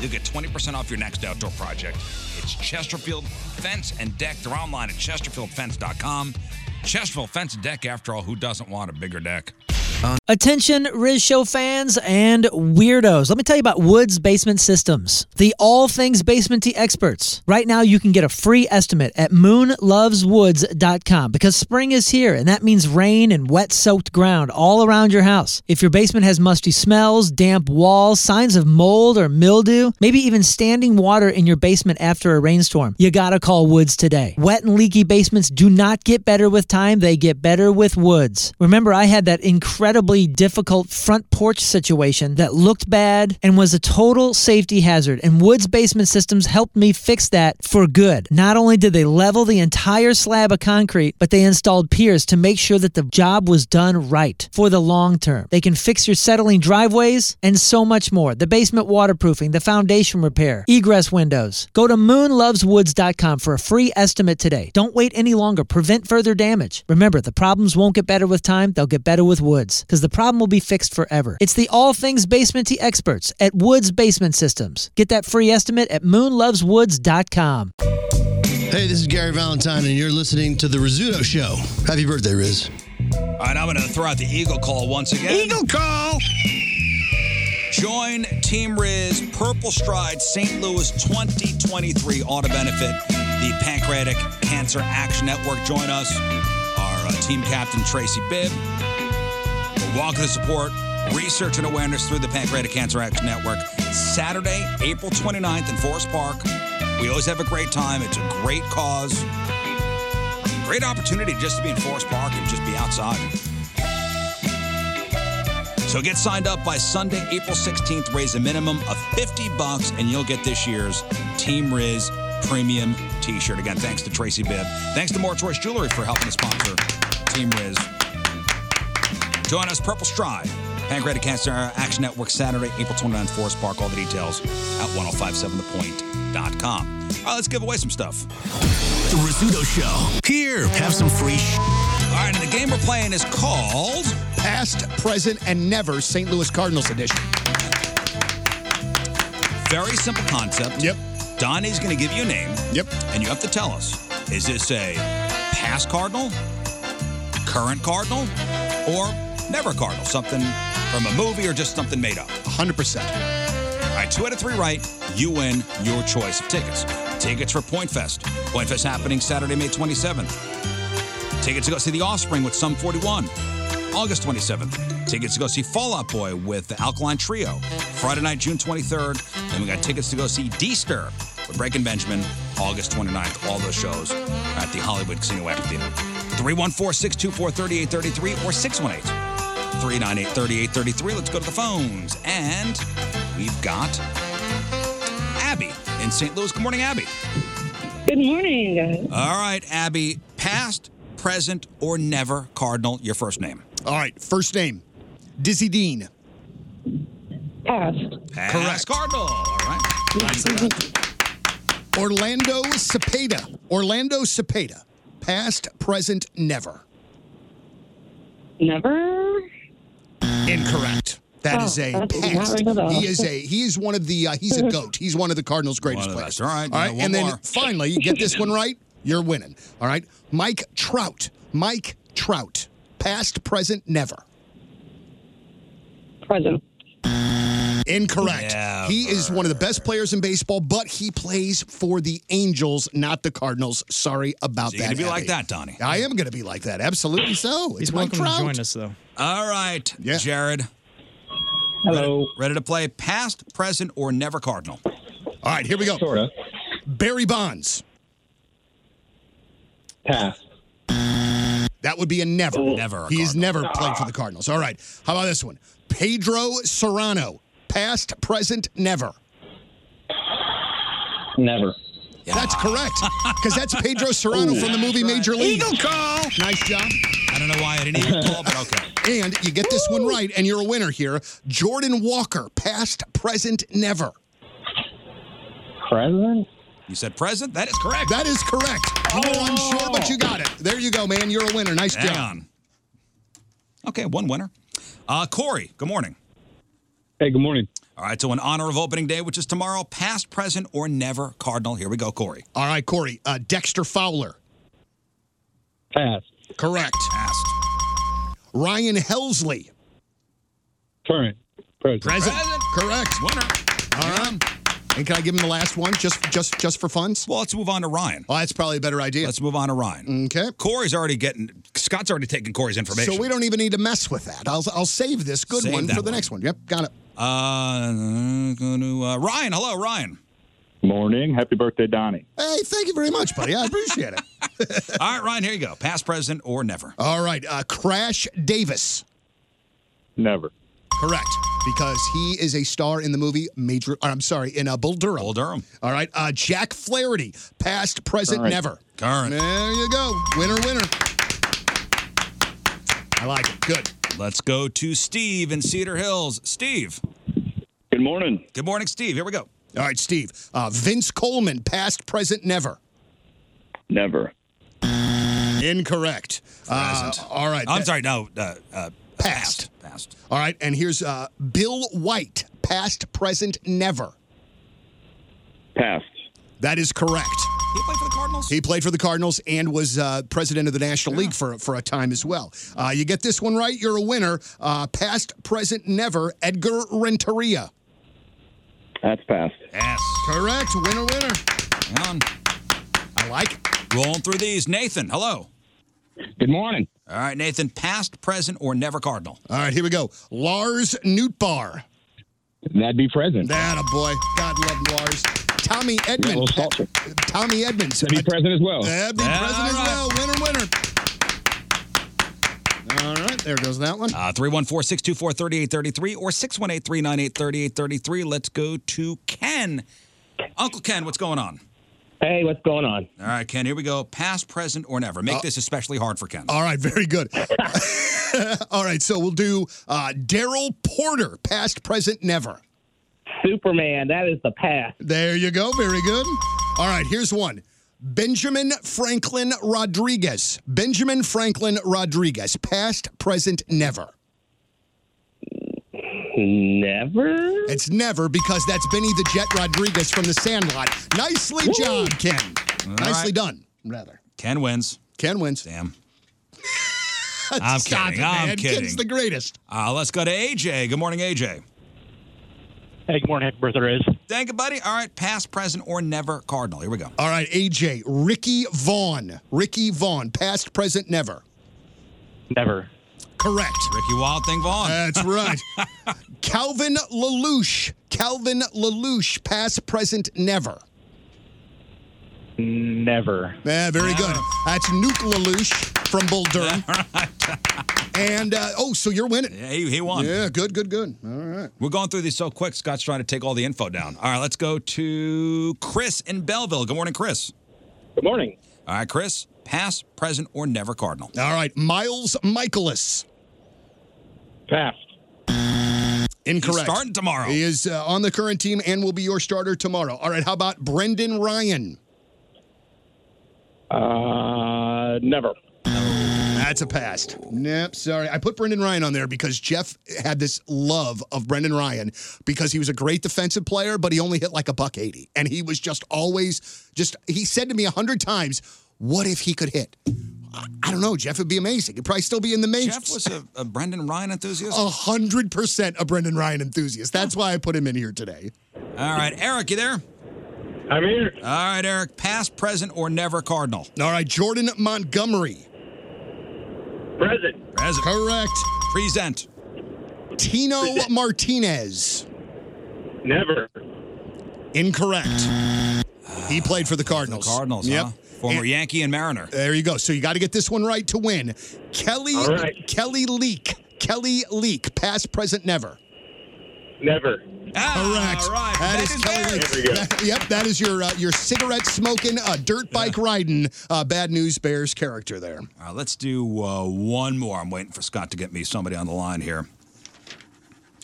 you'll get 20% off your next outdoor project. It's Chesterfield Fence and Deck. They're online at chesterfieldfence.com. Chesterfield Fence and Deck, after all, who doesn't want a bigger deck?
Attention, Riz Show fans and weirdos. Let me tell you about Woods Basement Systems, the all things basementy experts. Right now, you can get a free estimate at moonloveswoods.com because spring is here, and that means rain and wet soaked ground all around your house. If your basement has musty smells, damp walls, signs of mold or mildew, maybe even standing water in your basement after a rainstorm, you gotta call Woods today. Wet and leaky basements do not get better with time, they get better with Woods. Remember, I had that incredibly difficult front porch situation that looked bad and was a total safety hazard, and Woods Basement Systems helped me fix that for good. Not only did they level the entire slab of concrete, but they installed piers to make sure that the job was done right for the long term. They can fix your settling driveways and so much more. The basement waterproofing, the foundation repair, egress windows. Go to moonloveswoods.com for a free estimate today. Don't wait any longer. Prevent further damage. Remember, the problems won't get better with time, they'll get better with woods because the problem will be fixed forever. It's the all things basementy experts at Woods Basement Systems. Get that free estimate at moonloveswoods.com.
Hey, this is Gary Valentine, and you're listening to The Rizzuto Show. Happy birthday, Riz.
All right, I'm going to throw out the Eagle Call once again. Eagle Call! Join Team Riz Purple Stride St. Louis 2023 Auto Benefit, the Pancreatic Cancer Action Network. Join us, our uh, team captain, Tracy Bibb. We're walking to support research and awareness through the Pancreatic Cancer Action Network. Saturday, April 29th in Forest Park. We always have a great time. It's a great cause great opportunity just to be in Forest Park and just be outside. So get signed up by Sunday, April 16th. Raise a minimum of 50 bucks and you'll get this year's Team Riz premium t-shirt. Again, thanks to Tracy Bibb. Thanks to More Choice Jewelry for helping to sponsor Team Riz. Join us, Purple Stride, Pancreatic Cancer Action Network, Saturday, April 29th, Forest Park. All the details at 1057thepoint.com. All right, let's give away some stuff.
The Rizzuto Show. Here, have some free sh-
All right, and the game we're playing is called
Past, Present, and Never St. Louis Cardinals Edition.
Very simple concept. Yep. Donnie's going to give you a name. Yep. And you have to tell us is this a past Cardinal, current Cardinal, or never Cardinal? Something from a movie or just something made up? 100%. All right, two out of three right, you win your choice of tickets. Tickets for Point Fest. Point Fest happening Saturday, May 27th. Tickets to go see The Offspring with Sum 41, August 27th. Tickets to go see Fallout Boy with the Alkaline Trio, Friday night, June 23rd. Then we got tickets to go see D-Stir with Breaking Benjamin, August 29th. All those shows are at the Hollywood Casino Act Theater. 314-624-3833 or 618-398-3833. Let's go to the phones. And we've got Abby in St. Louis. Good morning, Abby.
Good morning.
All right, Abby, past, present, or never Cardinal, your first name.
All right, first name Dizzy Dean.
Past.
Correct. Cardinal. All right.
Orlando Cepeda. Orlando Cepeda. Past, present, never.
Never.
Incorrect. That
Oh,
is a
that does not
past.
ring a bell.
He is a he is one of the uh, he's
<laughs>
a goat. He's one of the Cardinals' greatest players. All right, all right.
one
and then
more.
finally, you get this one right, you're winning. All right, Mike Trout. Mike Trout. Past, present, never.
Present.
Incorrect. he is one of the best players in baseball, but he plays for the Angels, not the Cardinals. Sorry about
So
that.
you're gonna be like
Abby.
that, Donnie.
I am going to be like that. Absolutely so. It's
He's welcome
Mike
to
Trout.
join
us, though.
All right, Jared. Hello. Ready, ready to play past, present, or never Cardinal? All
right, here we go.
Sorta.
Barry Bonds.
Pass.
That would be a never.
Never a
He's never played for the Cardinals. All right. How about this one? Pedro Serrano. Past, present, never.
Never.
That's
<laughs>
correct. Because that's Pedro Serrano
Ooh.
from the movie Major League.
Eagle call.
Nice job.
I don't know why I didn't even call, but okay.
<laughs> And you get this one right, and you're a winner here. Jordan Walker, past, present, never.
Present?
You said present? That is correct.
That is correct. You were unsure, but you got it. There you go, man. You're a winner. Nice
Hang
job.
on. Okay, one winner. Uh, Corey, good morning.
Hey, good morning.
All right, so in honor of opening day, which is tomorrow, past, present, or never Cardinal. Here we go, Corey.
All right, Corey. Uh, Dexter Fowler.
Pass.
Correct.
Past.
Ryan Helsley.
Current. Present.
Correct.
Winner.
All right. And can I give him the last one just just just for funs?
Well, let's move on to Ryan.
Oh, that's probably a better idea.
Let's move on to Ryan.
Okay.
Corey's already getting, Scott's already taking Corey's information.
So we don't even need to mess with that. I'll I'll save this good
Save
one
that
for the
one.
next one. Yep, got it.
Uh, going to uh, Ryan. Hello, Ryan.
Morning. Happy birthday, Donnie.
Hey, thank you very much, buddy. I
<laughs>
appreciate it.
All right, Ryan. Here you go. Past, present, or never.
All right, uh, Crash Davis.
Never.
Correct, because he is a star in the movie Major. Or, I'm sorry, in uh, Bull Durham. Bull
Durham.
All right, uh, Jack Flaherty, past, present,
Current.
never.
Current.
There you go, winner, winner. I like it. Good.
Let's go to Steve in Cedar Hills. Steve.
Good morning.
Good morning, Steve. Here we go.
All right, Steve. Uh, Vince Coleman, past, present, never.
Never.
Incorrect. Uh, all right.
Uh, I'm
that-
sorry. No. Uh, uh,
Past.
Past.
All right, and here's uh, Bill White, past, present, never.
Past.
That is correct.
He played for the Cardinals.
He played for the Cardinals and was uh, president of the National League for for a time as well. Uh, you get this one right, you're a winner. Uh, past, present, never. Edgar Renteria.
That's past.
Yes.
Correct. Winner, winner.
Hang on.
I like.
Rolling through these. Nathan. Hello.
Good morning.
All right, Nathan. Past, present, or never Cardinal.
All right, here we go. Lars Newtbar.
That'd be present.
That a boy. God love Lars. Tommy
Little
Edmonds.
salter.
Tommy Edmonds.
That'd be present as well.
That'd be
All
present as well. Winner, winner. All right, there goes that one.
Uh, 314-624-3833 or 618-398-3833. Let's go to Ken. Uncle Ken, what's going on?
Hey, what's going on?
All right, Ken, here we go. Past, present, or never.
Uh,
Make this especially hard for Ken.
All right, very good. <laughs> All right, so we'll do uh, Daryl Porter, past, present, never.
Superman. That is the past.
There you go. Very good. All right, here's one. Benjamin Franklin Rodriguez. Benjamin Franklin Rodriguez, past, present, never.
Never.
It's never because that's Benny the Jet Rodriguez from The Sandlot. Nicely
Woo!
done, Ken.
All
Nicely
right.
done, rather.
Ken wins.
Ken wins. <laughs>
Damn. I'm
Stop
kidding.
it,
I'm
man.
kidding.
Ken's the greatest.
Uh, let's go to AJ. Good morning, AJ.
Hey, good morning. Happy birthday, Riz.
Thank you, buddy. All right, past, present, or never Cardinal. Here we go.
All right, AJ, Ricky Vaughn. Ricky Vaughn, past, present, never.
Never.
Correct.
Ricky Wild Thing Vaughn.
That's right. Calvin LaLouche. Calvin LaLouche, past, present, never.
<laughs> Never.
Yeah, very good. That's Nuke LaLouche
<laughs>
from Bull Durham. and, uh, oh, so you're winning.
Yeah, he, he won.
Yeah, good, good, good. All right.
We're going through these so quick. Scott's trying to take all the info down. All right, let's go to Chris in Belleville. Good morning, Chris.
Good morning.
All right, Chris. Past, present, or never Cardinal.
All right, Miles Michaelis.
Past.
Incorrect.
He's starting tomorrow.
He is uh, on the current team and will be your starter tomorrow. All right, how about Brendan Ryan?
Uh, never.
That's a past. Nope, sorry. I put Brendan Ryan on there because Jeff had this love of Brendan Ryan because he was a great defensive player, but he only hit like a buck 80. And he was just always just, he said to me a hundred times, what if he could hit? I, I don't know, Jeff. It'd be amazing. He'd probably still be in the majors.
Jeff was a, a Brendan Ryan enthusiast.
a hundred percent a Brendan Ryan enthusiast. That's why I put him in here today.
All right, Eric, you there?
I'm here.
All right, Eric, past, present, or never Cardinal.
All right, Jordan Montgomery.
Present.
Present.
Correct.
Present.
Tino Martinez.
Never.
Incorrect. He played for the Cardinals.
Cardinals,
Yep.
huh? Former Yankee and Mariner.
There you go. So you got to get this one right to win. Kelly
All right.
Kelly Leak. Kelly Leak. Past, present, never.
Never.
Correct. that is, Kelly Leak.
There we go.
That- yep, that is your uh, your cigarette smoking, uh, dirt bike riding, uh, bad news bears character there.
All right, let's do uh, one more. I'm waiting for Scott to get me somebody on the line here.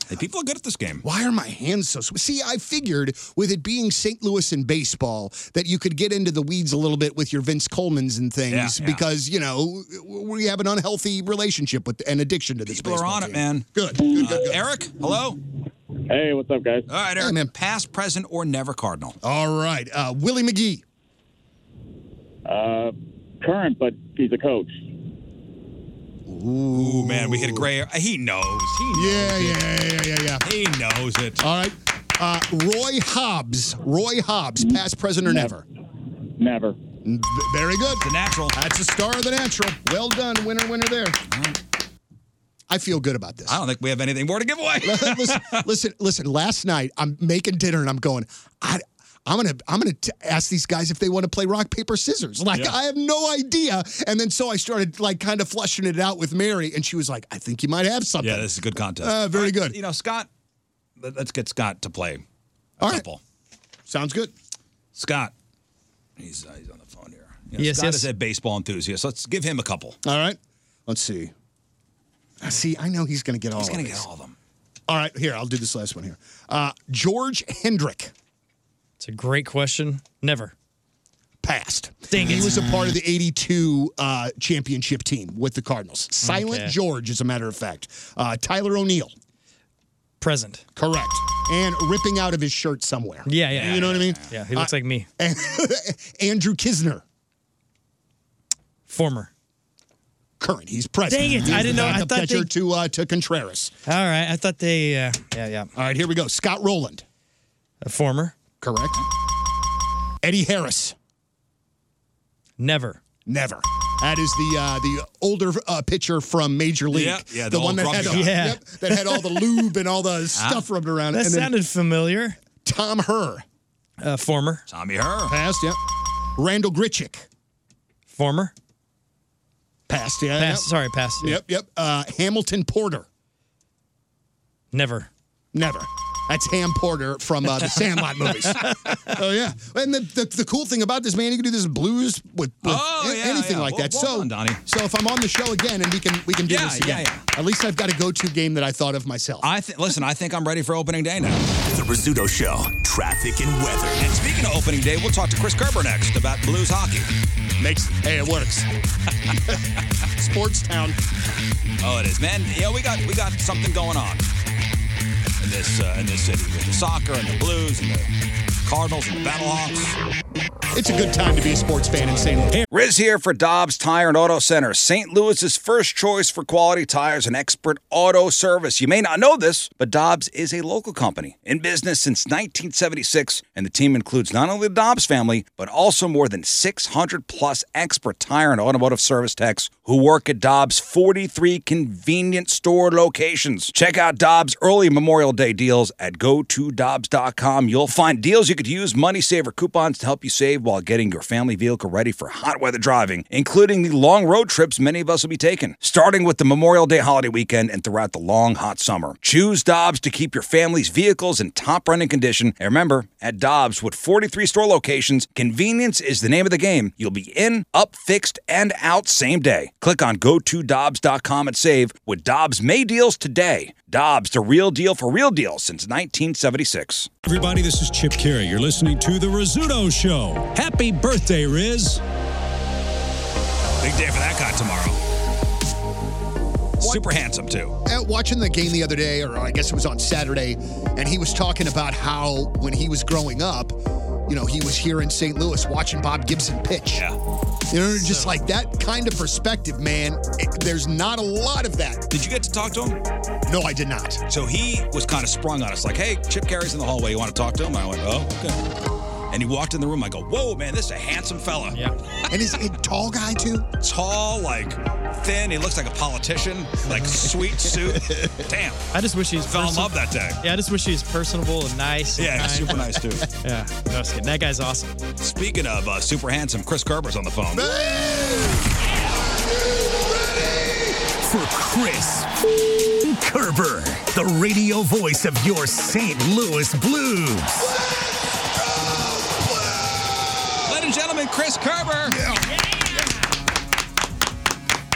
Hey, people are good at this game.
Why are my hands so sw- See, I figured with it being St. Louis and baseball that you could get into the weeds a little bit with your Vince Coleman's and things
Yeah, yeah.
because, you know, we have an unhealthy relationship with an addiction to this
People are
baseball
on it,
team.
man.
Good. Good,
good, good. Eric, hello?
Hey, what's up, guys?
All right, Eric. Past, present, or never Cardinal.
All right. Uh, Willie McGee.
Uh, current, but he's a coach.
Ooh,
man, we hit a gray area. He knows. He knows.
Yeah,
it.
yeah, yeah, yeah, yeah.
He knows it.
All right. Uh, Roy Hobbs. Roy Hobbs, past, present, or never?
Never.
V- Very good.
The natural.
That's a star of the natural. Well done. Winner, winner there. I feel good about this.
I don't think we have anything more to give
<laughs>
away. <laughs>
listen, listen, listen. Last night I'm making dinner and I'm going. I, I'm gonna, I'm gonna t- ask these guys if they want to play rock paper scissors. Like
Yeah.
I have no idea. And then so I started like kind of flushing it out with Mary, and she was like, "I think you might have something."
Yeah, this is a good contest.
Uh, very good.
You know, Scott, let- let's get Scott to play a couple.
Sounds good.
Scott, he's, uh, he's on the phone here. You
Yes,
Scott
yes.
is a baseball enthusiast. Let's give him a couple.
All right. Let's see. Uh, See, I know he's gonna get all.
He's
of
gonna get
these.
all of them.
All right, here I'll do this last one here. Uh, George Hendrick.
It's a great question. Never.
Passed.
Dang
he
it.
was a part of the 82 uh, championship team with the Cardinals. Silent
Okay.
George, as a matter of fact. Uh, Tyler O'Neill.
Present.
Correct. And ripping out of his shirt somewhere.
Yeah, yeah.
You know what I mean?
Yeah, he looks
Uh,
like me.
And Andrew Kisner.
Former.
Current. He's present.
Dang it,
He is
I
the
didn't know- I
backup
thought
catcher
they-
to, uh, to Contreras.
All right. I thought they. Uh, yeah, yeah.
All right, here we go. Scott Rowland.
A former.
Correct. Eddie Harris.
Never.
Never. That is the uh, the older uh, pitcher from Major League.
Yeah, yeah,
the,
the
one
old Ah.
that had,
grumpy guy. Yeah.
yep, that
<laughs>
had all the lube and all the stuff rubbed around.
That
it. and then
sounded familiar.
Tom Herr.
Uh, former.
Tommy Herr.
Passed, yep. Randall Gritchick.
Former.
Passed, yeah.
Pass. Sorry, pass.
Yep, yep. yep. Uh, Hamilton Porter.
Never.
Never. That's Ham Porter from uh, the
<laughs>
Sandlot movies. oh yeah, and the, the the cool thing about this man, you can do this blues with, with
Oh,
a-
yeah,
anything
yeah.
like
Well-
that.
well
so,
done, Donnie.
so if I'm on the show again, and we can we can do
Yeah,
this
yeah,
again. At least I've got a go-to game that I thought of myself.
I th- listen. I think I'm ready for opening day now. The Rizzuto Show, traffic and weather. And speaking of opening day, we'll talk to Chris Kerber next about Blues hockey.
Makes hey, it works.
<laughs>
Sports town.
Oh, it is, man. Yeah, we got we got something going on in this uh, in this city with the soccer and the Blues and the Cardinals and the Battlehawks.
It's a good time to be a sports fan in St. Louis.
Riz here for Dobbs Tire and Auto Center, St. Louis's first choice for quality tires and expert auto service. You may not know this, but Dobbs is a local company in business since 1976, and the team includes not only the Dobbs family, but also more than 600 plus expert tire and automotive service techs who work at Dobbs' 43 convenient store locations. Check out Dobbs' early Memorial Day deals at gotodobbs.com. You'll find deals you could use, money saver coupons to help you save while getting your family vehicle ready for hot weather driving, including the long road trips many of us will be taking, starting with the Memorial Day holiday weekend and throughout the long hot summer. Choose Dobbs to keep your family's vehicles in top running condition. And remember, at Dobbs with 43 store locations, convenience is the name of the game. You'll be in, up, fixed, and out same day. Click on go to Dobbs.com and save with Dobbs May deals today. Dobbs, the real deal for real deals since 1976.
Everybody, this is Chip Carey. You're listening to The Rizzuto Show. Happy birthday, Riz.
Big day for that guy tomorrow. Super handsome, too.
At Uh, watching the game the other day, or I guess it was on Saturday, and he was talking about how when he was growing up, you know, he was here in St. Louis watching Bob Gibson pitch. Yeah. You know, just like that kind of perspective, man. it- there's not a lot of that.
Did you get to talk to him?
No, I did not.
So he was kind of sprung on us, like, hey, Chip Carey's in the hallway. You want to talk to him? I went, oh, okay. And he walked in the room. I go, whoa, man, this is a handsome fella. Yeah.
and is he a tall guy too?
Tall, like thin. He looks like a politician. Like sweet
<laughs>
suit. Damn.
I just wish he's
Fell in love that day.
Yeah, I just wish he was personable and nice. and
Yeah, he's
kind.
super nice too.
<laughs> yeah, no, I was kidding. that guy's awesome.
Speaking of uh, super handsome, Chris Kerber's on the phone.
For Chris Kerber, the radio voice of your St. Louis Blues.
Ladies and gentlemen, Chris Kerber.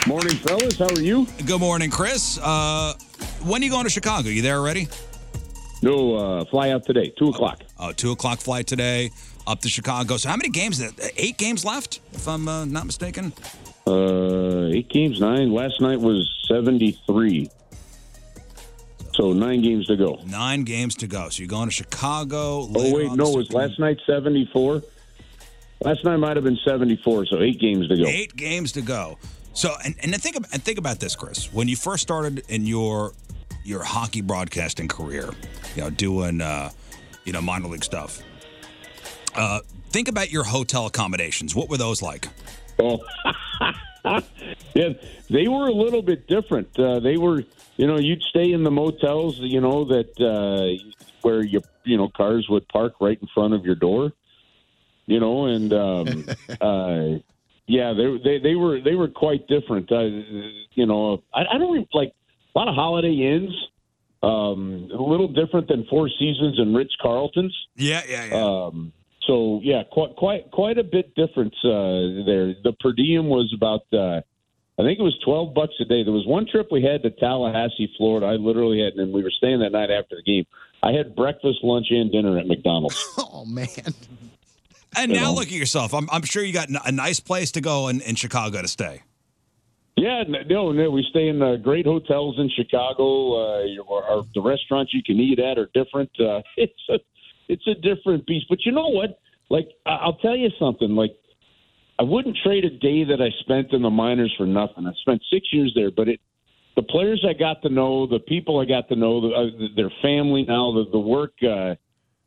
Morning, fellas. How are you?
Good morning, Chris. Uh, when are you going to Chicago? You there already?
No, uh, fly out today, two o'clock.
Uh, two o'clock flight today up to Chicago. So how many games? is it? Eight games left, if I'm uh, not mistaken.
Uh, eight games, nine. Last night was 73. So nine games to go.
Nine games to go. So you're going to Chicago.
Oh, wait, no, was last night 74? Last night might have been 74, so eight games to go.
Eight games to go. So and, and think about and think about this, Chris. When you first started in your your hockey broadcasting career, you know, doing uh, you know minor league stuff. Uh, think about your hotel accommodations. What were those like?
Oh, yeah, they were a little bit different. Uh, they were, you know, you'd stay in the motels, you know, that uh, where your, you know, cars would park right in front of your door, you know, and um, uh, yeah, they, they they were they were quite different. Uh, you know, I, I don't really, like a lot of Holiday Inns. Um, a little different than Four Seasons and Ritz Carltons.
Yeah, yeah,
yeah. Um, so yeah, quite quite quite a bit difference uh, there. The per diem was about uh, I think it was twelve bucks a day. There was one trip we had to Tallahassee, Florida. I literally had, and we were staying that night after the game. I had breakfast, lunch, and dinner at
<laughs>
McDonald's.
Oh man.
And
You
now
know.
look at yourself. I'm, I'm sure you got n- a nice place to go in, in Chicago to stay.
Yeah, n- no, no, we stay in uh, great hotels in Chicago. Uh, you- or, or the restaurants you can eat at are different. Uh, <laughs> it's a, it's a different beast. But you know what? Like, I- I'll tell you something. Like, I wouldn't trade a day that I spent in the minors for nothing. I spent six years there, but it, the players I got to know, the people I got to know, the, uh, their family now, the, the work, uh,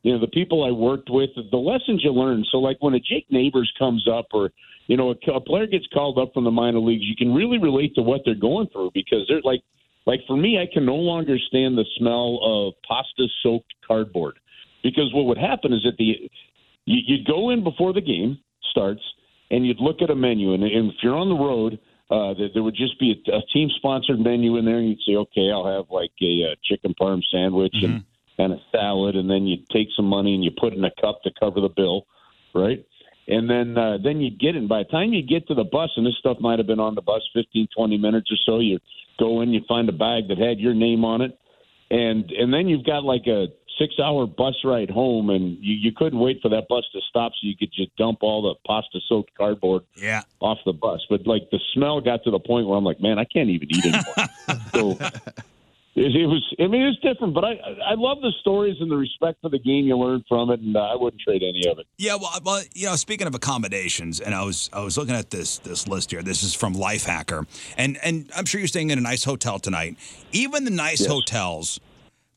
you know, the people I worked with, the lessons you learn. So, like when a Jake Neighbors comes up, or you know, a, a player gets called up from the minor leagues, you can really relate to what they're going through because they're like, like for me, I can no longer stand the smell of pasta soaked cardboard because what would happen is that the you, you'd go in before the game starts and you'd look at a menu and, and if you're on the road uh, there, there would just be a, a team sponsored menu in there and you'd say okay i'll have like a, uh chicken parm sandwich and, and a salad and then you'd take some money and you put it in a cup to cover the bill right and then uh, then you'd get it and by the time you get to the bus and this stuff might have been on the bus 15 20 minutes or so you go in you find a bag that had your name on it and and then you've got like a six hour bus ride home and you, you couldn't wait for that bus to stop so you could just dump all the pasta soaked cardboard
Yeah.
off the bus but like the smell got to the point where i'm like man i can't even eat anymore
<laughs>
so it, it was i mean it's different but i i love the stories and the respect for the game you learn from it and uh, i wouldn't trade any of it
Yeah, well, well, you know, speaking of accommodations, and I was I was looking at this this list here. This is from Lifehacker, and and I'm sure you're staying in a nice hotel tonight. Even the nice hotels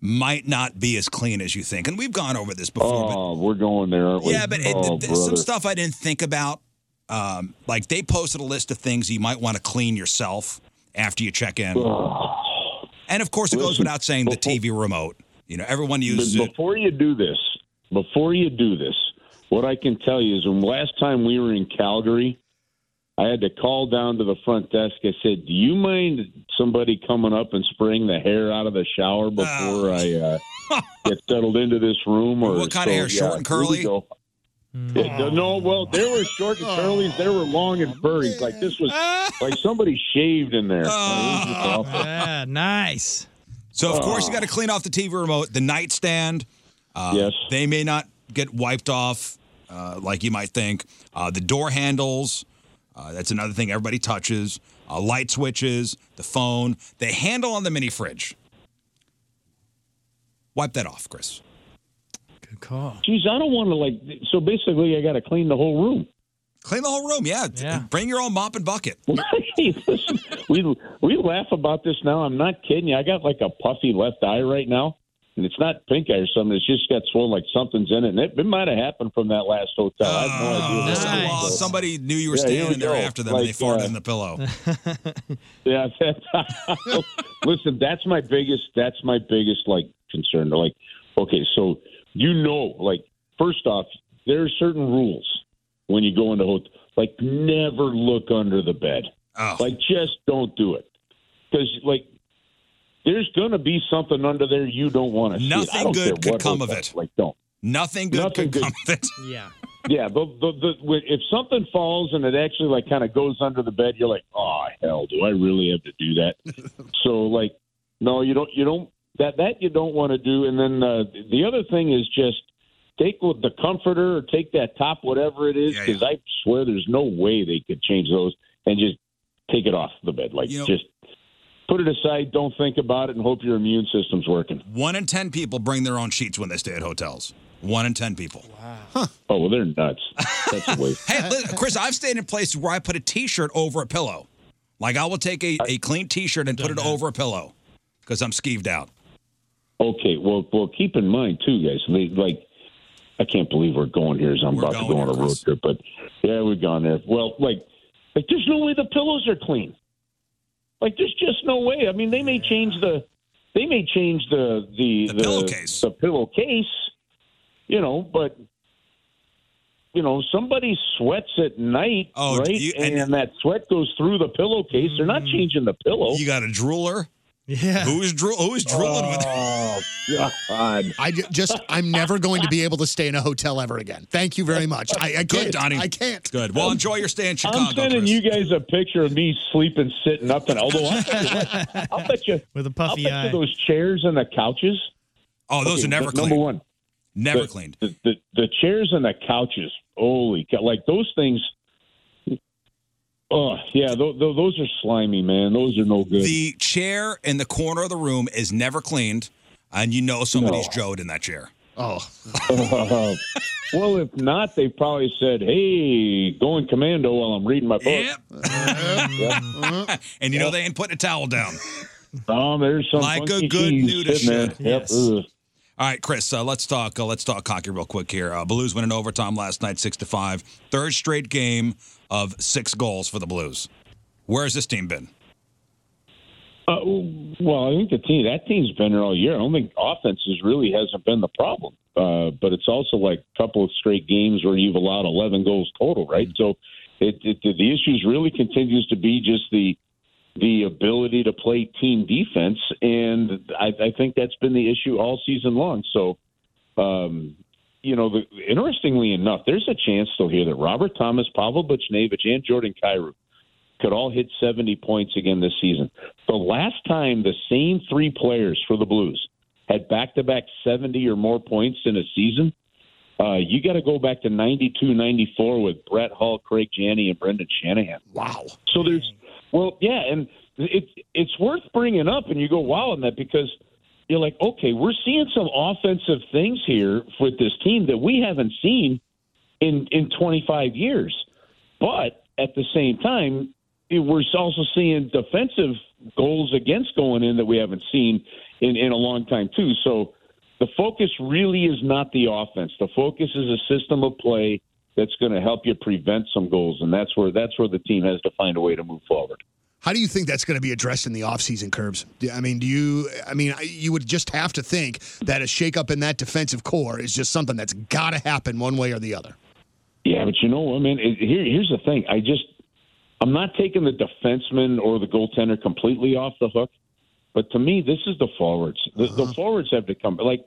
might not be as clean as you think, and we've gone over this before. but
oh we're going there aren't we
Yeah, but it,
oh,
th- some
brother.
stuff I didn't think about. Um, like they posted a list of things you might want to clean yourself after you check in, and of course it goes without saying
Oh,
the TV remote. You know, everyone uses
But
it.
Before you do this, before you do this, what I can tell you is when last time we were in Calgary, I had to call down to the front desk. I said, "Do you mind somebody coming up and spraying the hair out of the shower before I uh,
<laughs>
get settled into this room?" Or
Oh. What kind of hair, short and
here we
curly?
go. Yeah, no, well, there were short and curlies, there were long and furries. Like this
<laughs>
was like somebody shaved in there.
Oh.
It was just awful.
Yeah, nice. So of course you got to clean off the TV remote, the nightstand. Uh,
Oh. Yes.
They may not get wiped off uh, like you might think. Uh, the door handles. Uh, that's another thing everybody touches. Uh, light switches, the phone, the handle on the mini fridge. Wipe that off, Chris.
Good call. Jeez, I don't want to like. So basically, I got to clean the whole room.
Clean the whole room, yeah. Bring your own mop
<laughs>
and bucket.
Listen, we we laugh about this now. I'm not kidding you. I got like a puffy left eye right now. and it's not pink eye or something. It's just got swollen like something's in it. And it, it might have happened from that last hotel. I have no idea.
That's the law. Somebody knew you were
Oh, Yeah, here
staying
we
in there
go.
after them, and
Like,
they farted
uh,
in the pillow.
Yeah. <laughs> that- Listen, that's my biggest. That's my biggest like concern. Like, okay, so you know, like, first off, there are certain rules when you go into hotel. Like, never look under the bed.
Oh.
Like, just don't do it because like. There's gonna be something under there you don't want to see. I
Nothing
don't
good
care
could
what
come of
hotel.
it.
Like, don't.
Nothing good
Nothing
could
good.
come of it.
Yeah.
Yeah, but the, the, if something falls and it actually like kind of goes under the bed, you're like, oh hell, do I really have to do that? so like, no, you don't. You don't. That that you don't want to do. And then uh, the other thing is just take with the comforter or take that top, whatever it is, because I swear there's no way they could change those and just take it off the bed. Like
You know-
just put it aside, don't think about it, and hope your immune system's working.
One in ten people bring their own sheets when they stay at hotels. One in ten people. Wow.
Oh well, they're nuts. That's a waste.
<laughs> Hey, li- Chris, I've stayed in places where I put a T-shirt over a pillow. Like I will take a, a clean T-shirt and put it over a pillow because I'm skeeved out.
Okay, well, well, keep in mind too, guys. They, like, I can't believe we're going here. As I'm about to go on a road trip, but yeah, we've gone there. Well, like, like there's no way the pillows are clean. Like, there's just no way. I mean, they may change the, they may change the the the, the pillowcase, the pillowcase, you know, but. You know, somebody sweats at night,
Oh,
right?
you- Mm-hmm.
and, that sweat goes through the pillowcase. They're not changing the pillow.
You got a drooler?
Yeah.
Who's drool? Who's drooling with?
Oh God!
I ju- just I'm never going to be able to stay in a hotel ever again. Thank you very much. I, I can't.
Good, Donnie.
I can't.
Good. Well, enjoy your stay in Chicago.
I'm sending you guys a picture of me sleeping, sitting up, and although I'll tell you what, I'll bet you
with a
puffy
eye.
those chairs and the couches.
Oh, those are never
n- Number
cleaned.
one,
Never
the,
cleaned.
The, the the chairs and the couches. Holy cow! Like those things. Oh yeah, th- th- those are slimy, man. Those are no good. <laughs>
The chair in the corner of the room is never cleaned, and you know somebody's drode in that chair.
Oh.
<laughs> well, if not, they probably said, "Hey, going commando while I'm reading my book." <laughs>
Yep.
Yep.
<laughs> and you know they ain't putting a towel down.
Um, there's some
like a
funky
good
cheese
nudist
sitting there.
should.
Yep. ugh.
All right, Chris. Uh, let's talk. Uh, let's talk hockey real quick here. Uh, Blues win in overtime last night, six to five. Third straight game of six goals for the Blues. Where has this team been?
Uh, well, I think the team that team's been there all year. I don't think offense has really hasn't been the problem, uh, but it's also like a couple of straight games where you've allowed 11 goals total, right? So, it, it the issues really continues to be just the the ability to play team defense, and I, I think that's been the issue all season long. So, um, you know, the, interestingly enough, there's a chance still here that Robert Thomas, Pavel Buchnevich, and Jordan Cairo could all hit 70 points again this season. The last time the same three players for the Blues had back to back 70 or more points in a season, uh, you got to go back to 92 94 with Brett Hall, Craig Janney, and Brendan Shanahan.
Wow.
So there's, well, yeah, and it, it's worth bringing up, and you go, wow, on that because you're like, okay, we're seeing some offensive things here with this team that we haven't seen in in 25 years. But at the same time, it- we're also seeing defensive goals against going in that we haven't seen in, in a long time too. So the focus really is not the offense. The focus is a system of play that's going to help you prevent some goals, and that's where that's where the team has to find a way to move forward.
How do you think that's going to be addressed in the offseason, Curbs? Do- I mean, do you? I mean, I- you would just have to think that a shakeup in that defensive core is just something that's got to happen one way or the other.
Yeah, but you know what, man? It, here, here's the thing. I just, I'm not taking the defenseman or the goaltender completely off the hook, but to me, this is the forwards. The, the forwards have to come. Like,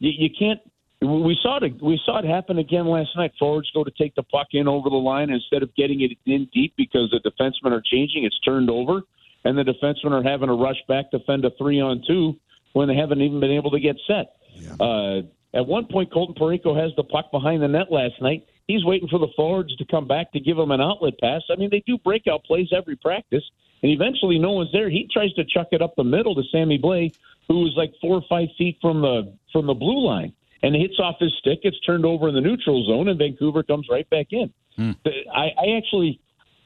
you, you can't. We saw it. We saw it happen again last night. Forwards go to take the puck in over the line instead of getting it in deep because the defensemen are changing. It's turned over, and the defensemen are having to rush back to fend a three on two when they haven't even been able to get set. Uh, at one point, Colton Pareko has the puck behind the net last night. He's waiting for the forwards to come back to give him an outlet pass. I mean, they do breakout plays every practice, and eventually no one's there. He tries to chuck it up the middle to Sammy Blay, who was like four or five feet from the from the blue line, and it hits off his stick. It's turned over in the neutral zone, and Vancouver comes right back in.
Hmm,
The- I, I actually,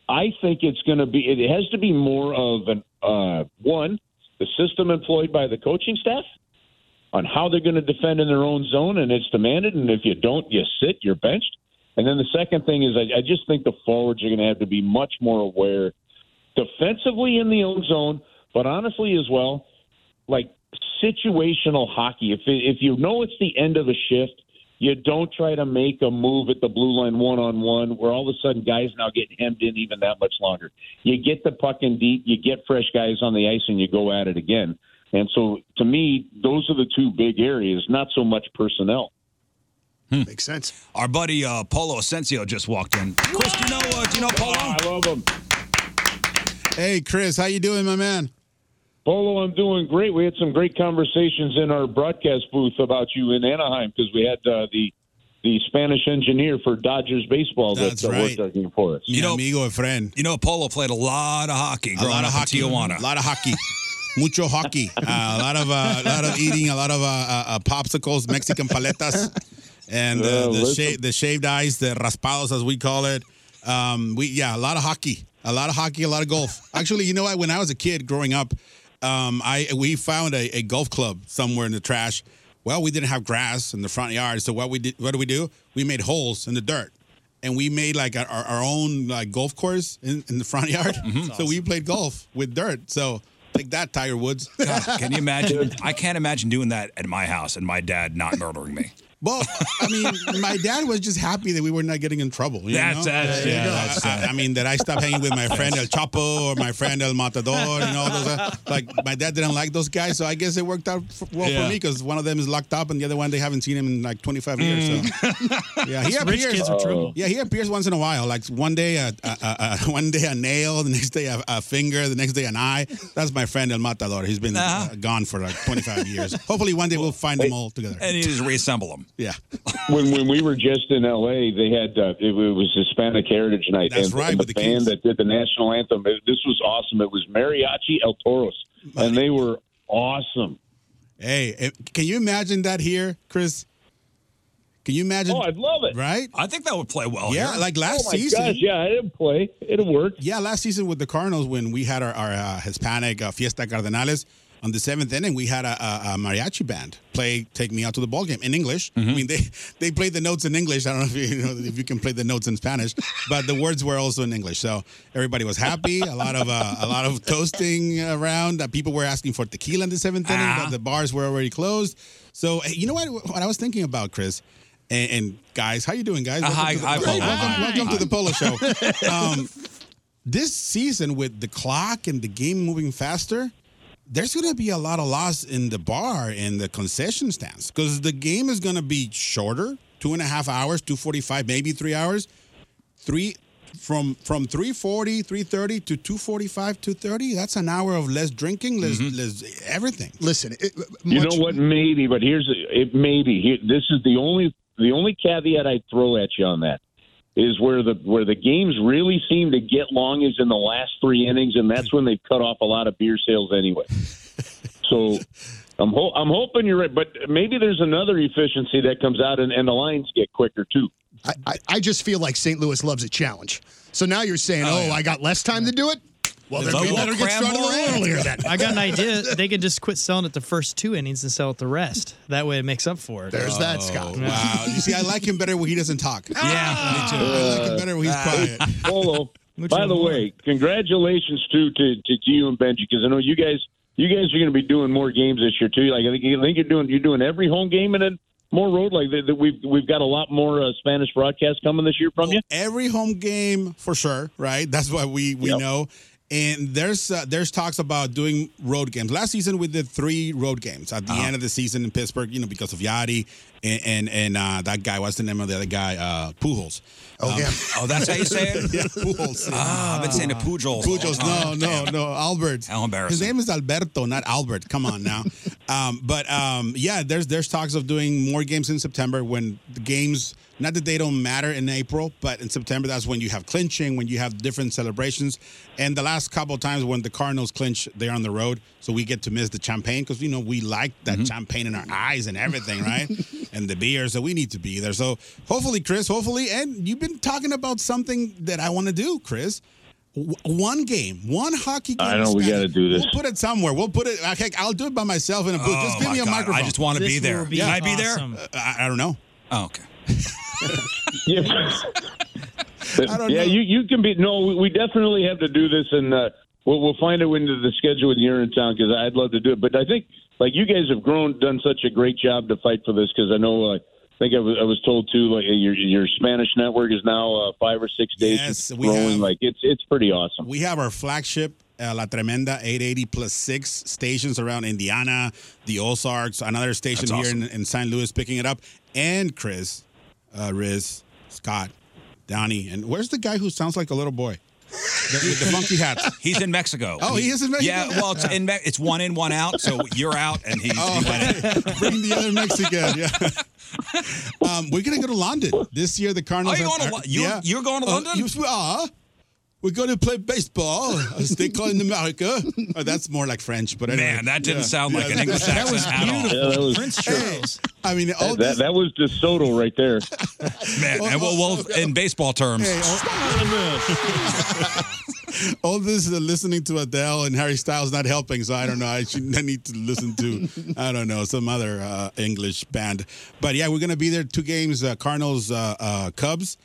I think it's going to be. It has to be more of an uh, one, the system employed by the coaching staff on how they're going to defend in their own zone, and it's demanded. And if you don't, you sit, you're benched. And then the second thing is, I, I just think the forwards are going to have to be much more aware defensively in the own zone, but honestly as well, like situational hockey. If if you know it's the end of a shift, you don't try to make a move at the blue line one on one where all of a sudden guys now get hemmed in even that much longer. You get the puck in deep, you get fresh guys on the ice, and you go at it again. And so to me, those are the two big areas, not so much personnel.
Makes sense.
hmm. Our buddy uh, Polo Asensio just walked in. Chris, do you know, uh, do you know Polo? I
love him.
Hey, Chris, how you doing, my man?
Polo, I'm doing great. We had some great conversations in our broadcast booth about you in Anaheim because we had uh, the the Spanish engineer for Dodgers baseball
That's
that uh,
right.
worked working for us.
Mi amigo and friend.
You know, Polo played a lot of hockey growing
of
up
hockey.
in Tijuana.
A lot of hockey. Mucho
<laughs>
hockey. Uh, a lot of uh, a lot of eating. A lot of uh, uh, uh, popsicles, Mexican paletas, and
Yeah,
uh, the,
listen.
sha- the shaved ice, the raspados as we call it. Um, we yeah, a lot of hockey. A lot of hockey. A lot of golf. Actually, you know what? When I was a kid growing up, um, I we found a, a golf club somewhere in the trash. Well, we didn't have grass in the front yard, so what we did? What do we do? We made holes in the dirt. And we made like our, our own like golf course in, in the front
<laughs>
yard,
Mm-hmm.
so we played golf with dirt. So Take that, Tiger Woods.
<laughs> God,
<laughs>
can you imagine? I can't imagine doing that at my house and my dad not murdering me.
Well, I mean, my dad was just happy that we were not getting in trouble. You
That's-
know?
that's-
There you
yeah,
go.
that's-
I, I mean, that I stopped hanging with my friend El Chapo or my friend El Matador. You know, those are, like my dad didn't like those guys, so I guess it worked out f- well
Yeah.
for me because one of them is locked up and the other one they haven't seen him in like 25
Mm.
years. So. Yeah, he
Rich
appears.
kids are
Oh.
trouble.
Yeah, he appears once in a while. Like one day, a, a, a, a- <laughs> one day a nail, the next day a, a finger, the next day an eye. That's my friend El Matador. He's been uh gone for like 25 years. Hopefully, one day we'll find them all together.
And you just reassemble them.
Yeah.
<laughs> when when we were just in L.A., they had uh, it, was Hispanic Heritage Night.
That's
and,
right,
and
with
the,
the
band
Kings.
that did the national anthem. it- this was awesome. It was Mariachi El Toros, and they were awesome.
Hey, eh, can you imagine that here, Chris? Can you imagine? Oh,
I'd love it. Oh,
Right?
I think that would play well.
yeah,
here.
like last season.
yeah, it'll play. It'll work.
Yeah, last season with the Cardinals when we had our, our uh, Hispanic uh, Fiesta Cardenales on the seventh inning, we had a, a, a mariachi band play "Take Me Out to the Ball Game" in English.
Mm-hmm.
I mean, they they played the notes in English. I don't know if you, you know if you can play the notes in Spanish, but the words were also in English. So everybody was happy. A lot of uh, a lot of toasting around. Uh, people were asking for tequila in the seventh inning,
Ah.
but the bars were already closed. So hey, you know what? What I was thinking about, Chris. And, and guys, how you doing, guys?
Uh, hi-
to the,
hi, Polo.
Hey, welcome,
Hi.
welcome to the Polo Show. Um, this season with the clock and the game moving faster, there's going to be a lot of loss in the bar and the concession stands because the game is going to be shorter, two and a half hours, two forty-five, maybe three hours, three from from 340 330 to 245 230 that's an hour of less drinking less, less everything
listen it,
You know what? Maybe, but here's it. Maybe Here- this is the only the only caveat I throw at you on that is where the where the games really seem to get long is in the last three innings, and that's when they've cut off a lot of beer sales anyway. So I'm ho- I'm hoping you're right, but maybe there's another efficiency that comes out, and, and the lines get quicker too.
I, I, I just feel like St. Louis loves a challenge. So now you're saying, oh, I got less time to do it? Well, then we better get started a little earlier then.
I got an idea. They could just quit selling it the first two innings and sell it the rest. That way, it makes up for it.
There's that, Scott.
Oh,
<laughs>
wow you see i like him better when he doesn't talk yeah me too i like him better when he's quiet
Polo. By the way, congratulations too to to you and Benji because I know you guys you guys are going to be doing more games this year too. Like I think, I think you're doing you're doing every home game and then more road. Like that, that we've we've got a lot more uh, Spanish broadcasts coming this year from you.
every home game for sure, right? That's what we we know. And there's uh, there's talks about doing road games. Last season we did three road games at the
Uh-huh.
end of the season in Pittsburgh, you know, because of Yadi and and, and uh, that guy. What's the name of the other guy? Uh, Pujols. Oh
yeah.
Oh, that's how you say
<laughs>
it?
yeah, Pujols.
Ah, I've been saying it Pujols. all the
Pujols. No,
time.
no, no. Albert.
How
His
embarrassing.
name is Alberto, not Albert. Come
<laughs>
on now. um, but um, yeah, there's there's talks of doing more games in September when the games not that they don't matter in April, but in September that's when you have clinching, when you have different celebrations. And the last couple of times when the Cardinals clinch, they're on the road, so we get to miss the champagne because you know we like that
Mm-hmm.
champagne in our eyes and everything,
<laughs>
right? and the beer, so we need to be there. So hopefully, Chris, hopefully, and you've been talking about something that I want to do, Chris. W- One game, one hockey game.
I
in
know, we
Spanish.
gotta do this.
We'll put it somewhere. We'll put it. Heck, I'll do it by myself in a booth.
Oh,
just give
my
me a
God. I
microphone.
just wanna This be there. will be
Can I be
awesome.
there? Uh, I, I don't know.
Oh, okay.
I don't
yeah,
know.
you you can be. No, we- we definitely have to do this, and uh, we'll we'll find it into the schedule when you're in town because I'd love to do it. But I think like you guys have grown, done such a great job to fight for this because I know. Uh, I think I was, I was told too. Like your your Spanish network is now uh, five or six days
Yes, we
growing.
have-
like it's it's pretty awesome.
We have our flagship uh, La Tremenda 880 plus six stations around Indiana, the Ozarks, another station
That's
here
awesome.
in, in St. Louis picking it up, and Chris, uh, Riz, Scott, Donnie, and where's the guy who sounds like a little boy? The- with
<laughs>
the funky hats.
He's in Mexico.
Oh, he is in Mexico? Oh.
Yeah, well, it's, in Me- it's one in, one out. So you're out, and he's he went in.
<laughs> Bring the other Mexican. Yeah. <laughs> Um, we're gonna go to London this year. The Cardinals.
Are Oh, you going to Lo- you- you're going to London?
Uh, yes, we are. We're going to play baseball. As they call it in
<laughs>
America. Uh, that's more like French, but anyway.
Man, that didn't sound like an English accent at all.
Yeah, that was- Prince
Charles. I mean, all
That, that, that was DeSoto right there.
Man, and we'll,
<laughs>
we'll, in baseball terms.
Hey, <laughs> all this uh, listening to Adele and Harry Styles not helping, so I don't know. I should I need to listen to I don't know some other uh, English band. But yeah, we're gonna be there two games, uh, Cardinals, uh, uh, Cubs,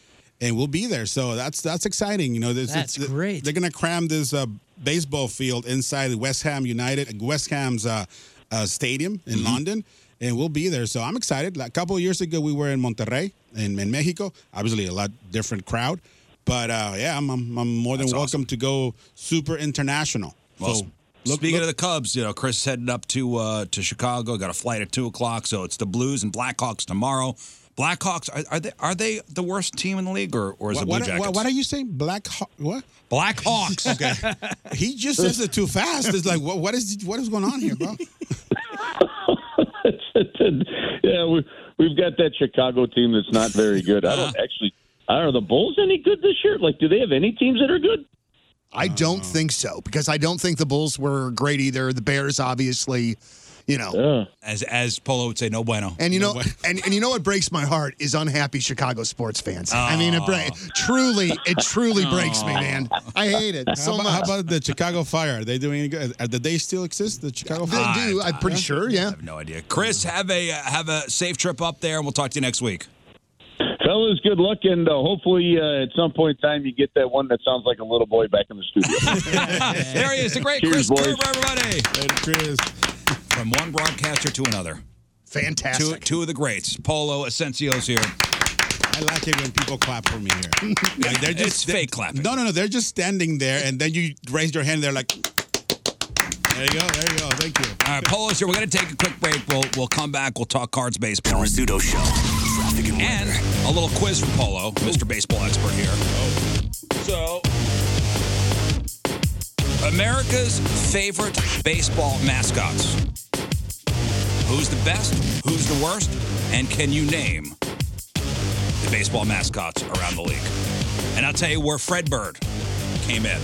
and we'll be there. So that's that's exciting. You know, this,
That's
great. They're gonna cram this uh, baseball field inside West Ham United, West Ham's uh, uh, stadium in
Mm-hmm.
London. And we'll be there, so I'm excited. Like, a couple of years ago, we were in Monterrey, in, in Mexico. Obviously, a lot different crowd, but uh, yeah, I'm, I'm, I'm more than welcome to go super international.
Well,
so,
speaking of the Cubs, you know, Chris is heading up to uh, to Chicago. Got a flight at two o'clock, so it's the Blues and Blackhawks tomorrow. Blackhawks are, are they are they the worst team in the league, or, or
what,
is it Blue
what,
Jackets?
what, what are you saying? Black Hawk? What?
Blackhawks.
<laughs> okay. He just says it too fast. It's
<laughs>
like, what, what is what is going on here, bro?
yeah, we, we've got that Chicago team that's not very good. I don't actually. I don't know. Are the Bulls any good this year? Like, do they have any teams that are good?
<laughs> I don't think so because I don't think the Bulls were great either. The Bears, obviously, you know.
As as Polo would say, no bueno.
And you
No
know,
<laughs>
bueno.
and, and you know what breaks my heart is unhappy Chicago sports fans. I mean, it break, truly, it truly breaks me, man. I hate it
How
so
about,
much.
How about the Chicago Fire? Are they doing any good? Are, do they still exist? The Chicago Fire?
They do, I'm pretty
sure. Yeah.
no idea. Chris, have a uh, have a safe trip up there, and we'll talk to you next week.
Fellas, good luck, and uh, hopefully uh, at some point in time you get that one that sounds like a little boy back in the studio.
there he is, the great
Cheers,
Chris
boys.
Kerber, everybody. From one broadcaster to another.
Fantastic.
Two, two of the greats. Polo Asensio's here.
I like it when people clap for me
<laughs>
here. Like, they're just
It's fake clapping.
No, no, no. They're just standing there, and then you raise your hand. They're like, there you go, there you go. Thank you.
All right, Polo's here. We're going to take a quick break. We'll we'll come back. We'll talk cards baseball. The Rizzuto Show. and a little quiz from Polo, Mr. Baseball Expert here. So, America's favorite baseball mascots. Who's the best? Who's the worst? And can you name the baseball mascots around the league? And I'll tell you where Fred Bird came in.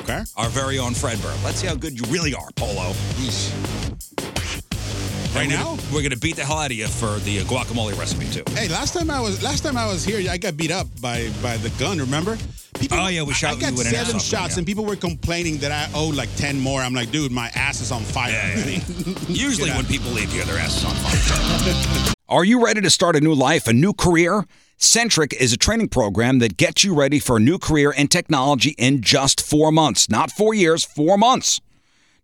Okay.
Our very own Fred Bird. Let's see how good you really are, Polo. Right now, we're gonna beat the hell out of you for the uh, guacamole recipe too.
Hey, last time I was last time I was here, I got beat up by by the gun. Remember? People, oh yeah, we shot. I got
you in an
seven
ass
shots,
opener, yeah.
and people were complaining that I owe like ten more. I'm like, dude, my ass is on fire. <laughs>
Usually, when people leave here, their ass is on fire. Are you ready to start a new life, a new career? Centric is a training program that gets you ready for a new career in technology in just four months. Not four years, four months.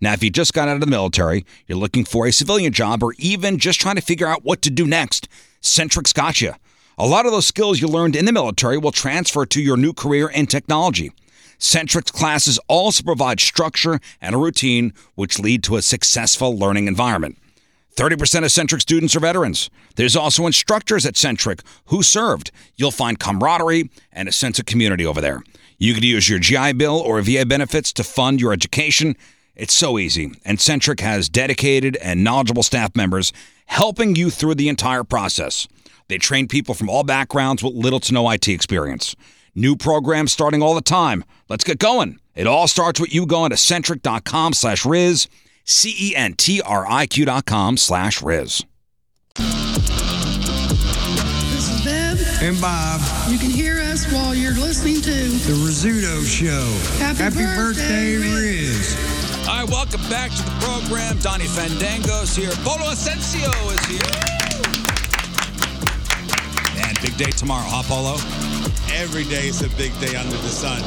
Now, if you just got out of the military, you're looking for a civilian job, or even just trying to figure out what to do next, Centric's got you. A lot of those skills you learned in the military will transfer to your new career in technology. Centric's classes also provide structure and a routine which lead to a successful learning environment. 30% of Centric students are veterans. There's also instructors at Centric who served. You'll find camaraderie and a sense of community over there. You could use your GI Bill or VA benefits to fund your education. It's so easy. And Centric has dedicated and knowledgeable staff members helping you through the entire process. They train people from all backgrounds with little to no IT experience. New programs starting all the time. Let's get going. It all starts with you going to centric.com slash Riz, C E N T R I Q dot com slash Riz.
This is Bev.
and Bob.
You can hear us while you're listening to
The Rizzuto Show.
Happy birthday,
Riz.
All right, welcome back to the program. Donnie Fandango's here. Polo Asensio is here. Man, big day tomorrow, huh, Polo?
Every day is a big day under the sun.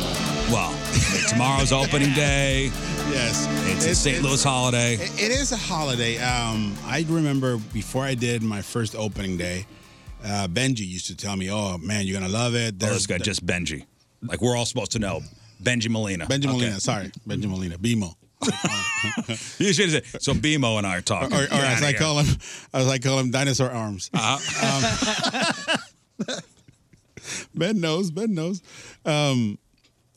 Well, <laughs> tomorrow's opening day.
Yes.
It's, a St. Louis holiday.
It- it is a holiday. Um, I remember before I did my first opening day, uh, Benji used to tell me, "Oh man, you're gonna love it."
oh, this guy, just Benji. Like, we're all supposed to know. Benji Molina.
Benji
Okay.
Molina,
<laughs>
sorry, Benji Molina, BMO.
you should have said, so BMO and I are
Or,
talking.
or as I call him, as I call him, dinosaur arms.
Uh-huh.
Um,
<laughs>
Ben knows. Ben knows. Um,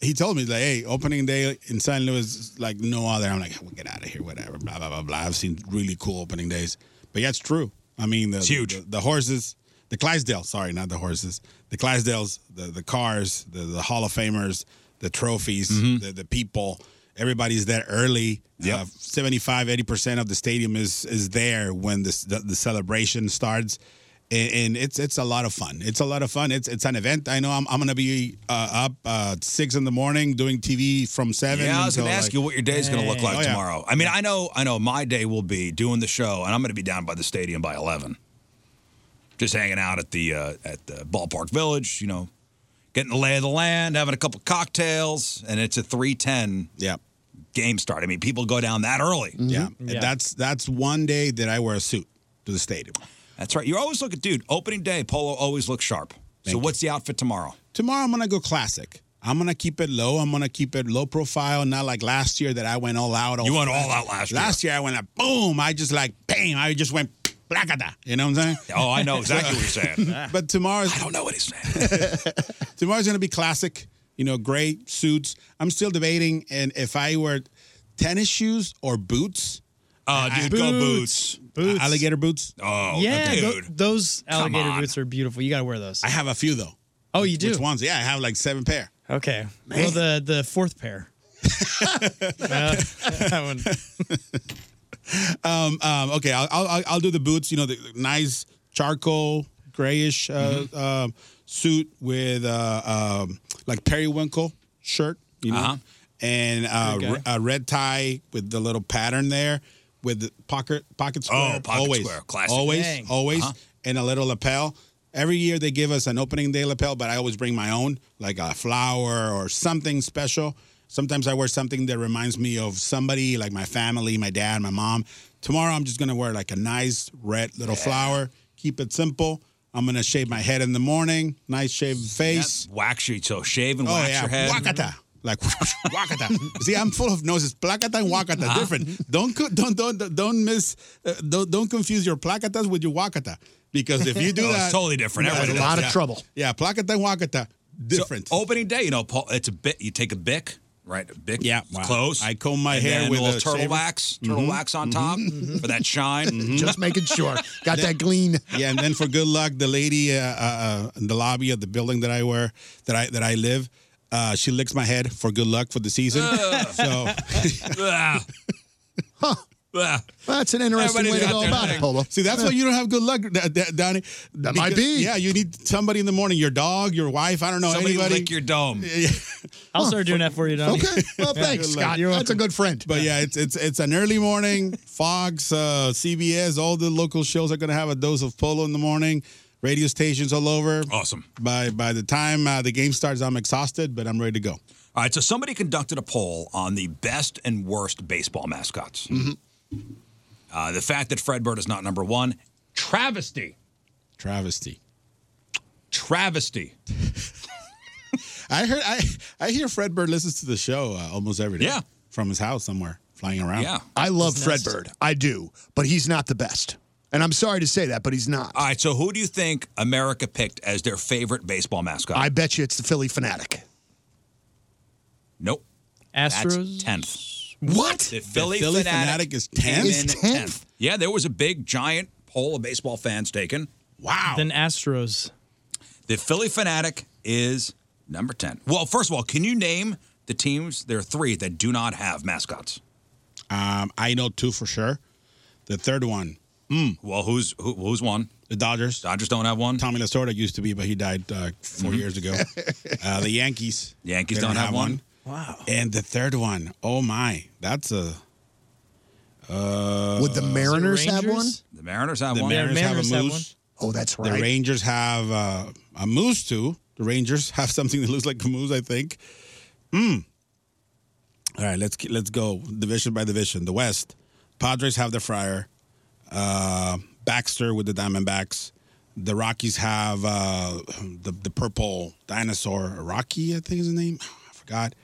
he told me like, "Hey, opening day in San Luis is like no other." I'm like, "Well, get out of here, whatever." Blah blah blah blah. I've seen really cool opening days, but yeah, it's true. I mean, the, huge. The, the horses, the Clydesdale. Sorry, not the horses. The Clydesdales, the the cars, the the Hall of Famers, the trophies, the the people. Everybody's there early. Yeah, 75, 80 percent of the stadium is is there when this, the the celebration starts and, and it's it's a lot of fun. It's a lot of fun. It's it's an event. I know I'm, I'm gonna be uh, up uh, six in the morning doing TV from seven.
Yeah, I was
until,
going to ask
like-
you what your day is going to look like
Oh, yeah.
tomorrow. I mean, I know, I know, my day will be doing the show, and I'm going to be down by the stadium by eleven, just hanging out at the uh, at the ballpark village. You know, getting the lay of the land, having a couple cocktails, and it's a three ten.
Yeah.
Game start. I mean, people go down that early.
Yeah. And that's that's one day that I wear a suit to the stadium.
That's right. You always look at dude. Opening day, Polo always looks sharp. so what's the outfit tomorrow?
Tomorrow I'm gonna go classic. I'm gonna keep it low. I'm gonna keep it low profile, not like last year that I went all out.
You went all out last year.
Last year I went like boom. I just like bam. I just went placata. You know what I'm saying?
Oh, I
<laughs>
know exactly what you're saying.
but tomorrow's I
don't know what he's saying.
Tomorrow's gonna be classic. You know, gray suits. I'm still debating, and if I wear tennis shoes or boots.
Oh,
I-
dude, go boots.
Boots. Alligator boots.
Oh,
yeah, tho-
dude.
those
Come
alligator
on.
boots are beautiful. You got to wear those.
I have a few though.
Oh, you do?
Which ones? Yeah, I have like seven pair.
Okay.
Man.
Well, the the fourth pair. Uh, that one.
<laughs> um, um, okay, I'll, I'll I'll- I'll do the boots. You know, the nice charcoal grayish uh, um, suit with uh, um, like periwinkle shirt. You know,
Uh-huh.
and uh,
Good
re- a red tie with the little pattern there with the pocket pocket square.
Oh, pocket
always,
square, classic.
Always,
Dang.
always,
Uh-huh.
and a little lapel. Every year they give us an opening day lapel, but I always bring my own, like a flower or something special. Sometimes I wear something that reminds me of somebody, like my family, my dad, my mom. Tomorrow I'm just gonna wear like a nice red little flower. Keep it simple. I'm gonna shave my head in the morning. Nice shaved face.
Wax you so shave and wax your head.
Oh, Wakata. Like <laughs> wakata. See, I'm full of noses. Placata and wakata,
Ah.
different. Don't co- don't don't don't miss. Uh, don't don't confuse your placatas with your wakata because if you do
<laughs> Oh, it's
that,
totally different.
Yeah,
Everybody does that.
Yeah, placata and wakata, different.
So opening day, you know, Paul, it's a bit. You take a bic, right? A bic, yeah,
wow.
close.
I comb my
and
hair
then
with
a little
a
turtle
shaver.
wax, turtle
Mhm.
wax on top <laughs> for that shine.
Mm-hmm.
<laughs>
Just making
<laughs>
sure. Got
Then-
that glean.
yeah, and then for good luck, the lady uh, uh, uh, in the lobby of the building that I wear that I that I live, uh, she licks my head for good luck for the season.
Ugh.
so <laughs>
<laughs> Ah. Ah.
Well, that's an interesting
Everybody's
way to
got
go
their
about
thing.
it, Polo.
See, that's
Yeah.
why you don't have good luck, D- D- Donnie. That
might be.
Yeah, you need somebody in the morning. Your dog, your wife. I don't know
Somebody
anybody.
lick
<laughs>
your dome.
I'll start doing that for you, Donnie. <laughs>
<laughs> Okay. Well, thanks,
good luck.
Scott.
You're
That's a good friend.
But yeah, it's it's it's an early morning. Fox, uh, CBS, all the local shows are going to have a dose of polo in the morning. Radio stations all over.
Awesome.
By by the time uh, the game starts, I'm exhausted, but I'm ready to go.
All right, so somebody conducted a poll on the best and worst baseball mascots.
Mm-hmm.
Uh, the fact that Fred Bird is not number one, travesty,
Travesty.
travesty.
<laughs> I heard I I hear Fred Bird listens to the show uh, almost every day.
Yeah.
From his house somewhere, flying around.
I love
His
Fred
nest.
Bird. I do, but he's not the best. And I'm sorry to say that, but he's not.
All right, so who do you think America picked as their favorite baseball mascot?
I bet you it's the Philly fanatic.
Nope.
Astros?
tenth.
What?
The Philly,
The Philly
fanatic,
Fanatic is
came
10th?
in
Is
at
10th?
Yeah, there was a big giant poll of baseball fans taken. Wow.
Then Astros.
The Philly fanatic is number ten. Well, first of all, can you name the teams? There are three that do not have mascots.
Um, I know two for sure. The third one.
Well, Hmm. who's who, who's one?
The Dodgers.
Dodgers don't have one. Mm-hmm.
Tommy Lasorda used to be, but he died uh, 4 years
<laughs>
ago. Uh, the Yankees.
Yankees
They
don't have one.
Wow. And the third one. Oh my, that's a. Uh,
Would the Mariners have one?
The Mariners have
the
one.
Mariners,
Mariners
have
have
a
one.
moose.
Oh, that's
The
right.
Rangers have uh, a moose too. The Rangers <laughs> have something that looks like a moose, I think. Hmm. All right, let's let's go division by division. The West, Padres have the Friar, uh, Baxter with the Diamondbacks. The Rockies have uh, <clears throat> the the purple dinosaur, Rocky, I think is his name. <sighs> I forgot.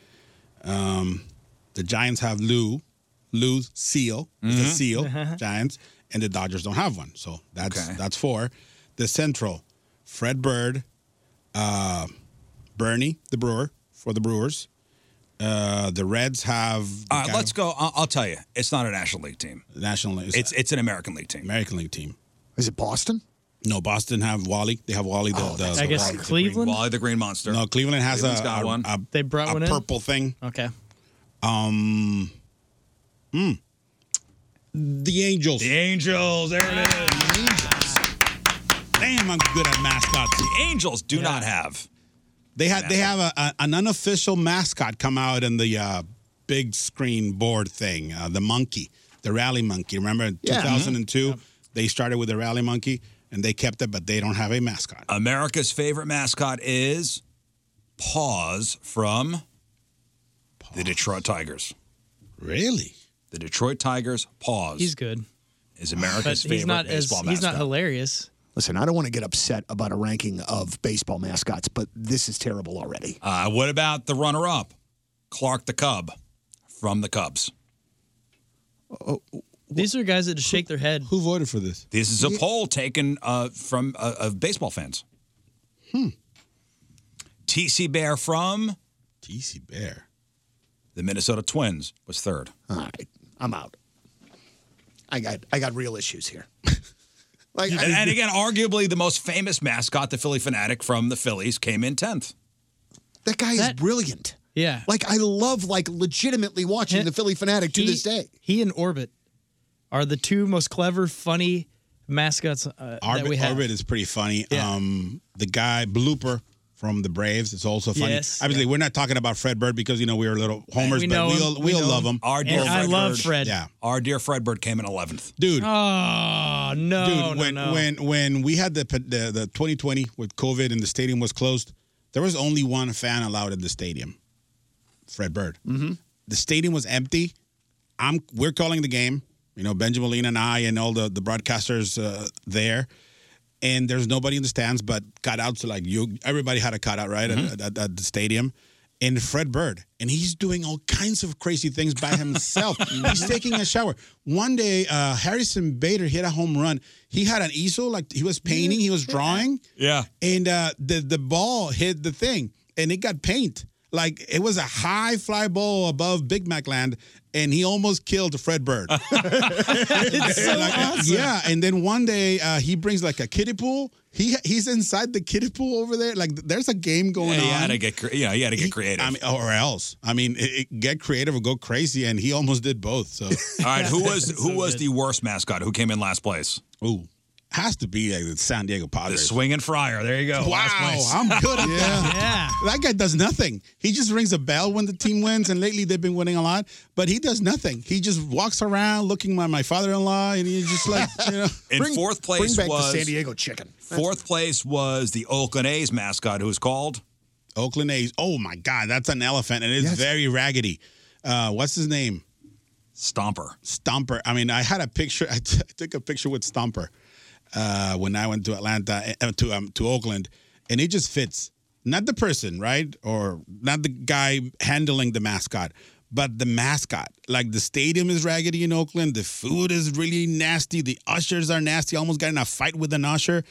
Um, the Giants have Lou, Lou Seal, It's a
Mhm.
seal, Giants, and the Dodgers don't have one. So that's
Okay.
that's four. The Central, Fred Bird, uh, Bernie the Brewer for the Brewers. Uh, the Reds have the
All right,
guy-
let's go. I'll, I'll tell you, it's not a National League team.
National League.
It's it's an American League team.
American League team.
Is it Boston?
No, Boston have Wally. They have Wally. The, the,
I guess Cleveland.
Wally the Green Monster.
No, Cleveland has
Cleveland's
a,
got
a-
one.
a-
They brought
a
one in?
purple thing.
Okay.
Um, hmm. The Angels.
The Angels. There it is.
Damn, I'm good at mascots.
The Angels do not have.
They had they have a, a, an unofficial mascot come out in the uh, big screen board thing, uh, the monkey, the rally monkey. Remember in
Mm-hmm.
Yeah.
2002, they started with the rally monkey and they kept it, but they don't have a mascot.
America's favorite mascot is Paws from the Detroit Tigers.
Really?
The Detroit Tigers Paws
He's good.
is America's favorite
he's not as
baseball
he's
mascot.
not hilarious.
Listen, I don't want to get upset about a ranking of baseball mascots, but this is terrible already.
uh, what about the runner-up, Clark the Cub, from the Cubs?
Oh, These are guys that just shake their head.
Who voted for this?
This is a poll taken uh, from uh, of baseball fans.
Hmm.
TC Bear from
TC Bear.
The Minnesota Twins was third.
All right, I'm out. I got I got real issues here. like,
and, and again, arguably the most famous mascot, the Philly Fanatic from the Phillies, came in tenth.
that guy is brilliant.
Yeah.
Like I love like legitimately watching the Philly Fanatic to
He-
this day.
He and Orbit are the two most clever, funny mascots uh,
Orbit,
that we have.
Orbit is pretty funny. Um, the guy blooper from the Braves is also funny.
Yes.
Obviously, we're not talking about Fred Bird because you know we were little homers,
We
but
know
we
him.
all, we
We
all
know
love
him.
him.
Our dear And I Fred love Bird. Fred.
Yeah,
Our dear Fred Bird came in eleventh.
dude.
Oh no,
dude.
no,
When
no.
when when we had the, the the 2020 with COVID and the stadium was closed, there was only one fan allowed in the stadium. Fred Bird.
<laughs>
Mm-hmm. The stadium was empty. I'm we're calling the game. You know, Benjamin Molina and I and all the the broadcasters uh, there. And there's nobody in the stands, but cutouts like you. Everybody had a cutout right at- at, at, the stadium. And Fred Bird, and he's doing all kinds of crazy things by himself. he's taking a shower. One day, uh, Harrison Bader hit a home run. He had an easel, like he was painting, he was drawing,
Yeah.
and uh, the the ball hit the thing, and it got paint. Like it was a high fly ball above Big Mac land, and he almost killed Fred
<laughs>
Bird. <laughs>
It's so
Like, uh,
awesome.
Yeah, and then one day uh, he brings like a kiddie pool. He he's inside the kiddie pool over there. Like there's a game going
yeah, you
on.
had to get cre- yeah, you had to
<laughs>
get creative.
I mean, or else, I mean, it, it- get creative or go crazy, and he almost did both. So
<laughs> All right,
<laughs>
who was who was the worst mascot? Who came in last place?
Ooh, has to be like the San Diego
The
Padres.
swinging friar. There you <laughs> go.
Wow,
Oh, last place.
I'm good at
<laughs>
that. <laughs> That guy does nothing. He just rings a bell when the team wins, and lately they've been winning a lot. But he does nothing. He just walks around looking at my father-in-law, and he's just like, you know.
<laughs> In fourth place
bring back the
was
San Diego
chicken.
Fourth place was the Oakland A's mascot, who was called
Oakland A's. Oh my God, that's an elephant, and it's
Yes.
very raggedy. Uh, what's his name?
Stomper.
Stomper. I mean, I had a picture. <laughs> I, t- I took a picture with Stomper uh, when I went to Atlanta uh, to um, to Oakland, and it just fits. Not the person, right, or not the guy handling the mascot, but the mascot. Like the stadium is raggedy in Oakland. The food is really nasty. The ushers are nasty. I almost got in a fight with an usher,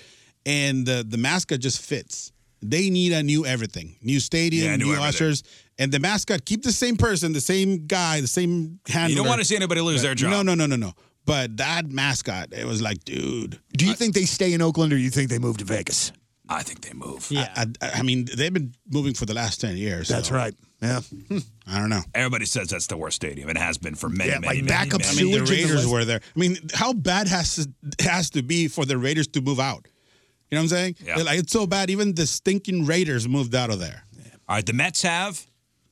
and the the mascot just fits. They need a new everything, new stadium,
Yeah, new
new
everything.
ushers, and the mascot. Keep the same person, the same guy, the same handler.
You don't want to see anybody lose their job.
No, no, no, no, no. But that mascot, it was like, dude.
Do you think they stay in Oakland or you think they move to Vegas?
I think they move.
Yeah. I, I, I mean, they've been moving for the last 10 years.
That's
right. Yeah. I don't know.
Everybody says that's the worst stadium. It has been for many,
yeah,
many,
like
many,
backup
many,
sewage. I mean, the
years.
Raiders were there. I mean, how bad has to, has to be for the Raiders to move out? You know what I'm saying?
Yeah.
They're Like, it's so bad, even the stinking Raiders moved out of there.
All right, the Mets have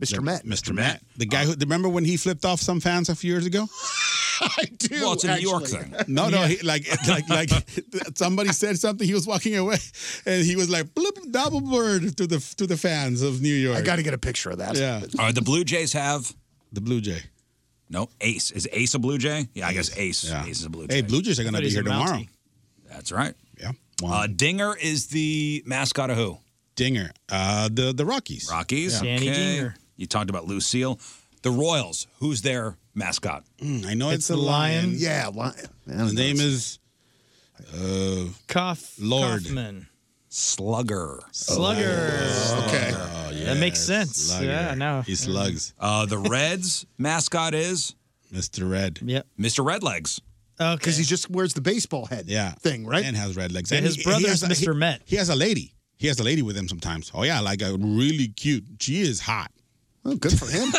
Mr. Met. Mr.
Met. Uh,
The guy who, remember when he flipped off some fans a few years ago?
<laughs> I do.
Well, it's a New York
<laughs> actually.
No, no, he, like, <laughs> like, like, somebody said something. He was walking away, and he was like, "Bloop, "Double bird to the to the fans of New York." I got to get a picture of that. Yeah,
All right, the Blue Jays have
the Blue Jay.
No, Ace is Ace a Blue Jay? Yeah, I guess Ace. Ace is a Blue Jay.
Hey, Blue Jays are going to be here tomorrow.
That's right.
Yeah.
Uh, Dinger is the mascot of who?
Dinger, uh, the the Rockies.
Rockies.
Yeah. Danny
Okay.
Dinger.
You talked about Lucille. The Royals. Who's their mascot?
Hmm, I know it's, a
the
lion.
lion.
Yeah, lion. His name is uh,
Cough
Lord
Kaufman.
Slugger.
Slugger.
okay.
that makes sense. Yeah, no.
He slugs.
Uh, the Reds mascot is
Mr. Red.
Yep.
Mr. Redlegs.
Because he just wears the baseball head
Yeah.
thing, right?
And has red legs.
Yeah,
And
his brother's
has
Mr. Met.
He has a lady. He has a lady with him sometimes. Oh yeah, like a really cute. She is hot. Oh,
Well, good for
<laughs>
him.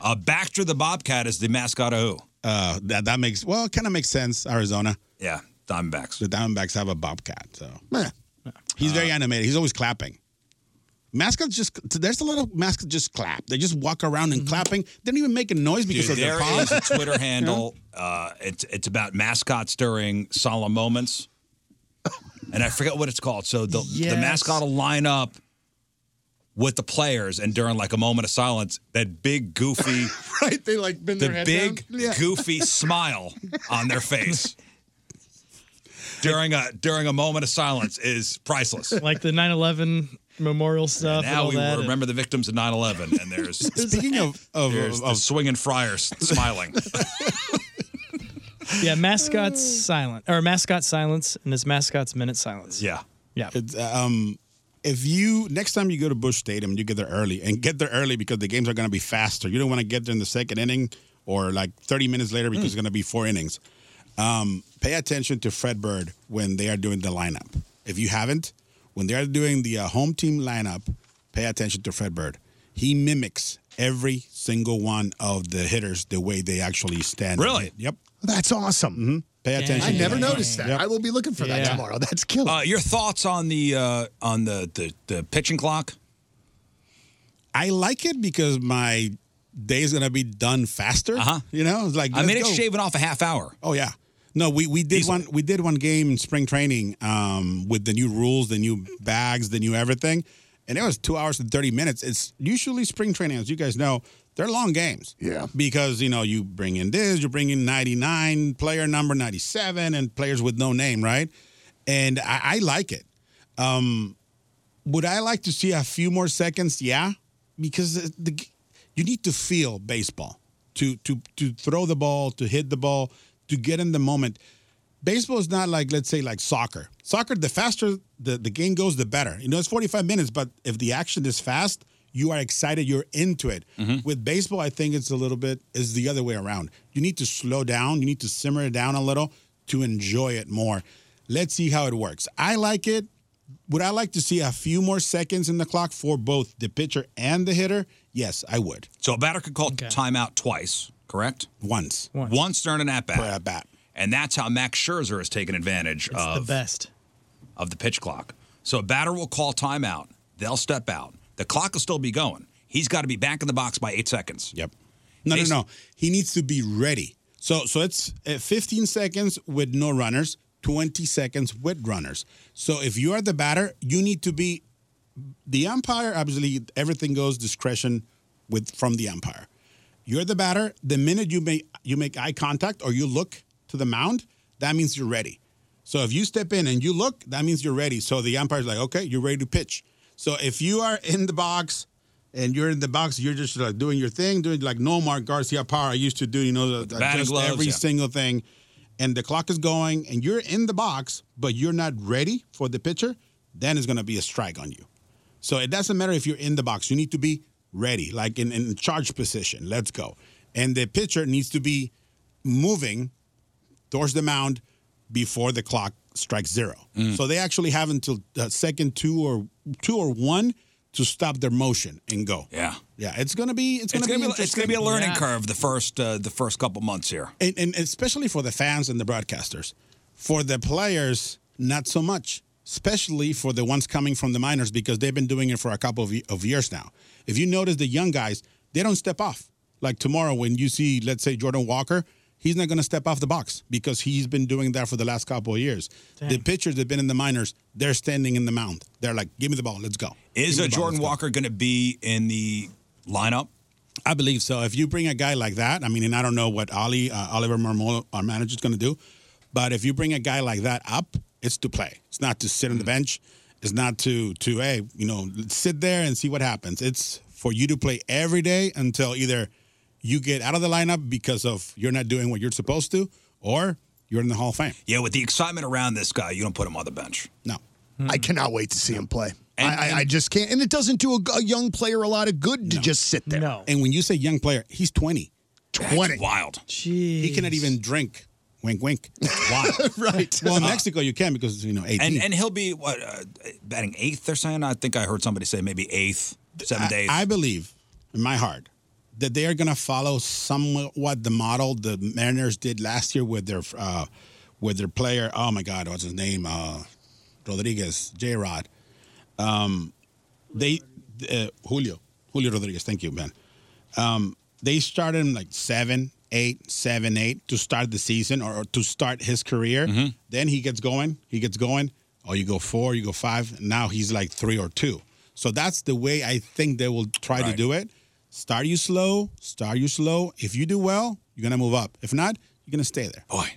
Uh, Baxter the Bobcat is the mascot of who?
Uh, that that makes well, kind of makes sense. Arizona.
Yeah, Diamondbacks.
The Diamondbacks have a bobcat, so he's
Uh-huh.
very animated. He's always clapping. Mascots just there's a lot of mascots just clap. They just walk around and clapping. They don't even make a noise because
Mm-hmm. Dude,
of their
there
paws.
is a
<laughs>
Twitter handle. Uh, it's it's about mascots during solemn moments, and I forget what it's called. So the
Yes.
the mascot will line up with the players, and during like a moment of silence, that big goofy,
<laughs> right? They like bend their
the
head
big
down. Yeah.
goofy smile on their face during a during a moment of silence is priceless.
like the 9/11 memorial stuff. and
Now
all
we
that.
remember the victims of 9/11, and
<laughs>
there's
speaking of of,
there's
of,
the swinging friars
<laughs>
smiling.
yeah, mascots silent or mascot silence, and it's mascots minute silence.
Yeah.
Yeah.
It's, um, if you next time you go to Bush Stadium, you get there early and get there early because the games are going to be faster. You don't want to get there in the second inning or like 30 minutes later
Mm.
because it's going to be four innings. Um, pay attention to Fred Bird when they are doing the lineup. If you haven't, when they are doing the uh, home team lineup, pay attention to Fred Bird. He mimics every single one of the hitters the way they actually stand. and
Really?
hit. Yep.
That's awesome. Mm-hmm.
Pay attention.
I
to
<laughs> never
that.
noticed that.
Yep.
I will be looking for that
Yeah.
tomorrow. That's killer.
Uh, your thoughts on the uh, on the, the the pitching clock?
I like it because my day is gonna be done faster. Uh-huh. You know, it's like
I mean,
let's
it's
go.
shaving off a half hour.
Oh yeah. No, we, we did one we did one game in spring training um, with the new rules, the new bags, the new everything, and it was two hours and thirty minutes. It's usually spring training, as you guys know, they're long games. Yeah. Because you know you bring in this, you bring in ninety nine player number ninety seven, and players with no name, right? And I, I like it. Um, would I like to see a few more seconds? Yeah, because the, the you need to feel baseball to to to throw the ball, to hit the ball, to get in the moment. Baseball is not like let's say like soccer. Soccer, the faster the, the game goes, the better. You know, it's 45 minutes, but if the action is fast, you are excited, you're into it. With baseball, I think it's a little bit is the other way around. You need to slow down, you need to simmer it down a little to enjoy it more. Let's see how it works. I like it would I like to see a few more seconds in the clock for both the pitcher and the hitter? Yes, I would.
So a batter could call timeout twice, correct?
Once.
Once, during an at bat.
at bat.
And that's how Max Scherzer has taken advantage
the
of
best.
of the pitch clock. So a batter will call timeout. They'll step out. The clock will still be going. He's got to be back in the box by eight seconds.
Yep. No, no, no. He needs to be ready. So, so it's uh, 15 seconds with no runners, 20 seconds with runners. So, if you are the batter, you need to be the umpire. Obviously, everything goes discretion with from the umpire. You're the batter. The minute you make you make eye contact or you look to the mound, that means you're ready. So if you step in and you look, that means you're ready. So the umpire's like, okay, you're ready to pitch. So if you are in the box and you're in the box, you're just like doing your thing, doing like no Mark Garcia power I used to do, you know, the,
the batting
just
gloves,
every
yeah.
single thing. And the clock is going and you're in the box, but you're not ready for the pitcher, then it's gonna be a strike on you. So it doesn't matter if you're in the box. You need to be ready, like in, in charge position. Let's go. And the pitcher needs to be moving towards the mound before the clock strike zero.
Mm.
So they actually have until uh, second two or two or one to stop their motion and go.
Yeah.
Yeah, it's gonna be it's
It's
gonna,
gonna,
be,
be it's gonna be a learning
interesting.
curve the first uh, the first couple months here.
and, and especially for the fans and the broadcasters. For the players, not so much. Especially for the ones coming from the minors because they've been doing it for a couple of, ye- of years now. If you notice the young guys, they don't step off. Like tomorrow, when you see, let's say Jordan Walker, he's not going to step off the box because he's been doing that for the last couple of years. The pitchers that've been in the minors, they're standing in the mound. They're like, "Give me the ball, let's go."
Is
Give
a
me the ball, let's
Jordan
go."
Walker going to be in the lineup?
I believe so. If you bring a guy like that, I mean, and I don't know what Ali uh, Oliver Marmol, our manager, is going to do, but if you bring a guy like that up, it's to play. It's not to sit on
Mm.
the bench. It's not to to hey, you know, sit there and see what happens. It's for you to play every day until either you get out of the lineup because of you're not doing what you're supposed to, or you're in the Hall of Fame.
Yeah, with the excitement around this guy, you don't put him on the bench.
No. Hmm.
I cannot wait to see him play. I, I, I just can't. And it doesn't do a, a young player a lot of good to just sit there. No.
And when you say young player, he's 20.
20.
wild.
Jeez. He cannot even drink. Wink,
<laughs>
wink. <laughs> Wow.
right.
Well, in
Uh,
Mexico, you can because, you know, 18.
And and he'll be what uh, batting eighth. They're saying I think I heard somebody say maybe eighth, seventh,
I-
eighth.
I believe in my heart that they are going to follow somewhat the model the Mariners did last year with their uh, with their player. Oh my God, what's his name? Uh, Rodriguez, J Rod. Um, they uh, Julio Julio Rodriguez. Thank you, man. Um, they started him like seven, eight, seven, eight to start the season or, or to start his career. Then he gets going. He gets going. Oh, you go four, you go five. and now he's like three or two. So that's the way I think they will try to do it. Start you slow, start you slow. If you do well, you're gonna move up. If not, you're gonna stay there.
Boy,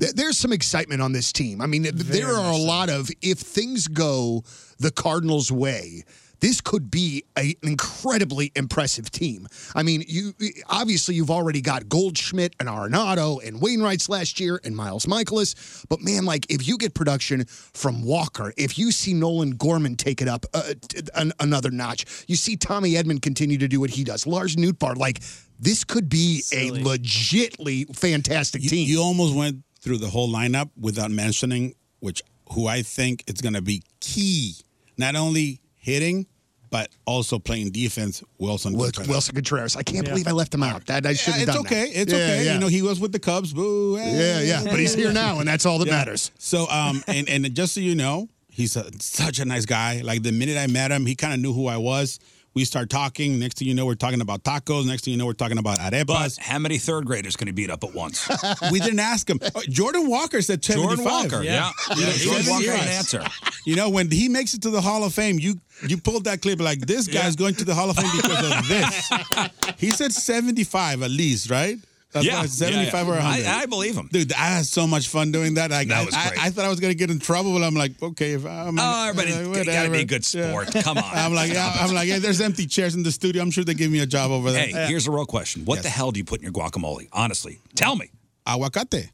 Th- There's some excitement on this team. I mean, th- there are a lot of if things go the Cardinals' way, this could be a, an incredibly impressive team. I mean, you obviously you've already got Goldschmidt and Arenado and Wainwright's last year and Miles Michaelis, but man, like if you get production from Walker, if you see Nolan Gorman take it up uh, t- an, another notch, you see Tommy Edmond continue to do what he does, Lars Nootbaar, like. This could be a legitly fantastic team.
You almost went through the whole lineup without mentioning which who I think is going to be key, not only hitting but also playing defense. Wilson Contreras.
Wilson Contreras. I can't believe I left him out. That I should have
Yeah,
done.
It's okay.
that.
It's
Yeah,
okay.
Yeah.
You know, he was with the Cubs. Boo.
Yeah, yeah. But he's here now, and that's all that
Yeah.
matters.
So,
<laughs>
um, and and just so you know, he's a, such a nice guy. Like the minute I met him, he kind of knew who I was. We start talking. Next thing you know, we're talking about tacos. Next thing you know, we're talking about arepas.
How many third graders can he beat up at once?
<laughs> we didn't ask
<laughs>
him. Oh, Jordan Walker said
Jordan
75.
Walker, yeah.
You know,
Yeah, Jordan
even
Walker
years.
had an answer.
You know, when he makes it to the Hall of Fame, you you pulled that clip like this guy's going to the Hall of Fame because of this.
<laughs>
he said 75 at least, right?
Yeah,
why it's 75
yeah, yeah.
or 100.
I- I believe him.
Dude, I had so much fun doing that. Like,
That was
I,
great.
I, I thought I was going to get in trouble, but I'm like, okay, if I'm.
Oh, everybody,
uh,
it's gotta be a good
whatever.
sport. Come on.
<laughs> I'm like,
Stop
I'm
it.
like, yeah, there's empty chairs in the studio. I'm sure they give me a job over there.
Hey, here's a real question. What the hell do you put in your guacamole? Honestly, tell me.
Aguacate,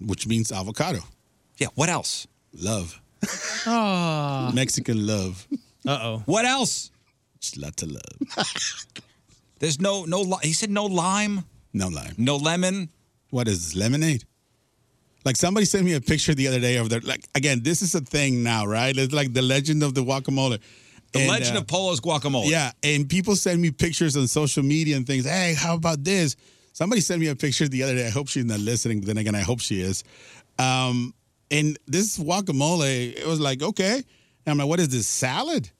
which means avocado.
Yeah, what else?
Love.
Oh.
Mexican love.
Uh oh.
What else?
Just lots of love.
<laughs> There's no no. Li- he said no lime.
No lime.
No lemon.
What is this, lemonade? Like somebody sent me a picture the other day of their like again, this is a thing now, right? It's like the legend of the guacamole.
The
And,
legend
uh,
of Polo's guacamole.
Yeah, and people send me pictures on social media and things. Hey, how about this? Somebody sent me a picture the other day. I hope she's not listening, but then again, I hope she is. Um, and this guacamole, it was like, okay. And I'm like, what is this salad?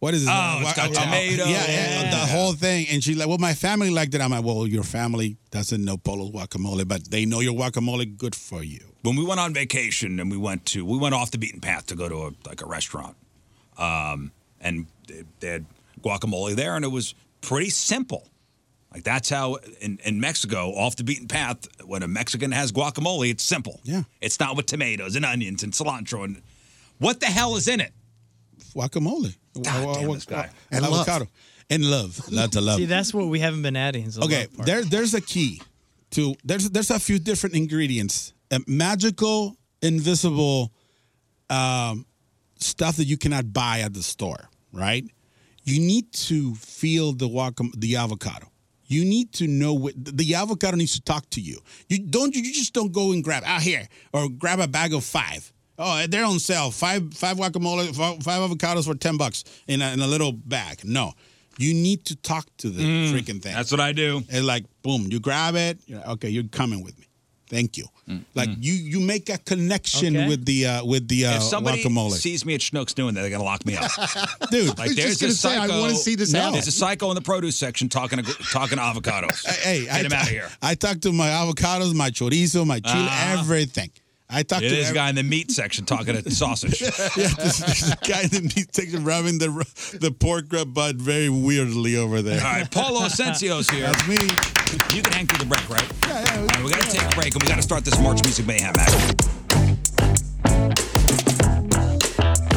What is this?
Oh, it's
Gua-
got tomato.
Yeah, yeah,
Yeah.
the whole thing. And she's like, well, my family liked it. I'm like, well, your family doesn't know Polo's guacamole, but they know your guacamole. Good for you.
when we went on vacation and we went to we went off the beaten path to go to a, like a restaurant um, and they, they had guacamole there and it was pretty simple like that's how in, in mexico off the beaten path when a mexican has guacamole it's simple yeah it's not with tomatoes and onions and cilantro and what the hell is in it
Guacamole. God
damn, this guy.
And
And love.
avocado. And love. Lots of love.
See, that's what we haven't been adding. is the
okay
love part.
there, there's a key to there's there's a few different ingredients Uh, magical invisible um, stuff that you cannot buy at the store right you need to feel the guacam- the avocado You need to know what the avocado needs to talk to you. You don't. You just don't go and grab out here or grab a bag of five. Oh, they're on sale. Five five guacamole, five, five avocados for ten bucks in a, in a little bag. No, you need to talk to the
Mm,
freaking thing.
that's what I do.
It's like boom, you grab it. You're like, okay, you're coming with me. Thank you.
Mm.
Like you you make a connection
Okay.
with the uh, with the uh,
if somebody
guacamole.
sees me at Schnucks doing that, they're gonna lock me up,
<laughs> Dude, I
Like
was
there's
just gonna
this
say, I
psycho.
wanna see this happen.
There's a psycho in the produce section talking to, talking to avocados.
Hey,
get
I,
him out of here.
I talk to my avocados, my chorizo, my chile,
Uh-huh.
everything. I talk
Yeah,
to
there's a
every-
guy in the meat section talking to
<laughs>
sausage.
yeah, this, this guy in the meat section rubbing the the pork rub butt very weirdly over there.
All right, Paulo Asensio's here.
That's me.
You can hang through the break, right? All right, we gotta take a break and we gotta start this March Music Mayhem act.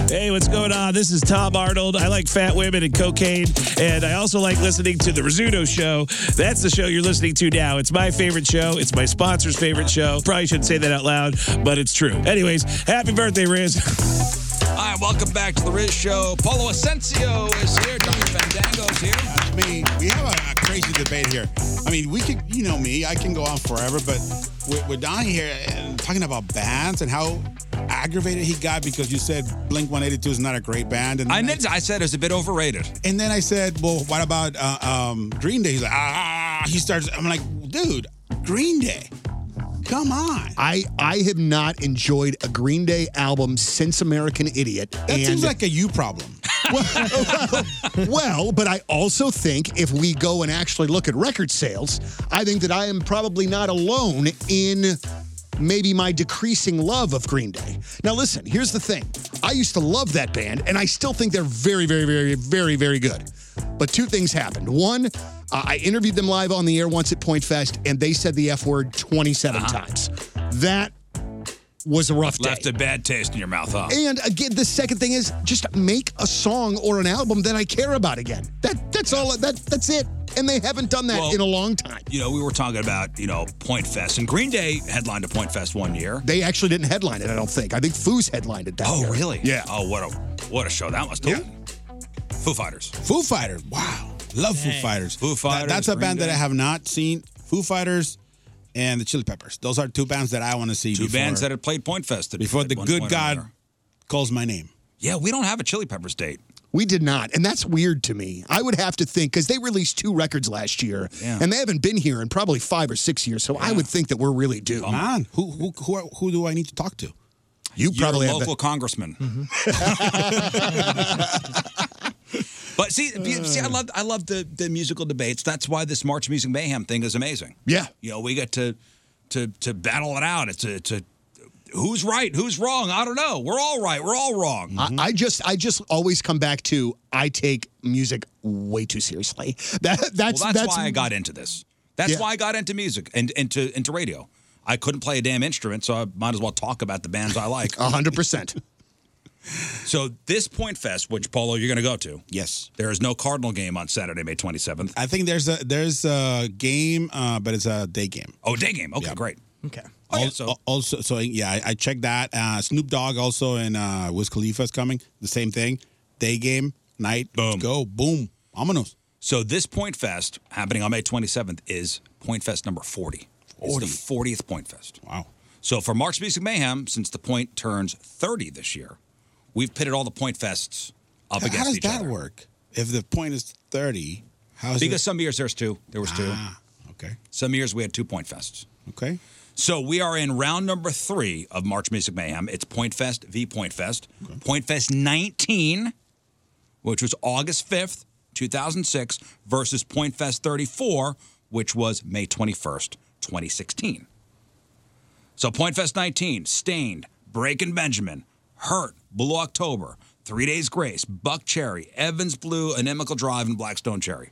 Hey, what's going on? This is Tom Arnold. I like fat women and cocaine, and I also like listening to The Rizzuto Show. That's the show you're listening to now. It's my favorite show. It's my sponsor's favorite show. Probably shouldn't say that out loud, but it's true. Anyways, happy birthday, Riz.
All right, welcome back to the Riz Show. Paulo Asensio is here. Johnny Fandango's here.
I mean, we have a, a crazy debate here. I mean, we could, you know me, I can go on forever, but we're, we're down here and talking about bands and how aggravated he got because you said Blink 182 is not a great band. And
I,
then
did, I said it was a bit overrated.
And then I said, "Well, what about uh, um, Green Day?" He's like, "Ah!" He starts. I'm like, "Dude, Green Day, come on."
I, I have not enjoyed a Green Day album since American Idiot.
That seems like a you problem.
<laughs> well, well, but I also think if we go and actually look at record sales, I think that I am probably not alone in maybe my decreasing love of Green Day. Now, listen, here's the thing I used to love that band, and I still think they're very, very, very, very, very good. But two things happened. One, uh, I interviewed them live on the air once at Point Fest, and they said the F word 27
Uh-huh.
times. That was a rough day.
Uh-huh. Left a bad taste in your mouth, huh?
And again, the second thing is just make a song or an album that I care about again. That that's all. That that's it. And they haven't done that
Well-
in a long time.
You know, we were talking about, you know, Point Fest, and Green Day headlined a Point Fest one year.
They actually didn't headline it. I don't think. I think Foos headlined it. That
Oh,
year.
really? Yeah. Oh, what a what a show that must have been. Foo Fighters.
Foo Fighters. Wow, love Foo
Dang.
Fighters.
Foo
That-
Fighters,
that's a
Green
band that
Day.
I have not seen. Foo Fighters and the Chili Peppers. Those are two bands that I want to see.
Two
before,
bands that had played Point Fest. at-
before
at
the
one
good
point or
God
another.
calls my name.
Yeah, we don't have a Chili Peppers date.
We did not, and that's weird to me. I would have to think because they released two records last year,
Yeah.
and they haven't been here in probably five or six years. So I would think that we're really due.
Come on, who who who, are, who do I need to talk to?
You
Your
probably have
local
the-
congressman.
Hmm.
but see, see, I love I love the the musical debates. That's why this March Music Mayhem thing is amazing.
Yeah.
You know, we get to to to battle it out. It's a, it's a who's right, who's wrong. I don't know. We're all right. We're all wrong.
I, I just I just always come back to I take music way too seriously. <laughs> That that's
well, that's,
that's
why I got into this. That's
Yeah.
why I got into music and into into radio. I couldn't play a damn instrument, so I might as well talk about the bands I
<laughs>
like.
hundred percent.
So this Point Fest, which Polo, you're going to go to.
Yes.
There is no Cardinal game on Saturday, May 27th.
I think there's a there's a game, uh, but it's a day game.
Oh, day game. Okay, great.
Okay.
Okay,
Also, also, so yeah, I, I checked that. Uh, Snoop Dogg also and uh, Wiz Khalifa is coming. The same thing. Day game, night. Boom. Let's go. Boom. Vamanos.
So this Point Fest happening on May 27th is Point Fest number 40. It's the 40th Point Fest.
Wow.
So for March Music Mayhem, since the Point turns 30 this year, we've pitted all the Point Fests up
How
against
does
each
that
other.
work? If the point is thirty, how is
because
it?
some years there's two. There was two.
okay.
Some years we had two Point Fests.
Okay.
So we are in round number three of March Music Mayhem. It's Point Fest v Point Fest. Point Fest 19, which was August 5th, 2006, versus Point Fest 34, which was May 21st, 2016. So Point Fest 19, Stained, Breaking Benjamin, Hurt, Blue October, Three Days Grace, Buck Cherry, Evans Blue, Inimical Drive, and Blackstone Cherry.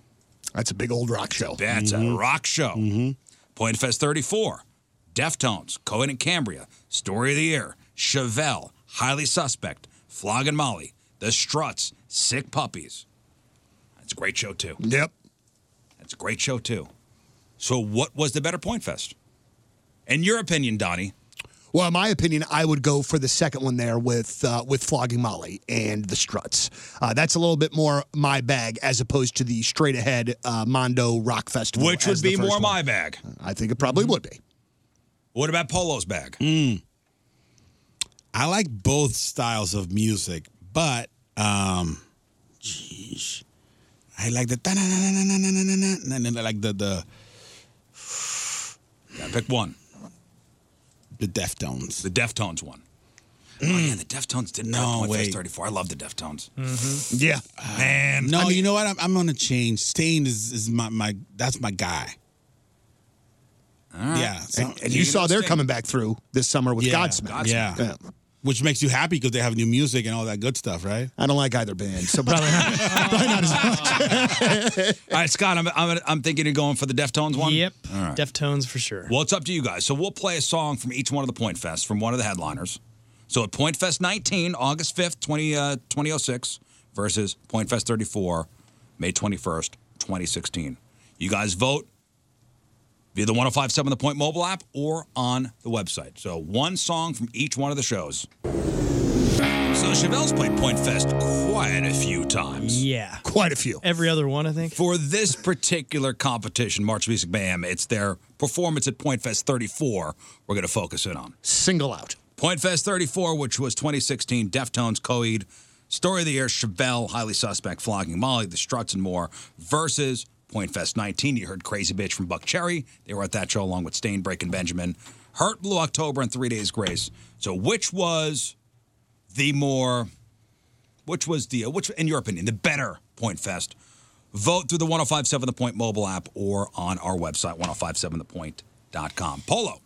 That's a big old rock show. Mm-hmm.
That's a rock show. Point Fest 34, Deftones, Cohen and Cambria, Story of the Year, Chevelle, Highly Suspect, Flog and Molly, The Struts, Sick Puppies. That's a great show, too.
Yep.
That's a great show, too. So, what was the better Point Fest? In your opinion, Donnie,
Well, in my opinion, I would go for the second one there with uh, with flogging Molly and the struts. Uh, that's a little bit more my bag as opposed to the straight ahead uh, Mondo Rock Festival,
Which would
as the
be
first
more
one.
my bag.
I think it probably would be.
What about Polo's bag?
I like both styles of music, but um, jeez, I like the ta-na-na-na-na-na-na-na-na, and then I like the the.
pick one.
The Deftones.
The Deftones one. Oh yeah, the Deftones did
No,
no
wait.
34. I love the Deftones.
Yeah, man. Mm-hmm. No, you know what? I'm, I'm gonna change. Stain is, is my, my that's my guy. Yeah, so-
and, and you saw they're coming back through this summer with Godsmack.
Yeah. Which makes you happy because they have new music and all that good stuff, right?
I don't like either
<laughs>
band, so probably not, probably not as
<laughs> All right, Scott, I'm, I'm, I'm thinking of going for the Deftones one. Yep. All right.
Deftones for sure.
Well, it's up to you guys. So we'll play a song from each one of the Point Fests, from one of the headliners. So at Point Fest 19, August 5th, 20, uh, 2006, versus Point Fest 34, May 21st, 2016. You guys vote via the 1057 The Point mobile app or on the website. So one song from each one of the shows. So Chevelle's played Point Fest quite a few times.
Yeah.
Quite a few.
Every other one, I think.
For this particular competition, March Music Mayhem, it's their performance at Point Fest 34 we're going to focus in on.
Single out.
Point Fest 34, which was 2016, Deftones, Coed, Story of the Year, Chevelle, Highly Suspect, Flogging Molly, The Struts, and more, versus Point Fest 19. You heard Crazy Bitch from Buck Cherry. They were at that show along with Stain, Break, and Benjamin. Hurt Blue October and Three Days Grace. So, which was the more, which was the, which, in your opinion, the better Point Fest? Vote through the 1057 The Point mobile app or on our website, 1057thepoint.com. Polo.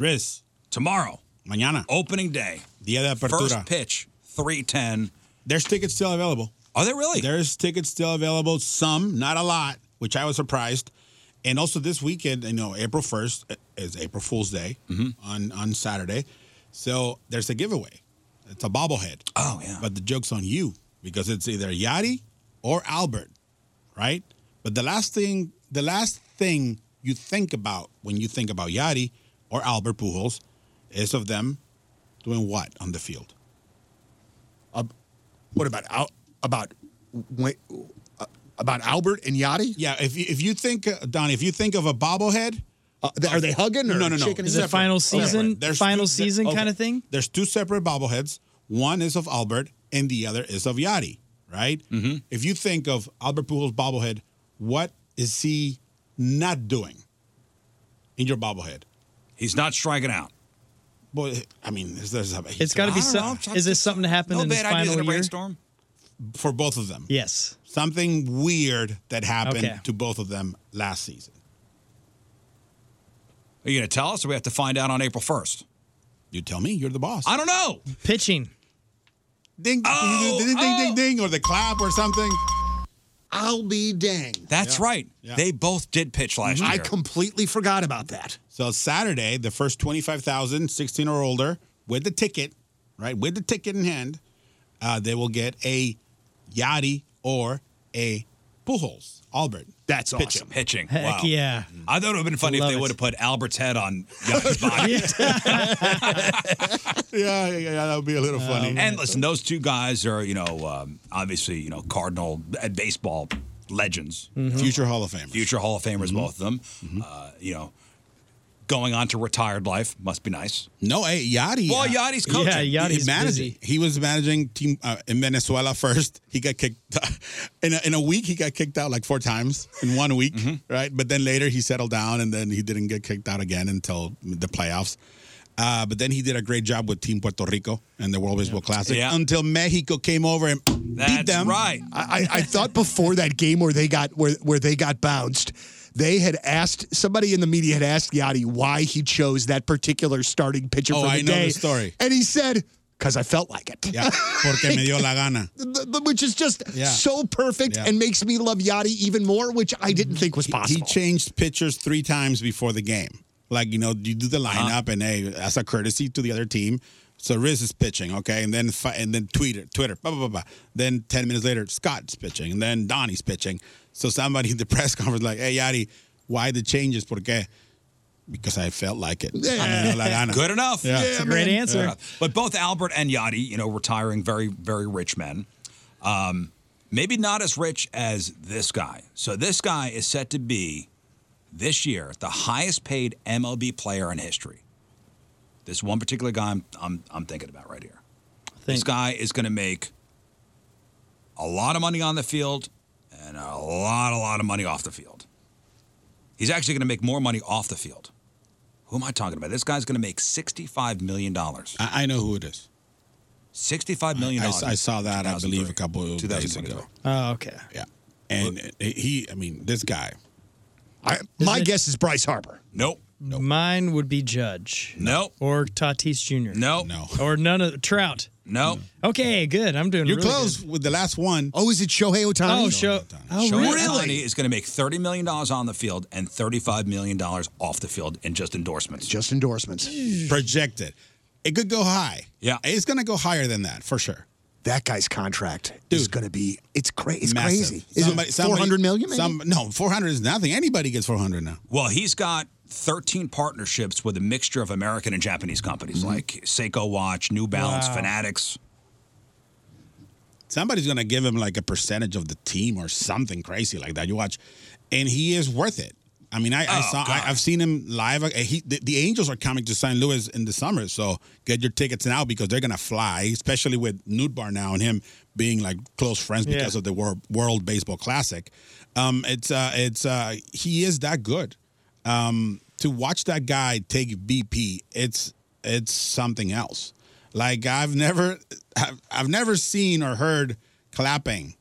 Riz.
Tomorrow.
Mañana.
Opening day.
Dia de apertura.
First pitch, 310.
There's tickets still available.
Are they really?
There's tickets still available. Some, not a lot, which I was surprised. And also this weekend, you know, April 1st is April Fool's Day
Mm-hmm.
on, on Saturday. So there's a giveaway. It's a bobblehead.
Oh, yeah.
But the joke's on you because it's either Yadi or Albert, right? But the last thing, the last thing you think about when you think about Yadi or Albert Pujols is of them doing what on the field?
What about Al- about wait, uh, about Albert and Yachty?
Yeah, if you, if you think uh, Donnie, if you think of a bobblehead,
are they hugging or
no no no?
shaking Is it separate? final season-
final season kinda thing?
There's two separate bobbleheads. One is of Albert and the other is of Yachty, right? If you think of Albert Pujols bobblehead, what is he not doing in your bobblehead?
He's not striking out.
Well, I mean, is there something?
It's got to be something. Is this something that happened in his final year?
for both of them?
Yes.
Something weird that happened
Okay.
to both of them last season.
Are you going to tell us or we have to find out on April 1st?
You tell me. You're the boss.
I don't know. Oh,
Pitching.
Ding, ding, ding, ding, ding, ding, or the clap or something.
I'll be dang.
That's right. They both did pitch last
I
year.
completely forgot about that.
So Saturday, the first 25,000, 16 or older, with the ticket, right, with the ticket in hand, uh, they will get a Yachty or a Pujols, Albert.
That's
pitching.
Pitching.
Heck
wow.
yeah.
I thought it would have been funny if
Love
they
it.
would have put Albert's head on
<laughs>
Yachty's
<laughs>
body.
yeah, yeah, yeah, that would be a little funny.
Um, and listen, those two guys are, you know, um, obviously, you know, Cardinal uh, baseball legends,
Mhm. Future Hall of Famers. Mm-hmm.
future Hall of Famers, both of them. Uh, you know, going on to retired life must be nice.
No, hey, Yachty. uh,
Well, Yachty's coaching.
He- he managing. He was managing team uh, in Venezuela first. He got kicked <laughs> in a, in a week. He got kicked out like four times in one week, right? But then later he settled down, and then he didn't get kicked out again until the playoffs. Uh, but then he did a great job with Team Puerto Rico and the World Baseball Classic
Yeah.
until Mexico came over and beat them.
I, I, I thought before that game where they got where where they got bounced, they had asked somebody in the media had asked Yachty why he chose that particular starting pitcher
Oh,
for the
I know
day.
the story.
and he said, "Cause I felt like it."
Yeah, porque
<laughs>
me dio la gana.
Th- th- which is just
Yeah.
so perfect
Yeah.
and makes me love Yachty even more, which I didn't think was
He
possible.
changed pitchers three times before the game. Like, you know, you do the
Uh-huh.
lineup and hey, as a courtesy to the other team. So Riz is pitching, okay, and then fi- and then Twitter, Twitter, blah blah blah. blah. Then ten minutes later, Scott's pitching, and then <laughs> Donnie's pitching. So somebody in the press conference like, "Hey Yadi, why the changes? Porque because I felt like it.
Yeah.
You know, like, I know.
Good enough.
Yeah. It's a great answer.
But both Albert and Yachty, you know, retiring very, very rich men. Um, maybe not as rich as this guy. So this guy is set to be this year the highest paid MLB player in history. This one particular guy I'm I'm, I'm thinking about right here. This guy is going to make a lot of money on the field and a lot, a lot of money off the field. He's actually going to make more money off the field. Who am I talking about? This guy's going to make sixty-five million dollars.
I, I know who it is.
Sixty-five million
I,
dollars.
I saw that, I believe, a couple of days ago.
Oh, okay.
Yeah. And he, I mean, this guy.
my guess is Bryce Harper.
Nope.
Mine would be Judge.
Nope.
Or Tatis Jr.
Nope.
No.
Or none of Trout.
No.
Okay, good. I'm doing.
You're
really
close
good.
with the last one.
Oh, is it Shohei
Oh, Sho- oh,
Shohei
really?
Ohtani is going to make thirty million dollars on the field and thirty-five million dollars off the field in just endorsements.
Just endorsements.
Projected. It could go high.
Yeah.
It's going to go higher than that for sure.
That guy's contract is going to be it's, cra- it's
Massive.
crazy. Is
Somebody-
it
somebody-
400 million maybe?
some- no, 400 is nothing. Anybody gets 400 now.
Well, he's got 13 partnerships with a mixture of American and Japanese companies
Mm-hmm.
like Seiko Watch, New Balance,
Wow.
Fanatics.
Somebody's going to give him like a percentage of the team or something crazy like that. You watch, and he is worth it. I mean, I, I
Oh,
saw, I, I've seen him live. Uh, He, the, the Angels are coming to St. Louis in the summer, so get your tickets now because they're going to fly, especially with Nudbar now and him being like close friends
Yeah.
because of the World, World Baseball Classic. Um, it's, uh, it's, uh, he is that good. Um, to watch that guy take BP, it's, it's something else. Like I've never, I've, I've never seen or heard clapping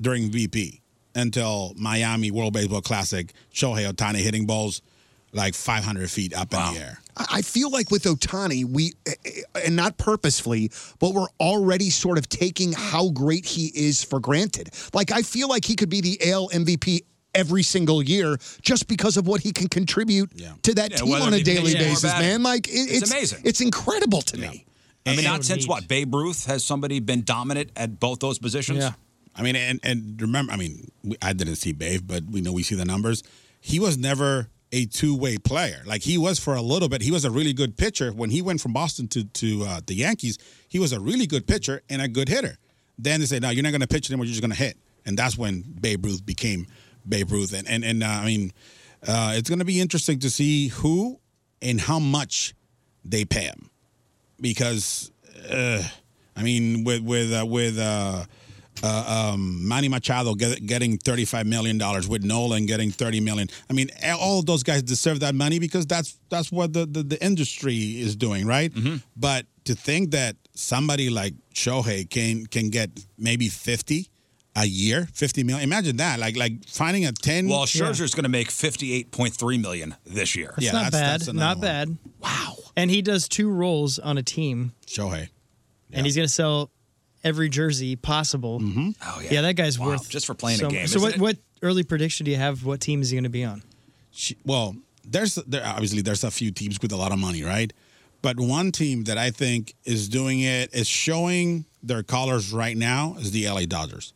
during VP until Miami World Baseball Classic. Shohei Otani hitting balls like 500 feet up in the air.
I I feel like with Otani, we, and not purposefully, but we're already sort of taking how great he is for granted. Like, I feel like he could be the AL MVP every single year just because of what he can contribute to that
Yeah,
team
whether
on
it be
a daily
pitching or
basis,
batting.
man. Like, it,
It's
it's,
amazing.
It's incredible to me.
I mean,
And-
not since what Babe Ruth has somebody been dominant at both those positions.
I mean, and and remember, I mean, we, I didn't see Babe, but we know we see the numbers. He was never a two-way player. Like he was for a little bit. He was a really good pitcher when he went from Boston to to uh, the Yankees. He was a really good pitcher and a good hitter. Then they said, "No, you're not going to pitch anymore. You're just going to hit." And that's when Babe Ruth became Babe Ruth. And and and uh, I mean, uh, it's going to be interesting to see who and how much they pay him because uh, I mean with with uh, with uh, uh, um, Manny Machado get, getting thirty five million dollars with Nolan getting thirty million. I mean all of those guys deserve that money because that's that's what the the, the industry is doing, right? But to think that somebody like Shohei can can get maybe fifty a year, fifty million. Imagine that, like like finding a ten.
Well, Scherzer's going to make 58.3 million this year.
That's not bad. not bad. Wow. And he does two roles on a team.
Shohei.
And he's going to sell every jersey possible. Mm-hmm.
Oh yeah.
that guy's
Wow,
worth
just for playing a
so,
game,
So
isn't
what?
it?
What early prediction do you have? What team is he going to be on?
she- well, there's there obviously there's a few teams with a lot of money, right? But one team that I think is doing it is showing their colors right now is the LA Dodgers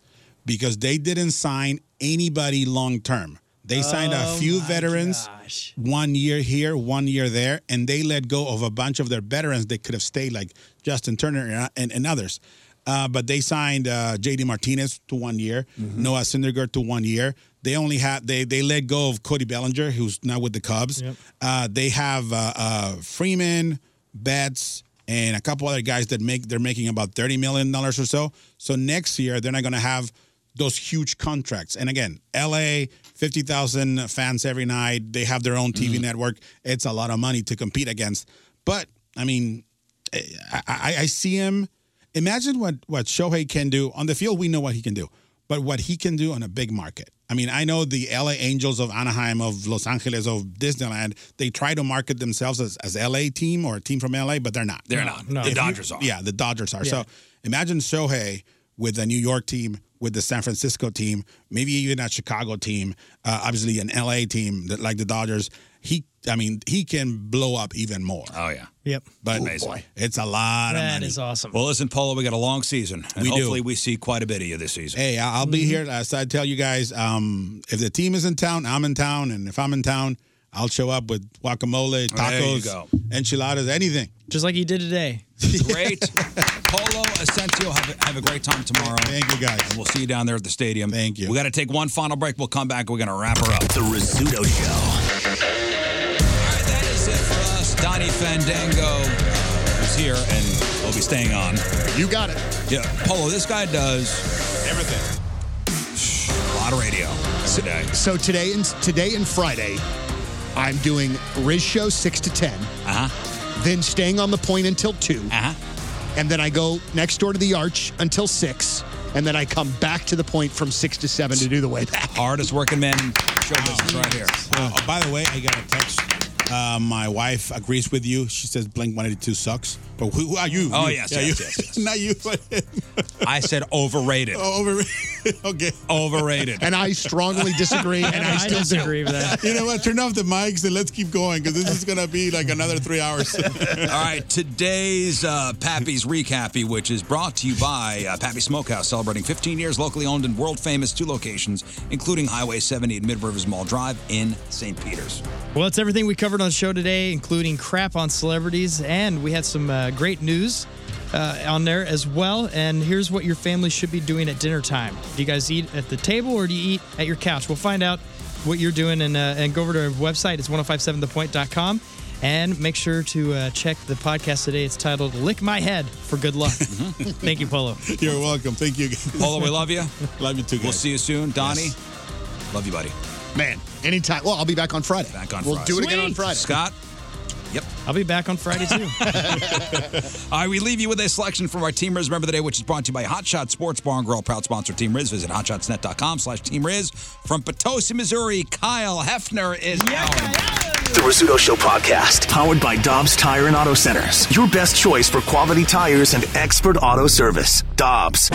because they didn't sign anybody long term. They signed a
Oh
few
my
veterans, one year here, one year there, and they let go of a bunch of their veterans that could have stayed, like Justin Turner and, and, and others. Uh, but they signed uh, J.D. Martinez to one year, Noah Syndergaard to one year. They only have they they let go of Cody Bellinger, who's now with the Cubs. Uh, they have uh, uh, Freeman, Betts, and a couple other guys that make they're making about thirty million dollars or so. So next year they're not going to have those huge contracts. And again, LA, 50,000 fans every night. They have their own TV network. It's a lot of money to compete against. But, I mean, I, I, I see him. Imagine what, what Shohei can do. On the field, we know what he can do. But what he can do on a big market. I mean, I know the LA Angels of Anaheim, of Los Angeles, of Disneyland, they try to market themselves as, as LA team or a team from LA, but they're not.
They're No, not. no. The
If
Dodgers are.
Yeah, the Dodgers are.
Yeah.
So imagine Shohei with the New York team, with the San Francisco team, maybe even a Chicago team, uh, obviously an LA team that, like the Dodgers. He, I mean, he can blow up even more.
Oh yeah.
Yep.
But it's a lot of money.
awesome.
Well, listen, Polo, we got a long season, and
We do.
hopefully we see quite a bit of you this season.
Hey, I-
Mm-hmm.
I'll be here. As I tell you guys, um, if the team is in town, I'm in town, and if I'm in town, I'll show up with guacamole, tacos,
There you go.
enchiladas, anything.
Just like you did today.
<laughs>
<laughs>
Great. Polo Asensio, have a, have a great time tomorrow. Thank
you, guys.
And we'll see you down there at the stadium. Thank you. We got to take one final break. We'll come back. We're going to wrap her up. The Rizzuto Show. That is it for us. Donnie Fandango is here and will be staying on.
You got it.
Yeah. Polo, this guy does
everything.
A lot of radio today.
So today and today and Friday, I'm doing Riz Show six to ten.
Uh
huh. Then staying on the point until two.
Uh huh.
And then I go next door to the arch until six, and then I come back to the point from six to seven to do the way back.
Hardest working man
<laughs>
in show business right here.
Uh, oh, by the way, I got a text. Uh, my wife agrees with you. She says Blink 182 sucks. But who, who are you?
Oh,
You.
yes,
Yeah,
yes,
you.
yes,
Not you, but
I said overrated.
Oh, <laughs> overrated. <laughs> okay.
Overrated.
And I strongly
<laughs>
disagree, and I still do.
You know what? Turn off the mics and let's keep going because this is going to be like another three
<laughs>
hours.
<laughs> All right, today's uh, Pappy's Recappy, which is brought to you by uh, Pappy Smokehouse, celebrating 15 years locally owned and world famous, two locations, including Highway 70 at Mid Rivers Mall Drive in St. Peter's.
Well, it's everything we covered on the show today, including crap on celebrities, and we had some uh, great news uh, on there as well. And here's what your family should be doing at dinner time. Do you guys eat at the table or do you eat at your couch? We'll find out what you're doing and, uh, and go over to our website. It's 1057thepoint.com. And make sure to uh, check the podcast today. It's titled Lick My Head for Good Luck. Thank you, Polo.
You're welcome. Thank you. guys.
Polo, we love you.
love you too, guys.
We'll see you soon. Donnie, love you, buddy.
Man, anytime. Well, I'll be back on Friday.
Back on
we'll
Friday.
do it again on Friday.
Scott? Yep.
I'll be back on Friday, too.
<laughs> All right, we leave you with a selection from our Team Riz Remember the Day, which is brought to you by Hot Shot Sports Bar and Grill, proud sponsor of Team Riz. Visit hotshotsnet.com slash Team Riz. From Potosi, Missouri, Kyle Hefner is our
The Rizzuto Show podcast, powered by Dobbs Tire and Auto Centers. Your best choice for quality tires and expert auto service. Dobbs.